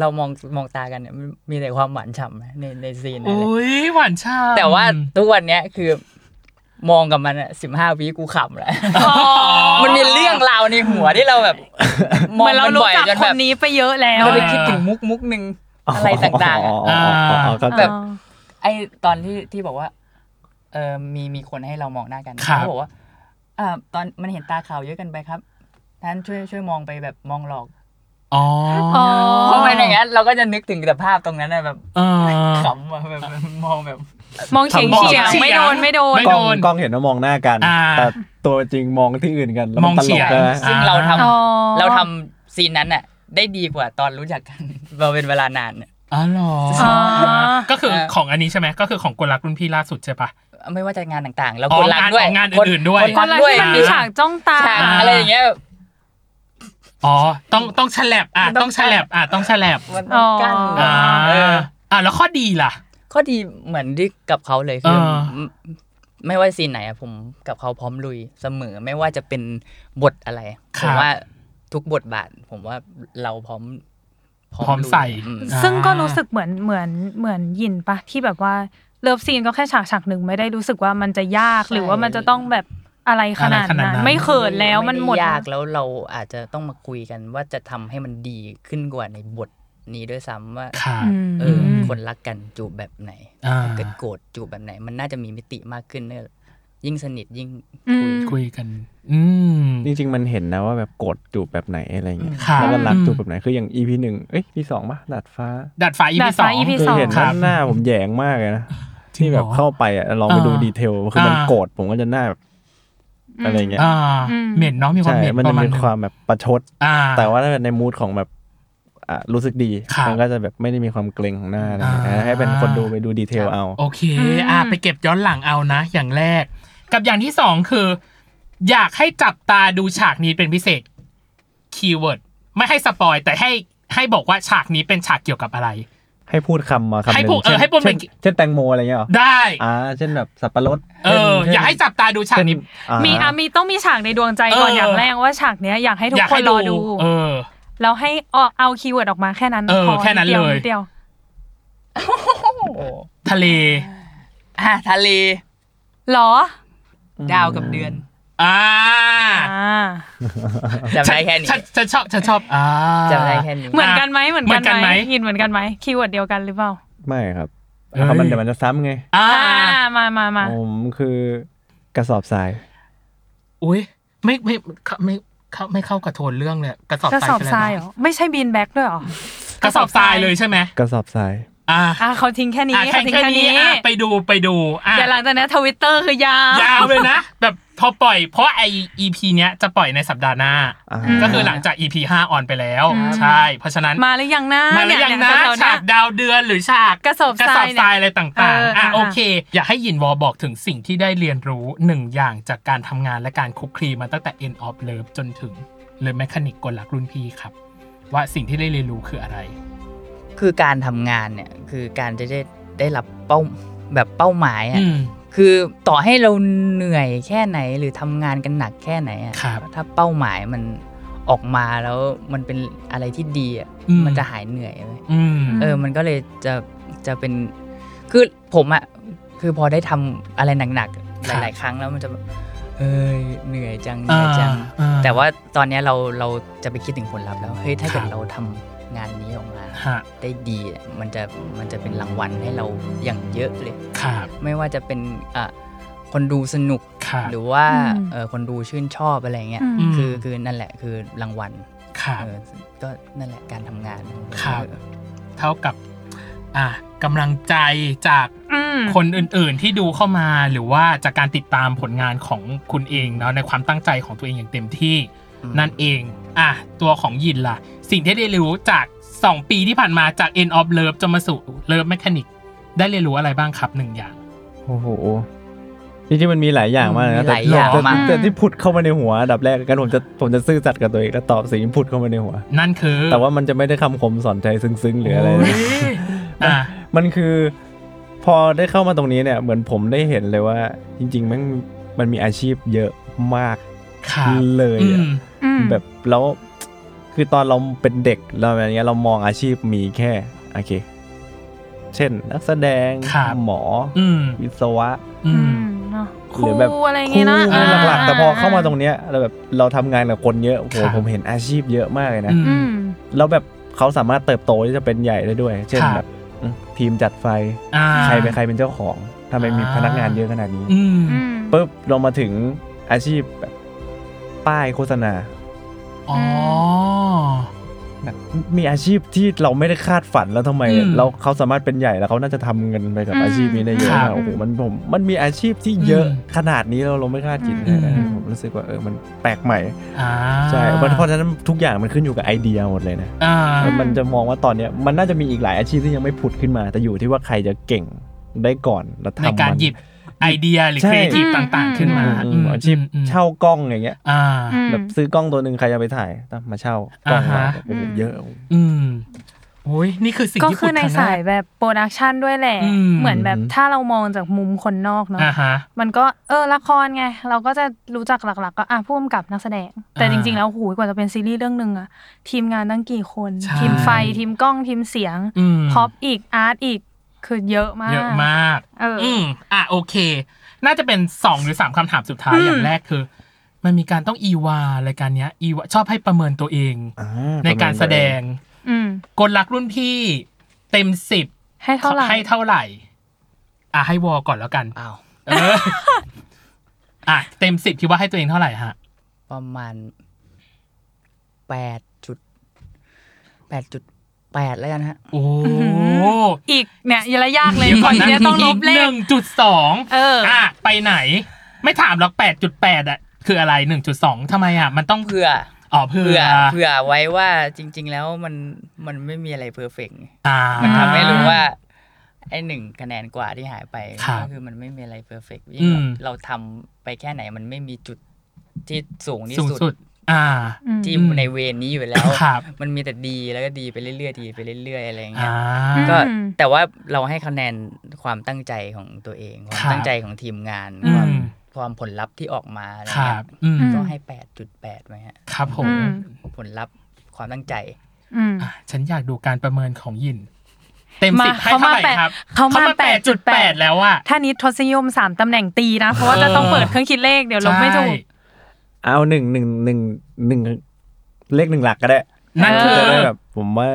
Speaker 5: เรามองมองตากันเนี่ยมันมีแต่ความหวานฉ่ำนะในในซีนนั่นแหละ
Speaker 3: โอ้ยหวานช่ำ
Speaker 5: แต่ว่าทุกวันเนี้ยคือมองกับมันอะสิบห้าวิกูขำแล้วมันมีเรื่องราวในหัวที่เราแบบ ม
Speaker 2: เห
Speaker 5: อง
Speaker 2: มือนเรา
Speaker 5: มัน
Speaker 2: รู้
Speaker 5: บ่อย
Speaker 2: จัก
Speaker 5: จน
Speaker 2: ค
Speaker 5: แบ
Speaker 2: น
Speaker 5: บ
Speaker 2: นี้ไปเยอะแล้ว
Speaker 5: เราไปคิดถึงมุกมุกหนึ่งอะไรต่างๆ
Speaker 4: อ๋อ
Speaker 5: อะ
Speaker 4: อ๋ออ๋ออ๋อเข้าใจ
Speaker 5: แบบ ไอตอนที่ที่บอกว่า เออมีมีคนให้เรามองหน้ากัน
Speaker 3: ครับ
Speaker 5: เขาบอกว่าอ่าตอนมันเห็นตาขาวเยอะเกันไปครับท่านช่วยช่วยมองไปแบบมองหลอก
Speaker 3: อ๋อ
Speaker 2: อ๋อ
Speaker 5: เพราะไม่อย่างนั้นเราก็จะนึกถึงแต่ภาพตรงนั้นนะแบบ
Speaker 3: เออ
Speaker 5: ขำอะแบบมองแบบ
Speaker 2: มองเฉียง
Speaker 3: มอง
Speaker 2: เฉียง
Speaker 3: เฉียง
Speaker 2: ไม่โดนไม่โดน
Speaker 3: ไม่
Speaker 4: กล้อ
Speaker 3: โด
Speaker 4: ง
Speaker 3: น
Speaker 4: กล้องเห็นว่ามองหน้ากัน
Speaker 3: อ่า
Speaker 4: แต่ตัวจริงมองที่อื่นกันแล้ว
Speaker 3: ม
Speaker 4: มั
Speaker 3: อง
Speaker 4: นตล
Speaker 3: เฉีย
Speaker 4: ก
Speaker 3: ง
Speaker 4: ใช่ไหม
Speaker 5: ซึ่งเราทำ
Speaker 2: อ๋อ
Speaker 5: เราทำซีนนั้นอะได้ดีกว่าตอนรู้จักกัน เราเป็นเวลานานอะ
Speaker 3: อ๋อเหรอ
Speaker 2: อ๋อ
Speaker 3: ก็คือ
Speaker 5: เออ
Speaker 3: ของอันนี้ใช่ไหมก็คือของกลรักรุ่นพี่ล่าสุดใช่ปะ
Speaker 5: ไม่ว่าจะงานต่างๆ เรา
Speaker 3: อ๋อ
Speaker 5: คนรัก
Speaker 3: งาน
Speaker 5: ด้วย
Speaker 3: อ๋องานอื่นๆด้วย
Speaker 5: ค
Speaker 2: คน
Speaker 5: น
Speaker 2: ละ
Speaker 5: รัก
Speaker 2: ที่
Speaker 5: ด้วย
Speaker 2: มันมีฉากจ้องตา
Speaker 5: ฉากอะไรอย่างเงี้ย
Speaker 3: อ๋อ ต้องต้องฉลับอ่ะ
Speaker 5: มันต้
Speaker 3: ต้
Speaker 5: อ
Speaker 3: อง งฉลับอ่ะต้องฉลับ
Speaker 5: มันต้องกั้น
Speaker 2: อ๋อ
Speaker 3: อ่า
Speaker 5: เออ
Speaker 3: อ่ะแล้วข้อดีล่ะ
Speaker 5: ข้อดีเหมือนที่กับเขาเลยคือ
Speaker 3: เออ
Speaker 5: ไม่ไม่ว่าซีนไหนอะผมกับเขาพร้อมลุยเสมอไม่ว่าจะเป็นบทอะไรผมว่าทุกบทบาท ผมว่าเราพร้อม
Speaker 3: พร้อมใส่
Speaker 5: ลุยอืม
Speaker 3: อ่า
Speaker 2: ซึ่งก็รู้สึกเหมือนเหมือนเหมือนยินปะที่แบบว่าเลิฟซีนก็แค่ฉากฉากหนึ่งไม่ได้รู้สึกว่ามันจะยากหรือว่ามันจะต้องแบบอะไรขนาด
Speaker 3: อะไรขนาดนั้
Speaker 2: นั้น
Speaker 3: น
Speaker 2: ไม่เขินแล้วมันหมด
Speaker 5: ไไยากแล้วเราอาจจะต้องมาคุยกันว่าจะทำให้มันดีขึ้นกว่าในบทนี้ด้วยซ้ำว่า
Speaker 3: ค่ะ
Speaker 5: เอออ
Speaker 2: ม
Speaker 5: คนรักกันจูบแบบไหน
Speaker 3: อ่า
Speaker 5: ถ้าเกิดโกรธจูบแบบไหน มันน่าจะมีมิติมากขึ้นเนอะยิ่งสนิทยิ่ง
Speaker 2: อืม
Speaker 3: คุยกัน อืม
Speaker 4: จริงๆมันเห็นนะว่าแบบกดจูบแบบไหนอะไรเงี้ย
Speaker 3: ค่ะ
Speaker 4: แล้วก็รัก
Speaker 2: อืม
Speaker 4: จูบแบบไหนคืออย่าง EP หนึ่งเอ้ย EP สองปะดัดฟ้า
Speaker 3: ดัดฟ้า EP
Speaker 2: ดาด
Speaker 3: สอ
Speaker 2: ฟ้า
Speaker 3: ง
Speaker 2: EP
Speaker 4: เคย
Speaker 2: สอง
Speaker 4: เห็น
Speaker 3: ครั
Speaker 4: ว่า
Speaker 3: บ
Speaker 4: หน้าผมแหยงมากเลยนะ
Speaker 3: จริง
Speaker 4: ที่แบบ
Speaker 3: เหรอ
Speaker 4: เข้าไปอ่ะลองไปดู
Speaker 3: อ่า
Speaker 4: ดีเทลคือมัน
Speaker 3: อ่า
Speaker 4: โกรธผมก็จะหน้าแบบอะไรเงี้ย
Speaker 3: อ่า
Speaker 2: อืม
Speaker 3: เหม็นเนาะมีความ
Speaker 4: ใช่
Speaker 3: เหม็น
Speaker 4: มัน
Speaker 3: ป
Speaker 4: จะ
Speaker 3: ระมาณห
Speaker 4: มี
Speaker 3: นึง
Speaker 4: ความแบบประชด
Speaker 3: อ่า
Speaker 4: แต่ว่าถ้าเป็นในมูดของแบบอ่ะรู้สึกดี
Speaker 3: ครับ
Speaker 4: มันก็จะแบบไม่ได้มีความเกรงของหน้าอะไรเงี้ย
Speaker 3: อ่า
Speaker 4: ให้เป็นคนดูไปดูดีเทลเอา
Speaker 3: โอเค
Speaker 2: อืม
Speaker 3: อ่ะไปเก็บย้อนหลังเอานะ อย่างแรก กับอย่างที่สองคือ อยากให้จับตาดูฉากนี้เป็นพิเศษ คีย์เวิร์ด ไม่ให้สปอยแต่ให้ให้บอกว่าฉากนี้เป็นฉากเกี่ยวกับอะไร
Speaker 4: ให้พูดคำมาคำห
Speaker 3: ให้
Speaker 4: นึ่
Speaker 3: พูด
Speaker 4: ง
Speaker 3: เออให้พูดเป็น
Speaker 4: เช่นเช่นแตงโมอะไรเงี้ยเหรอ
Speaker 3: ได้
Speaker 4: อ่า เช่นแบบสับปะรด
Speaker 3: เออ
Speaker 4: ช่น
Speaker 3: อยากให้จับตาดูฉากนี้
Speaker 4: อ่า
Speaker 2: มีอ่ะมีต้องมีฉากในดวงใจก่อน
Speaker 3: เออ
Speaker 2: อ
Speaker 3: อ
Speaker 2: ย่างแรกว่าฉากเนี้ยอยากให้ทุ
Speaker 3: อก ยาก
Speaker 2: คน
Speaker 3: ให้
Speaker 2: ร
Speaker 3: ดู
Speaker 2: อดู
Speaker 3: เออ
Speaker 2: แล้วให้เอาเอาคีย์เวิร์ดออกมาแค่นั้น
Speaker 3: เออ
Speaker 2: พอ
Speaker 3: แค่นั้น
Speaker 2: ดดีว
Speaker 3: เลย
Speaker 2: ดเดียว
Speaker 3: ทะเล
Speaker 5: อ่ะทะเล
Speaker 2: หรอ
Speaker 5: ดาวกับเดือน
Speaker 3: อ่า
Speaker 2: อ่า
Speaker 5: จำได้แค่นี้
Speaker 3: ฉันฉันชอบฉันชอบอ่า
Speaker 5: จำได้แค่นี้
Speaker 2: เหมือนกันไหมเหมือน
Speaker 3: เหมื
Speaker 2: กั
Speaker 3: อนกัน
Speaker 2: นไห
Speaker 3: ไห
Speaker 2: ม
Speaker 3: ม
Speaker 2: ยินเหมือนกันไหมคีย์เวิร์ดเดียวกันหรือเปล่า
Speaker 4: ไม่ครับ
Speaker 3: เอ้ย
Speaker 4: เพราะมันเดี๋ยวมันจะซ้ำไง
Speaker 3: อ่า
Speaker 2: อ่ามามามา
Speaker 4: ผมคือกระสอบทราย
Speaker 3: อุ้ยไม่ไม่เข้าไม่เข้าไม่เข้ากับโทนเรื่องเลยกระสอบ
Speaker 2: กระสอบท
Speaker 3: ทราร
Speaker 2: าย
Speaker 3: ย
Speaker 2: เหรอไม่ใช่บีนแบ็กด้วยเหรอ
Speaker 3: กระสอบทรายเลยใช่ไหม
Speaker 4: กระสอบทราย
Speaker 3: อ่า
Speaker 2: อ่ะเขาทิ้งแค่นี้
Speaker 3: อ่ะ
Speaker 2: เขาทิ้ง
Speaker 3: แค่
Speaker 2: แค่
Speaker 3: นี้
Speaker 2: นี้
Speaker 3: อ่ะไปดูไปดูอ่ะ
Speaker 2: เดี๋ยวหลังจากนั้นทวิตเตอร์คือยาวย
Speaker 3: าวเลยนะ แบบพอปล่อยเพราะไอ EP เนี้ยจะปล่อยในสัปดาห์หน้า
Speaker 4: อ่า
Speaker 3: ก็คือหลังจาก EP 5ออนไปแล้ว ใช่ เพราะฉะนั้น
Speaker 2: มาหรือยังนะ
Speaker 3: มาหรือยังนะ
Speaker 2: เยเยแถวๆ
Speaker 3: ฉา
Speaker 2: เนี้ย
Speaker 3: กดาวเดือนหรือฉาก
Speaker 2: กระสอบ
Speaker 3: กระสอบ
Speaker 2: ทรายเนี่ย
Speaker 3: ทรายอะไรต่าง
Speaker 2: เออ
Speaker 3: ๆ
Speaker 2: อ่ะ
Speaker 3: อ่ะโอเค อยากให้ยินวอบอกถึงสิ่งที่ได้เรียนรู้หนึ่งอย่างจากการทำงานและการคุกคลีมาตั้งแต่ End of Love จนถึงเลิฟแมคานิกกลลักรุ่นพี่ครับ ว่าสิ่งที่ได้เรียนรู้คืออะไร
Speaker 5: คือการทำงานเนี่ยคือการจะได้ได้รับเป้าแบบเป้าหมายอ่ะ
Speaker 3: อืม
Speaker 5: คือต่อให้เราเหนื่อยแค่ไหนหรือทำงานกันหนักแค่ไหนอะ
Speaker 3: ครับ
Speaker 5: ถ้าเป้าหมายมันออกมาแล้วมันเป็นอะไรที่ดีอ่ะ
Speaker 3: อืม
Speaker 5: มันจะหายเหนื่อยเลย
Speaker 3: อืม
Speaker 5: เออมันก็เลยจะจะเป็นคือผมอ่ะคือพอได้ทำอะไรหนักๆห
Speaker 3: ครับ
Speaker 5: ลายๆ ครั้งแล้วมันจะแบบเอ้ยเหนื่อยจังเหนื่อยจัง
Speaker 3: อ่อ่
Speaker 5: แต่ว่าตอนเนี้ยเราเราจะไปคิดถึงผลลัพธ์แล้วเฮ้ยถ้าเกิ
Speaker 3: ค
Speaker 5: ด
Speaker 3: รับ
Speaker 5: เราทำงานนี้ออกมา
Speaker 3: ฮะ
Speaker 5: ได้ดีอะมันจะมันจะเป็นรางวัลให้เราอย่างเยอะเลย
Speaker 3: ครับ
Speaker 5: ไม่ว่าจะเป็นอ่ะคนดูสนุก
Speaker 3: ครับ
Speaker 5: หรือว่า
Speaker 2: อืม
Speaker 5: เอ่อคนดูชื่นชอบอะไรเงี้ย
Speaker 2: อืม
Speaker 5: คือคือนั่นแหละคือรางวัล
Speaker 3: ครับ
Speaker 5: เออก็นั่นแหละการทำงานของผม
Speaker 3: ครับ เท่ากับ อ่ะกำลังใจจาก
Speaker 2: อืม
Speaker 3: คนอื่นๆที่ดูเข้ามาหรือว่าจากการติดตามผลงานของคุณเองเนาะในความตั้งใจของตัวเองอย่างเต็มที่
Speaker 5: อืม
Speaker 3: นั่นเอง อ่ะตัวของยินล่ะ สิ่งที่ได้รู้จาก 2 ปีที่ผ่านมาจาก End of Love จนมาสู่ Love Mechanic ได้เรียนรู้อะไรบ้างครับหนึ่งอย่าง
Speaker 4: โอ้โหจริงๆมันมีหลายอย่างมากเลย
Speaker 5: มี
Speaker 4: นะ
Speaker 5: ห
Speaker 4: แต่
Speaker 5: ลายอย่าง
Speaker 4: แต่
Speaker 5: มาก
Speaker 4: แต่ที่ผุดเข้ามาในหัวอันดับแรกกันผมจะผมจะซื่อสัตย์กับตัวเองและตอบสิ่งที่ผุดเข้ามาในหัว
Speaker 3: นั่นคือ
Speaker 4: แต่ว่ามันจะไม่ได้คำคมสอนใจซึ้งๆหรืออะไรนะ
Speaker 3: โยอ่ะ
Speaker 4: มันคือพอได้เข้ามาตรงนี้เนี่ยเหมือนผมได้เห็นเลยว่า จริงๆ มันมันมีอาชีพเยอะมาก
Speaker 3: ครับ
Speaker 4: เลย
Speaker 3: อื
Speaker 4: อะ
Speaker 3: ม
Speaker 2: อืม
Speaker 4: แบบแล้วคือตอนเราเป็นเด็กเราอะไรเงี้ยเรามองอาชีพมีแค่โอเค เช่น นักแสดง
Speaker 3: ครับ
Speaker 4: หมอ
Speaker 3: อืม
Speaker 4: วิศวะ
Speaker 3: อื
Speaker 2: อื
Speaker 3: ม
Speaker 2: มเนอะค
Speaker 4: ห
Speaker 2: รู
Speaker 4: รือแบบ
Speaker 2: อะไรเงี้ยนะ
Speaker 4: ครู
Speaker 3: อ่า
Speaker 4: หลักๆ แต่พอเข้ามาตรงเนี้ยเราแบบเราทำงานกับคนเยอะโอ้โห
Speaker 3: ครับ
Speaker 4: ผมเห็นอาชีพเยอะมากเลยนะ
Speaker 3: อื
Speaker 2: อื
Speaker 3: ม
Speaker 2: ม
Speaker 4: แล้วแบบเขาสามารถเติบโตที่จะเป็นใหญ่ได้ด้วย เช่น
Speaker 3: ครับ
Speaker 4: แบบอืมทีมจัดไฟ
Speaker 3: อ่า
Speaker 4: ใครเป็นใครเป็นเจ้าของทำไมมี
Speaker 3: อ่า
Speaker 4: พนักงานเยอะขนาดนี้
Speaker 3: อืม
Speaker 2: อืม
Speaker 4: ปุ๊บเรามาถึงอาชีพแบบป้ายโฆษณา
Speaker 3: อ๋อ
Speaker 4: แบบมีอาชีพที่เราไม่ได้คาดฝันแล้วทำไม
Speaker 3: อืม
Speaker 4: เราเขาสามารถเป็นใหญ่แล้วเขาน่าจะทำเงินไปกับ
Speaker 2: อืม
Speaker 4: อาชีพนี้ได้เยอะ
Speaker 3: ครับ
Speaker 4: มากโอ้โหมันผมมันมีอาชีพที่เยอะ
Speaker 3: อืม
Speaker 4: ขนาดนี้เราเราไม่คาดคิด
Speaker 2: อืม
Speaker 4: นะผมรู้สึกว่าเออมันแปลกใหม่
Speaker 3: อ่า
Speaker 4: ใช่เพราะเพราะฉะนั้นทุกอย่างมันขึ้นอยู่กับไอเดียหมดเลยนะ
Speaker 3: อ่า
Speaker 4: แล้วมันจะมองว่าตอนเนี้ยมันน่าจะมีอีกหลายอาชีพที่ยังไม่ผุดขึ้นมา แต่อยู่ที่ว่าใครจะเก่งได้ก่อนแล้วทำ
Speaker 3: ใน
Speaker 4: มัน
Speaker 3: การหยิบ ไอเดียหรือ
Speaker 4: ใช่
Speaker 3: ครีเอทีฟ
Speaker 2: อืม
Speaker 3: ต่าง
Speaker 2: อืม
Speaker 3: ๆ ขึ้นมา
Speaker 4: อืม
Speaker 3: ม
Speaker 4: อาชีพ
Speaker 3: อืม
Speaker 4: เช่ากล้องอย่างเงี้ย
Speaker 3: อ่า
Speaker 2: อืม
Speaker 4: แบบซื้อกล้องตัวหนึ่งใครจะไปถ่ายตามมาเช่ากล้อง
Speaker 3: อ่า
Speaker 4: มา
Speaker 3: ฮะ
Speaker 4: โอ้
Speaker 2: อื
Speaker 4: โห
Speaker 2: ม
Speaker 4: เยอะ
Speaker 3: อืมโอ้ยนี่คือสิ่ง
Speaker 2: ก็
Speaker 3: ที่
Speaker 2: คือใน
Speaker 3: พูดครั้งแรก
Speaker 2: สายแบบโปรดักชันด้วยแหละ
Speaker 3: อืม
Speaker 2: เหมือนแบบถ้าเรามองจากมุมคนนอกเนาะ
Speaker 3: อ่าฮะ
Speaker 2: มันก็เออละครไง เราก็จะรู้จักหลัก ๆ ก็อ่ะพ่วงกับนักแสดง แต่
Speaker 3: อ่า
Speaker 2: จริง ๆ แล้วหูยกว่าจะเป็นซีรีส์เรื่องหนึ่งอะทีมงานตั้งกี่คน
Speaker 3: ใช่
Speaker 2: ทีมไฟ ทีมกล้องทีมเสียง
Speaker 3: อืม
Speaker 2: พ็อปอีกอาร์ตอีกคือเยอะมาก
Speaker 3: เยอะมาก
Speaker 2: เอออ
Speaker 3: อืมอ่ะโอเค น่าจะเป็นสองหรือสามคำถามสุดท้าย
Speaker 2: อืม
Speaker 3: อย่างแรกคือ มันมีการต้องอีวารายการเนี้ยอีวาชอบให้ประเมินตัวเอง
Speaker 4: อ่า
Speaker 3: ในการแสดง
Speaker 2: อืม
Speaker 3: กลลักรุ่นพี่เต็มสิบ
Speaker 2: ให้เท่าไหร่
Speaker 3: ให้เท่าไหร่ อ่ะให้วอก่อนแล้วกัน
Speaker 5: อ้าว
Speaker 3: เอ ออ่ะเต็มสิบคิดว่าให้ตัวเองเท่าไหร่ฮะ
Speaker 5: ประมาณแปดจุดแปดจุดแปดแล้วกันฮะ
Speaker 3: โอ้
Speaker 2: อื้อหื อีกเนี่ยยละยากเลย
Speaker 3: เดี๋ยวก่อนนะ
Speaker 2: เนี่ยต้องลบเล
Speaker 3: ห
Speaker 2: ข
Speaker 3: นึ่งจุดสอง
Speaker 2: เอออ่
Speaker 3: ะไปไหน ไม่ถามหรอกแปดจุดแปดอ่ะ คืออะไรหนึ่งจุดสองทำไมอ่ะ มันต้อง
Speaker 5: เพื่อ
Speaker 3: อ๋อเพื่
Speaker 5: เผื่
Speaker 3: อ
Speaker 5: อเผื่อไว้ว่าจริง ๆ แล้วมันมันไม่มีอะไรเพอร์เฟกต์ไง
Speaker 3: อ่า
Speaker 5: มันทำให้รู้ว่า ไอ้หนึ่งคะแนนกว่าที่หายไป
Speaker 3: ครับ
Speaker 5: ก็คือมันไม่มีอะไรเพอร์เฟกต์ยิ่งแบบ
Speaker 3: อืม
Speaker 5: เราทำไปแค่ไหนมันไม่มีจุดที่สูงที่
Speaker 3: สูง
Speaker 5: สุด
Speaker 3: สุด อ่า
Speaker 2: อืม
Speaker 5: ที่
Speaker 3: อืม
Speaker 5: ในเวรนี้อยู่แล้ว
Speaker 3: ครับ
Speaker 5: มันมีแต่ดีแล้วก็ดีไปเรื่อยๆดีไปเรื่อยๆอะไรอย่างเงี้
Speaker 3: อ่า
Speaker 5: ย
Speaker 2: อืม
Speaker 5: ก็แต่ว่าเราให้คะแนนความตั้งใจของตัวเอง ควา
Speaker 3: ค
Speaker 5: ม
Speaker 3: รับ
Speaker 5: ตั้งใจของทีมงาน
Speaker 3: อืม
Speaker 5: ความความผลลัพธ์ที่ออกมาอะไร
Speaker 3: ครั
Speaker 5: เงี้
Speaker 3: บ
Speaker 5: ย
Speaker 3: อืม
Speaker 5: ก็ให้ 8.8ไหมฮะ
Speaker 3: ครับผม
Speaker 2: อืม
Speaker 5: ผลลัพธ์ความตั้งใจ
Speaker 2: อืม
Speaker 3: อ่ะฉันอยากดูการประเมินของยิน เต็ม
Speaker 2: มา
Speaker 3: สิบให้
Speaker 2: เขา
Speaker 3: เท่า
Speaker 2: มา
Speaker 3: ไหร่
Speaker 2: แปด
Speaker 3: ครับ
Speaker 2: เขามาแปดจุดแปด
Speaker 3: 8.8 แล้วอ่ะ
Speaker 2: ถ้านิดทศนิยมสามตำแหน่งตีนะ เพราะว่าจะต้องเปิดเครื่องคิดเลขเดี๋ยวลบไม่ถูก
Speaker 4: เอาหนึ่งหนึ่งหนึ่งหนึ่งเลขหนึ่งหลักก็ได้
Speaker 3: นั่นคือ
Speaker 4: จะได้แบบผมว่า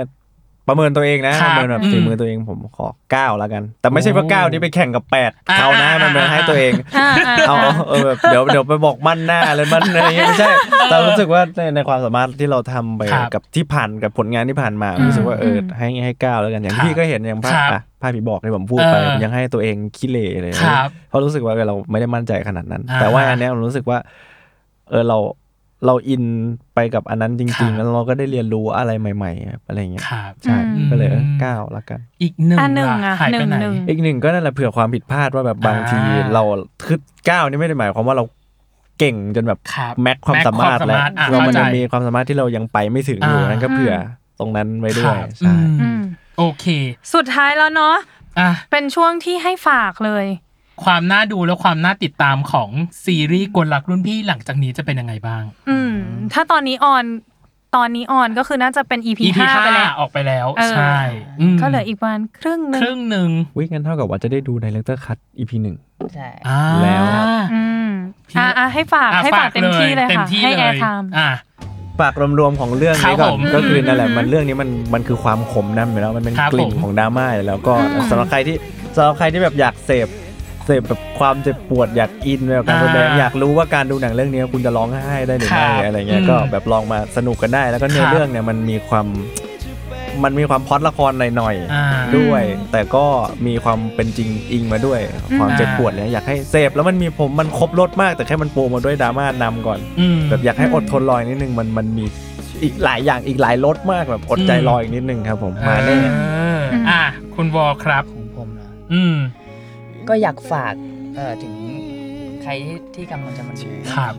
Speaker 4: ประเมินตัวเองนะครับ ประเมินแบบ
Speaker 3: อืม
Speaker 4: ฝีมือตัวเองผมขอเก้าแล้วกัน แต่ไม่ใช่
Speaker 3: โอ้
Speaker 4: ว่าเก้าที่ไปแข่งกับแปด
Speaker 3: อ่า
Speaker 4: เขานะ
Speaker 3: อ่า
Speaker 4: มันเป็นให้
Speaker 3: อ่า
Speaker 4: ตัวเอง
Speaker 2: อ่าอ่า
Speaker 4: เอาเอาเออแบบเดี๋ยวเดี๋ยวไปบอกมั่นหน้าเลยมั่นอะไรอย่างเงี้ยไม่ใช่แต่รู้สึกว่าในในความสามารถที่เราทำไป
Speaker 3: ครับ
Speaker 4: กับที่ผ่านกับผลงานที่ผ่านมา
Speaker 3: อืม
Speaker 4: รู้สึกว่าเออให้ให้เก้าแล้วกันอย่าง
Speaker 3: ครับ
Speaker 4: ที่ก็เห็นอย่างภา
Speaker 3: ค
Speaker 4: พ
Speaker 3: รับ
Speaker 4: อ่ะภาพผีบอกที่ผมพูดไป
Speaker 3: เออ
Speaker 4: ผมยังให้ตัวเองขี้เละเลย
Speaker 3: ครับ
Speaker 4: เพราะรู้สึกว่าเราไม่ได้มั่นใจขนาดนั้น
Speaker 3: อ่า
Speaker 4: แต่ว่าอันเนี้ยผมรู้สึกว่า เออเราเราอินไปกับอันนั้นจ
Speaker 3: ครั
Speaker 4: ริง
Speaker 3: บ
Speaker 4: ๆ แล้วเราก็ได้เรียนรู้อะไรใหม่ๆครับอะไรอย่างเงี้ย
Speaker 3: ครับ
Speaker 4: ใช่
Speaker 3: อืม
Speaker 4: ก็เลยเออก้าวละกัน
Speaker 3: อีกหนึ่ง
Speaker 2: อ่ะหนึ่ง
Speaker 3: ล่ะ
Speaker 2: อ่ะ
Speaker 3: หาย
Speaker 2: ห
Speaker 3: ไป
Speaker 2: นึ่ง
Speaker 3: ไหน
Speaker 2: หนึ่ง
Speaker 4: อีกหนึ่งก็นั่นแหละเผื่อความผิดพลาดว่าแบบบางที
Speaker 3: อ่า
Speaker 4: เราคือก้าวนี่ไม่ได้หมายความว่าเราเก่งจนแบบ
Speaker 3: ครับ
Speaker 4: แม็กความสามารถแล้ว
Speaker 3: อ่ะ
Speaker 4: เรา
Speaker 3: เข้า
Speaker 4: มัน
Speaker 3: ใจ
Speaker 4: จะมีความสามารถที่เรายังไปไม่ถึงอยู่
Speaker 3: อ่านั่
Speaker 4: นั่นก็เผื่อตรงนั้นไว้ด้วย
Speaker 3: ครับ
Speaker 4: ใช่
Speaker 3: อื
Speaker 2: อื
Speaker 3: ม
Speaker 2: ม
Speaker 3: โอเค
Speaker 2: สุดท้ายแล้วเนาะ
Speaker 3: อ่ะ
Speaker 2: เป็นช่วงที่ให้ฝากเลย
Speaker 3: ความน่าดูและความน่าติดตามของซีรีส์กลลักรุ่นพี่หลังจากนี้จะเป็นยังไงบ้าง
Speaker 2: อืม ถ้าตอนนี้ออนตอนนี้ออนก็คือน่าจะเป็น EP
Speaker 3: EP
Speaker 2: ห้าไป
Speaker 3: ห้า
Speaker 2: แล้ว
Speaker 3: ออกไปแล้ว
Speaker 2: เออ
Speaker 3: ใช่ม
Speaker 2: ก็เหลืออีกประมาณครึ่งหนึ
Speaker 3: ค
Speaker 2: ง
Speaker 3: รึ่งหนึ่ง
Speaker 4: วิงั้นเท่ากับว่าจะได้ดูในเลเตอร์คัตอีพีหนึ่ง
Speaker 5: ใช่
Speaker 3: อ่า
Speaker 4: แล้ว
Speaker 2: อืมอ่าให้ฝาก
Speaker 3: อ่ะ
Speaker 2: ให้ฝากเต็มที่เลย
Speaker 3: เต็ม
Speaker 2: ค่ะ
Speaker 3: ที่
Speaker 2: ให้
Speaker 3: เล
Speaker 2: แอย ร์ไทม์
Speaker 3: อ่ะ
Speaker 4: ปากรวมๆของเรื่องนี้
Speaker 3: ค
Speaker 4: ก่
Speaker 3: รั
Speaker 4: อบ
Speaker 3: ผ
Speaker 4: น
Speaker 3: ม
Speaker 4: ก็คือนั่นแหละมันเรื่องนี้มันมันคือความขมนั่นอยู่แล้วมันเป็น
Speaker 3: ครับ
Speaker 4: กลิ่
Speaker 3: ผ
Speaker 4: น
Speaker 3: ม
Speaker 4: ของดราม่าอยู่แล้วก็สำหรับใครที่สำหรับใครที่แบบอยากเสพเสพแบบความเจ็บปวดอยากอินแบบการแสดง
Speaker 3: อ่า
Speaker 4: อยากรู้ว่าการดูหนังเรื่องนี้คุณจะร้องไห้ได้หรือไม่
Speaker 3: ครับ
Speaker 4: อะไรเงี้
Speaker 3: อื
Speaker 4: ย
Speaker 3: ม
Speaker 4: ก็แบบลองมาสนุกกันได้ แล้วก็เนื้
Speaker 3: ค
Speaker 4: อ
Speaker 3: รับ
Speaker 4: เรื่องเนี่ยมันมีความมันมีความพล็อดละครหน่อย
Speaker 3: อ่า
Speaker 4: ๆด้วย แต่ก็มีความเป็นจริงอิงมาด้วย ความเจ็บปวดเนี่ยอยากให้เสพแล้วมันมีผมมันครบรสมากแต่แค่มันปูมาด้วยดราม่านำก่อน
Speaker 3: อืม
Speaker 4: แบบอยากให้อดทนรอยนิดนึงมันมันมีอีกหลายอย่างอีกหลายรสมากแบบอดใจ
Speaker 3: อืม
Speaker 4: รอยอีกนิดนึงครับผมมาแน่
Speaker 3: เอออ่ะ คุณวอครับ
Speaker 5: ของผมเหรอ
Speaker 3: อืม
Speaker 5: ก็อยากฝากเอ่อถึงใครที่ที่กำลังจะมาดู
Speaker 3: ครับ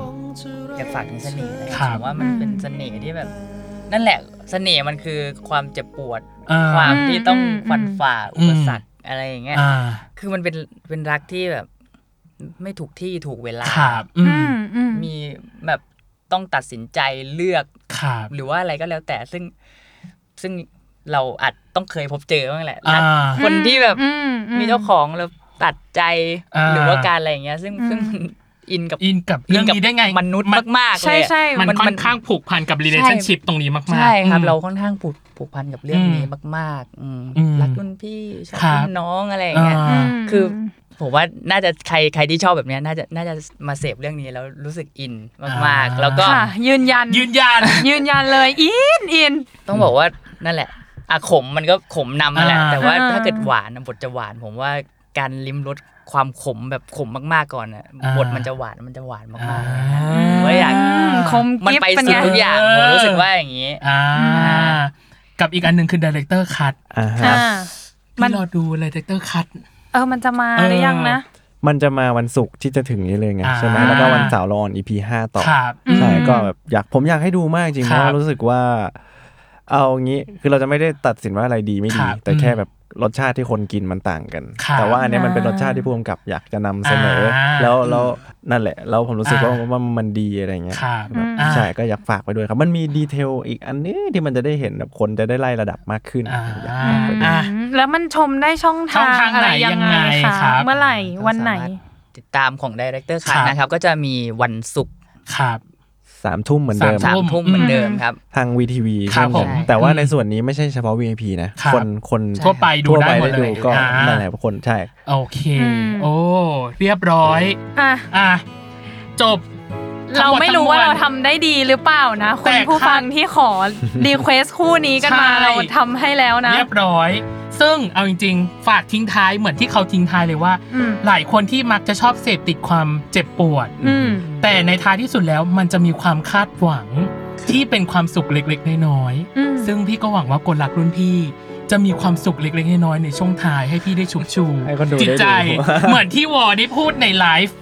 Speaker 5: อยากฝากถึงเสน่ห์เลย
Speaker 3: ครับ
Speaker 5: ผมว่ามันเป็นเสน่ห์ที่แบบ นั่นแหละเสน่ห์มันคือความเจ็บปวด
Speaker 3: อ่า
Speaker 5: ความที่ต้องฟันฝ่า
Speaker 3: อื
Speaker 5: อุ
Speaker 3: ม
Speaker 5: ปสรรคอะไรอย่างเงี้ย
Speaker 3: อ่า
Speaker 5: คือมันเป็นเป็นรักที่แบบ ไม่ถูกที่ถูกเวลา
Speaker 3: ครับอื
Speaker 2: อื
Speaker 3: ม
Speaker 2: มอืม
Speaker 5: มีแบบต้องตัดสินใจเลือก
Speaker 3: ครับ
Speaker 5: หรือว่าอะไรก็แล้วแต่ซึ่งซึ่งเราอาจต้องเคยพบเจอบ้างแหละ
Speaker 3: อ่า
Speaker 5: รักคนที่แบบ
Speaker 2: อืมอืม
Speaker 5: มีเจ้าของแล้วตัดใจ
Speaker 3: อ่า
Speaker 5: หรือว่าการอะไรอย่างเงี้ย ซึ่งซึ่งมันอินกับ
Speaker 3: อินกับเรื่องนี้ได้ไง
Speaker 5: มนุษย์มากๆเลยอะ
Speaker 2: ใช่ใช่
Speaker 3: มัน
Speaker 5: มัน
Speaker 3: ค่
Speaker 5: มั
Speaker 3: อน นข้างผูกพันกับ relationship ตรงนี้มากๆ
Speaker 5: ใช่ครับ
Speaker 3: อืม
Speaker 5: เราค่อนข้างผูกผูกพันกับเรื่องนี้
Speaker 3: อืม
Speaker 5: มากๆอืม
Speaker 3: อืม
Speaker 5: รักรุ่นพี่ชอบ
Speaker 3: ครับ
Speaker 5: รุ่นน้องอะไรอย่างเงี้ย
Speaker 3: อ่า
Speaker 5: คือ ผมว่าน่าจะใครใครที่ชอบแบบเนี้ยน่าจะน่าจะมาเสพเรื่องนี้แล้วรู้สึกอินมาก
Speaker 3: อ่า
Speaker 5: ๆ แล้วก็
Speaker 2: ค่ะ ยืนยัน
Speaker 3: ยืนยัน
Speaker 2: ยืนยันเลยอินอิน
Speaker 5: ต้องบอกว่านั่นแหละอะขมมันก็ขมนำนั่นแหละ
Speaker 3: อ่า
Speaker 5: แต่ว่า
Speaker 2: อ่า
Speaker 5: ถ้าเกิดหวานอะบทจะหวาน ผมว่าการลิ้มรสความขมแบบขมมากๆก่อนอะบทมันจะหวานมันจะหวานมากๆเลยนะ เฮ้ยอยาก
Speaker 2: มคม
Speaker 5: มัน
Speaker 2: กิฟ
Speaker 5: ไป
Speaker 2: ต์เป็น
Speaker 5: สุด
Speaker 2: ไง
Speaker 5: ทุกอย่างผมรู้สึกว่าอย่างนี้
Speaker 3: อ่า กับอีกอันหนึ่งคือดีเลกเตอร์คัต
Speaker 4: อ่าฮะ
Speaker 2: อ่า มัน
Speaker 3: พี่รอดูดีเลกเตอร์คัต
Speaker 2: เออมันจะมา
Speaker 3: เออ
Speaker 2: หรือยังนะ
Speaker 4: มันจะมาวันศุกร์ที่จะถึงนี้เลยไง
Speaker 3: อ่า
Speaker 4: ใช่ไหมแล้วก็วันเสาร์รอน EP ห้าต่อ
Speaker 3: ครับ
Speaker 4: ใช่
Speaker 2: อืม
Speaker 4: ก็แบบอยากผมอยากให้ดูมากจริงๆ
Speaker 3: ครับ
Speaker 4: เพราะว่ารู้สึกว่า เอางี้คือเราจะไม่ได้ตัดสินว่าอะไรดีไม่
Speaker 3: ค
Speaker 4: ดี
Speaker 3: รับ
Speaker 4: แต่แค่แบบรสชาติที่คนกินมันต่างกัน
Speaker 3: ครับ
Speaker 4: แต่ว่าอันเนี้ยมันเป็นรสชาติที่พ่วงกับอยากจะนำเสนออา แล้วแล้วนั่นแหละ แล้วผมรู้สึกว่า
Speaker 3: อ่า
Speaker 4: ว่ามันดีอะไรเงี้ย
Speaker 3: ครับ
Speaker 4: แบบ
Speaker 3: อ่า
Speaker 4: ใช่ก็อยากฝากไปด้วยครับ มันมีดีเทลอีกอันนี้ที่มันจะได้เห็นแบบคนจะได้ไล่ระดับมากขึ้น
Speaker 3: อ่า
Speaker 4: อยาก
Speaker 2: อืม
Speaker 3: อ่า
Speaker 2: แล้วมันชมได้ช่อง
Speaker 3: ช่
Speaker 2: ทา
Speaker 3: อง งทาง
Speaker 2: อะไร
Speaker 3: ไหนยั
Speaker 2: ยัง ง
Speaker 3: ไง
Speaker 2: ไง
Speaker 3: ครั
Speaker 2: คะ
Speaker 3: บ
Speaker 2: เมื่อไหร่วันไหน
Speaker 5: ติดตามของดีเรคเตอร์
Speaker 3: ค
Speaker 5: คั
Speaker 3: รั
Speaker 5: น
Speaker 3: บ
Speaker 5: นะครับ ก็จะมีวันศุกร์
Speaker 3: ครับ
Speaker 4: สามทุ่มเหมือนเดิม
Speaker 3: สา
Speaker 5: สาม ม
Speaker 3: ทุ่
Speaker 5: ทุ่
Speaker 3: ม
Speaker 5: มเหมือนเดิม
Speaker 2: อืม
Speaker 5: ครับ
Speaker 4: ทางวีทีวี
Speaker 3: ครั
Speaker 4: เช่
Speaker 3: บ
Speaker 4: น
Speaker 3: ผ
Speaker 4: กัน
Speaker 3: ม
Speaker 4: แต่ว่า
Speaker 3: อืม
Speaker 4: ในส่วนนี้ไม่ใช่เฉพาะ VIP นะครับ คนคน
Speaker 5: ใช่
Speaker 3: ทั่วไปดู
Speaker 4: ทั่ว
Speaker 3: ได้หม
Speaker 4: ไป
Speaker 3: ด
Speaker 4: ได้
Speaker 3: เล
Speaker 4: ดู
Speaker 3: ย
Speaker 4: ก็
Speaker 3: อ่า
Speaker 4: นั่นแหละคนใช่
Speaker 3: โอเค
Speaker 2: อืม
Speaker 3: โอ้เรียบร้อย
Speaker 2: อ่ะ
Speaker 3: อ่ะ จบทั้
Speaker 2: เรา
Speaker 3: งหด
Speaker 2: ไม่รู้ว่าเรา
Speaker 3: ทั้งมล
Speaker 2: ทำได้ดีหรือเปล่านะคุ
Speaker 3: แต่
Speaker 2: ณผู้
Speaker 3: ค่ะ
Speaker 2: ฟังที่ขอรีเควสคู่นี้กันมา
Speaker 3: ใช่
Speaker 2: เราทำให้แล้วนะ
Speaker 3: เรียบร้อย ซึ่งเอาจริงๆ ฝากทิ้งท้ายเหมือนที่เขาทิ้งท้ายเลยว่า
Speaker 2: อืม
Speaker 3: หลายคนที่มักจะชอบเสพติดความเจ็บปวด
Speaker 2: อืม
Speaker 3: แต่ในท้ายที่สุดแล้วมันจะมีความคาดหวังที่เป็นความสุขเล็กๆ น้อย
Speaker 2: อืม
Speaker 3: ๆ ซึ่งพี่ก็หวังว่ากลลักรุ่นพี่ จะมีความสุขเล็กๆ น้อยๆ ในช่วงท้ายให้พี่ได้ชุบชู
Speaker 4: ให้คนดู
Speaker 3: จิตใจ
Speaker 4: ได้ดู
Speaker 3: เหมือนที่วอได้พูดในไลฟ์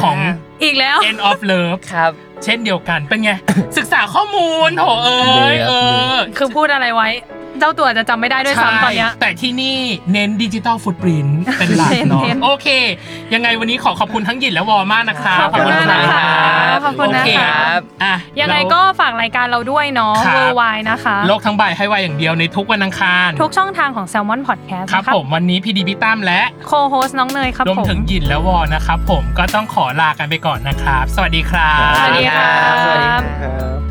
Speaker 3: ของ
Speaker 2: อีกแล้ว
Speaker 3: End of Love
Speaker 5: ครับ
Speaker 3: เช่นเดียวกันเป็นไง ศึกษาข้อมูลโถเอ้ย
Speaker 4: ดีครับ
Speaker 3: เออ
Speaker 2: คือพูดอะไรไว้ เจ้าตัวจะจำไม่ได้ด้วยซ้ำตอนเนี้ย
Speaker 3: ใช่แต่ที่นี่เน้นดิจิตอลฟุตปรินเป็นหลัก
Speaker 2: เน้น
Speaker 3: เนาะ
Speaker 2: เน้น
Speaker 3: โอเค ยังไงวันนี้ขอขอบคุณทั้งหยินและวอมากนะคะ
Speaker 5: ขอบคุณ
Speaker 3: มาก
Speaker 5: มากครับ
Speaker 2: ขอบคุณนะคะ
Speaker 3: โเอ่ะ
Speaker 2: ยังไงก็ฝากรายการเราด้วยเนาะ
Speaker 3: ครับ
Speaker 2: เวอร์ไวนะคะ
Speaker 3: โลกทั้งใบให้ไวอย่างเดียวในทุกวันอังคาร
Speaker 2: ทุกช่องทางของ s ซ l m o n Podcast
Speaker 3: ครับ
Speaker 2: นะครั
Speaker 3: ผ
Speaker 2: บ
Speaker 3: มวันนี้พี่ดีพี่ตั้มและ
Speaker 2: โคโฮสน้องเนยครับ
Speaker 3: รวม
Speaker 2: ผม
Speaker 3: ถึงหยินและวอนะครับผมก็ต้องขอลากันไปก่อนนะครับ สวัสดีครับ
Speaker 2: สวัสดีค่ะ
Speaker 5: สวัสดีครับ
Speaker 4: ครับ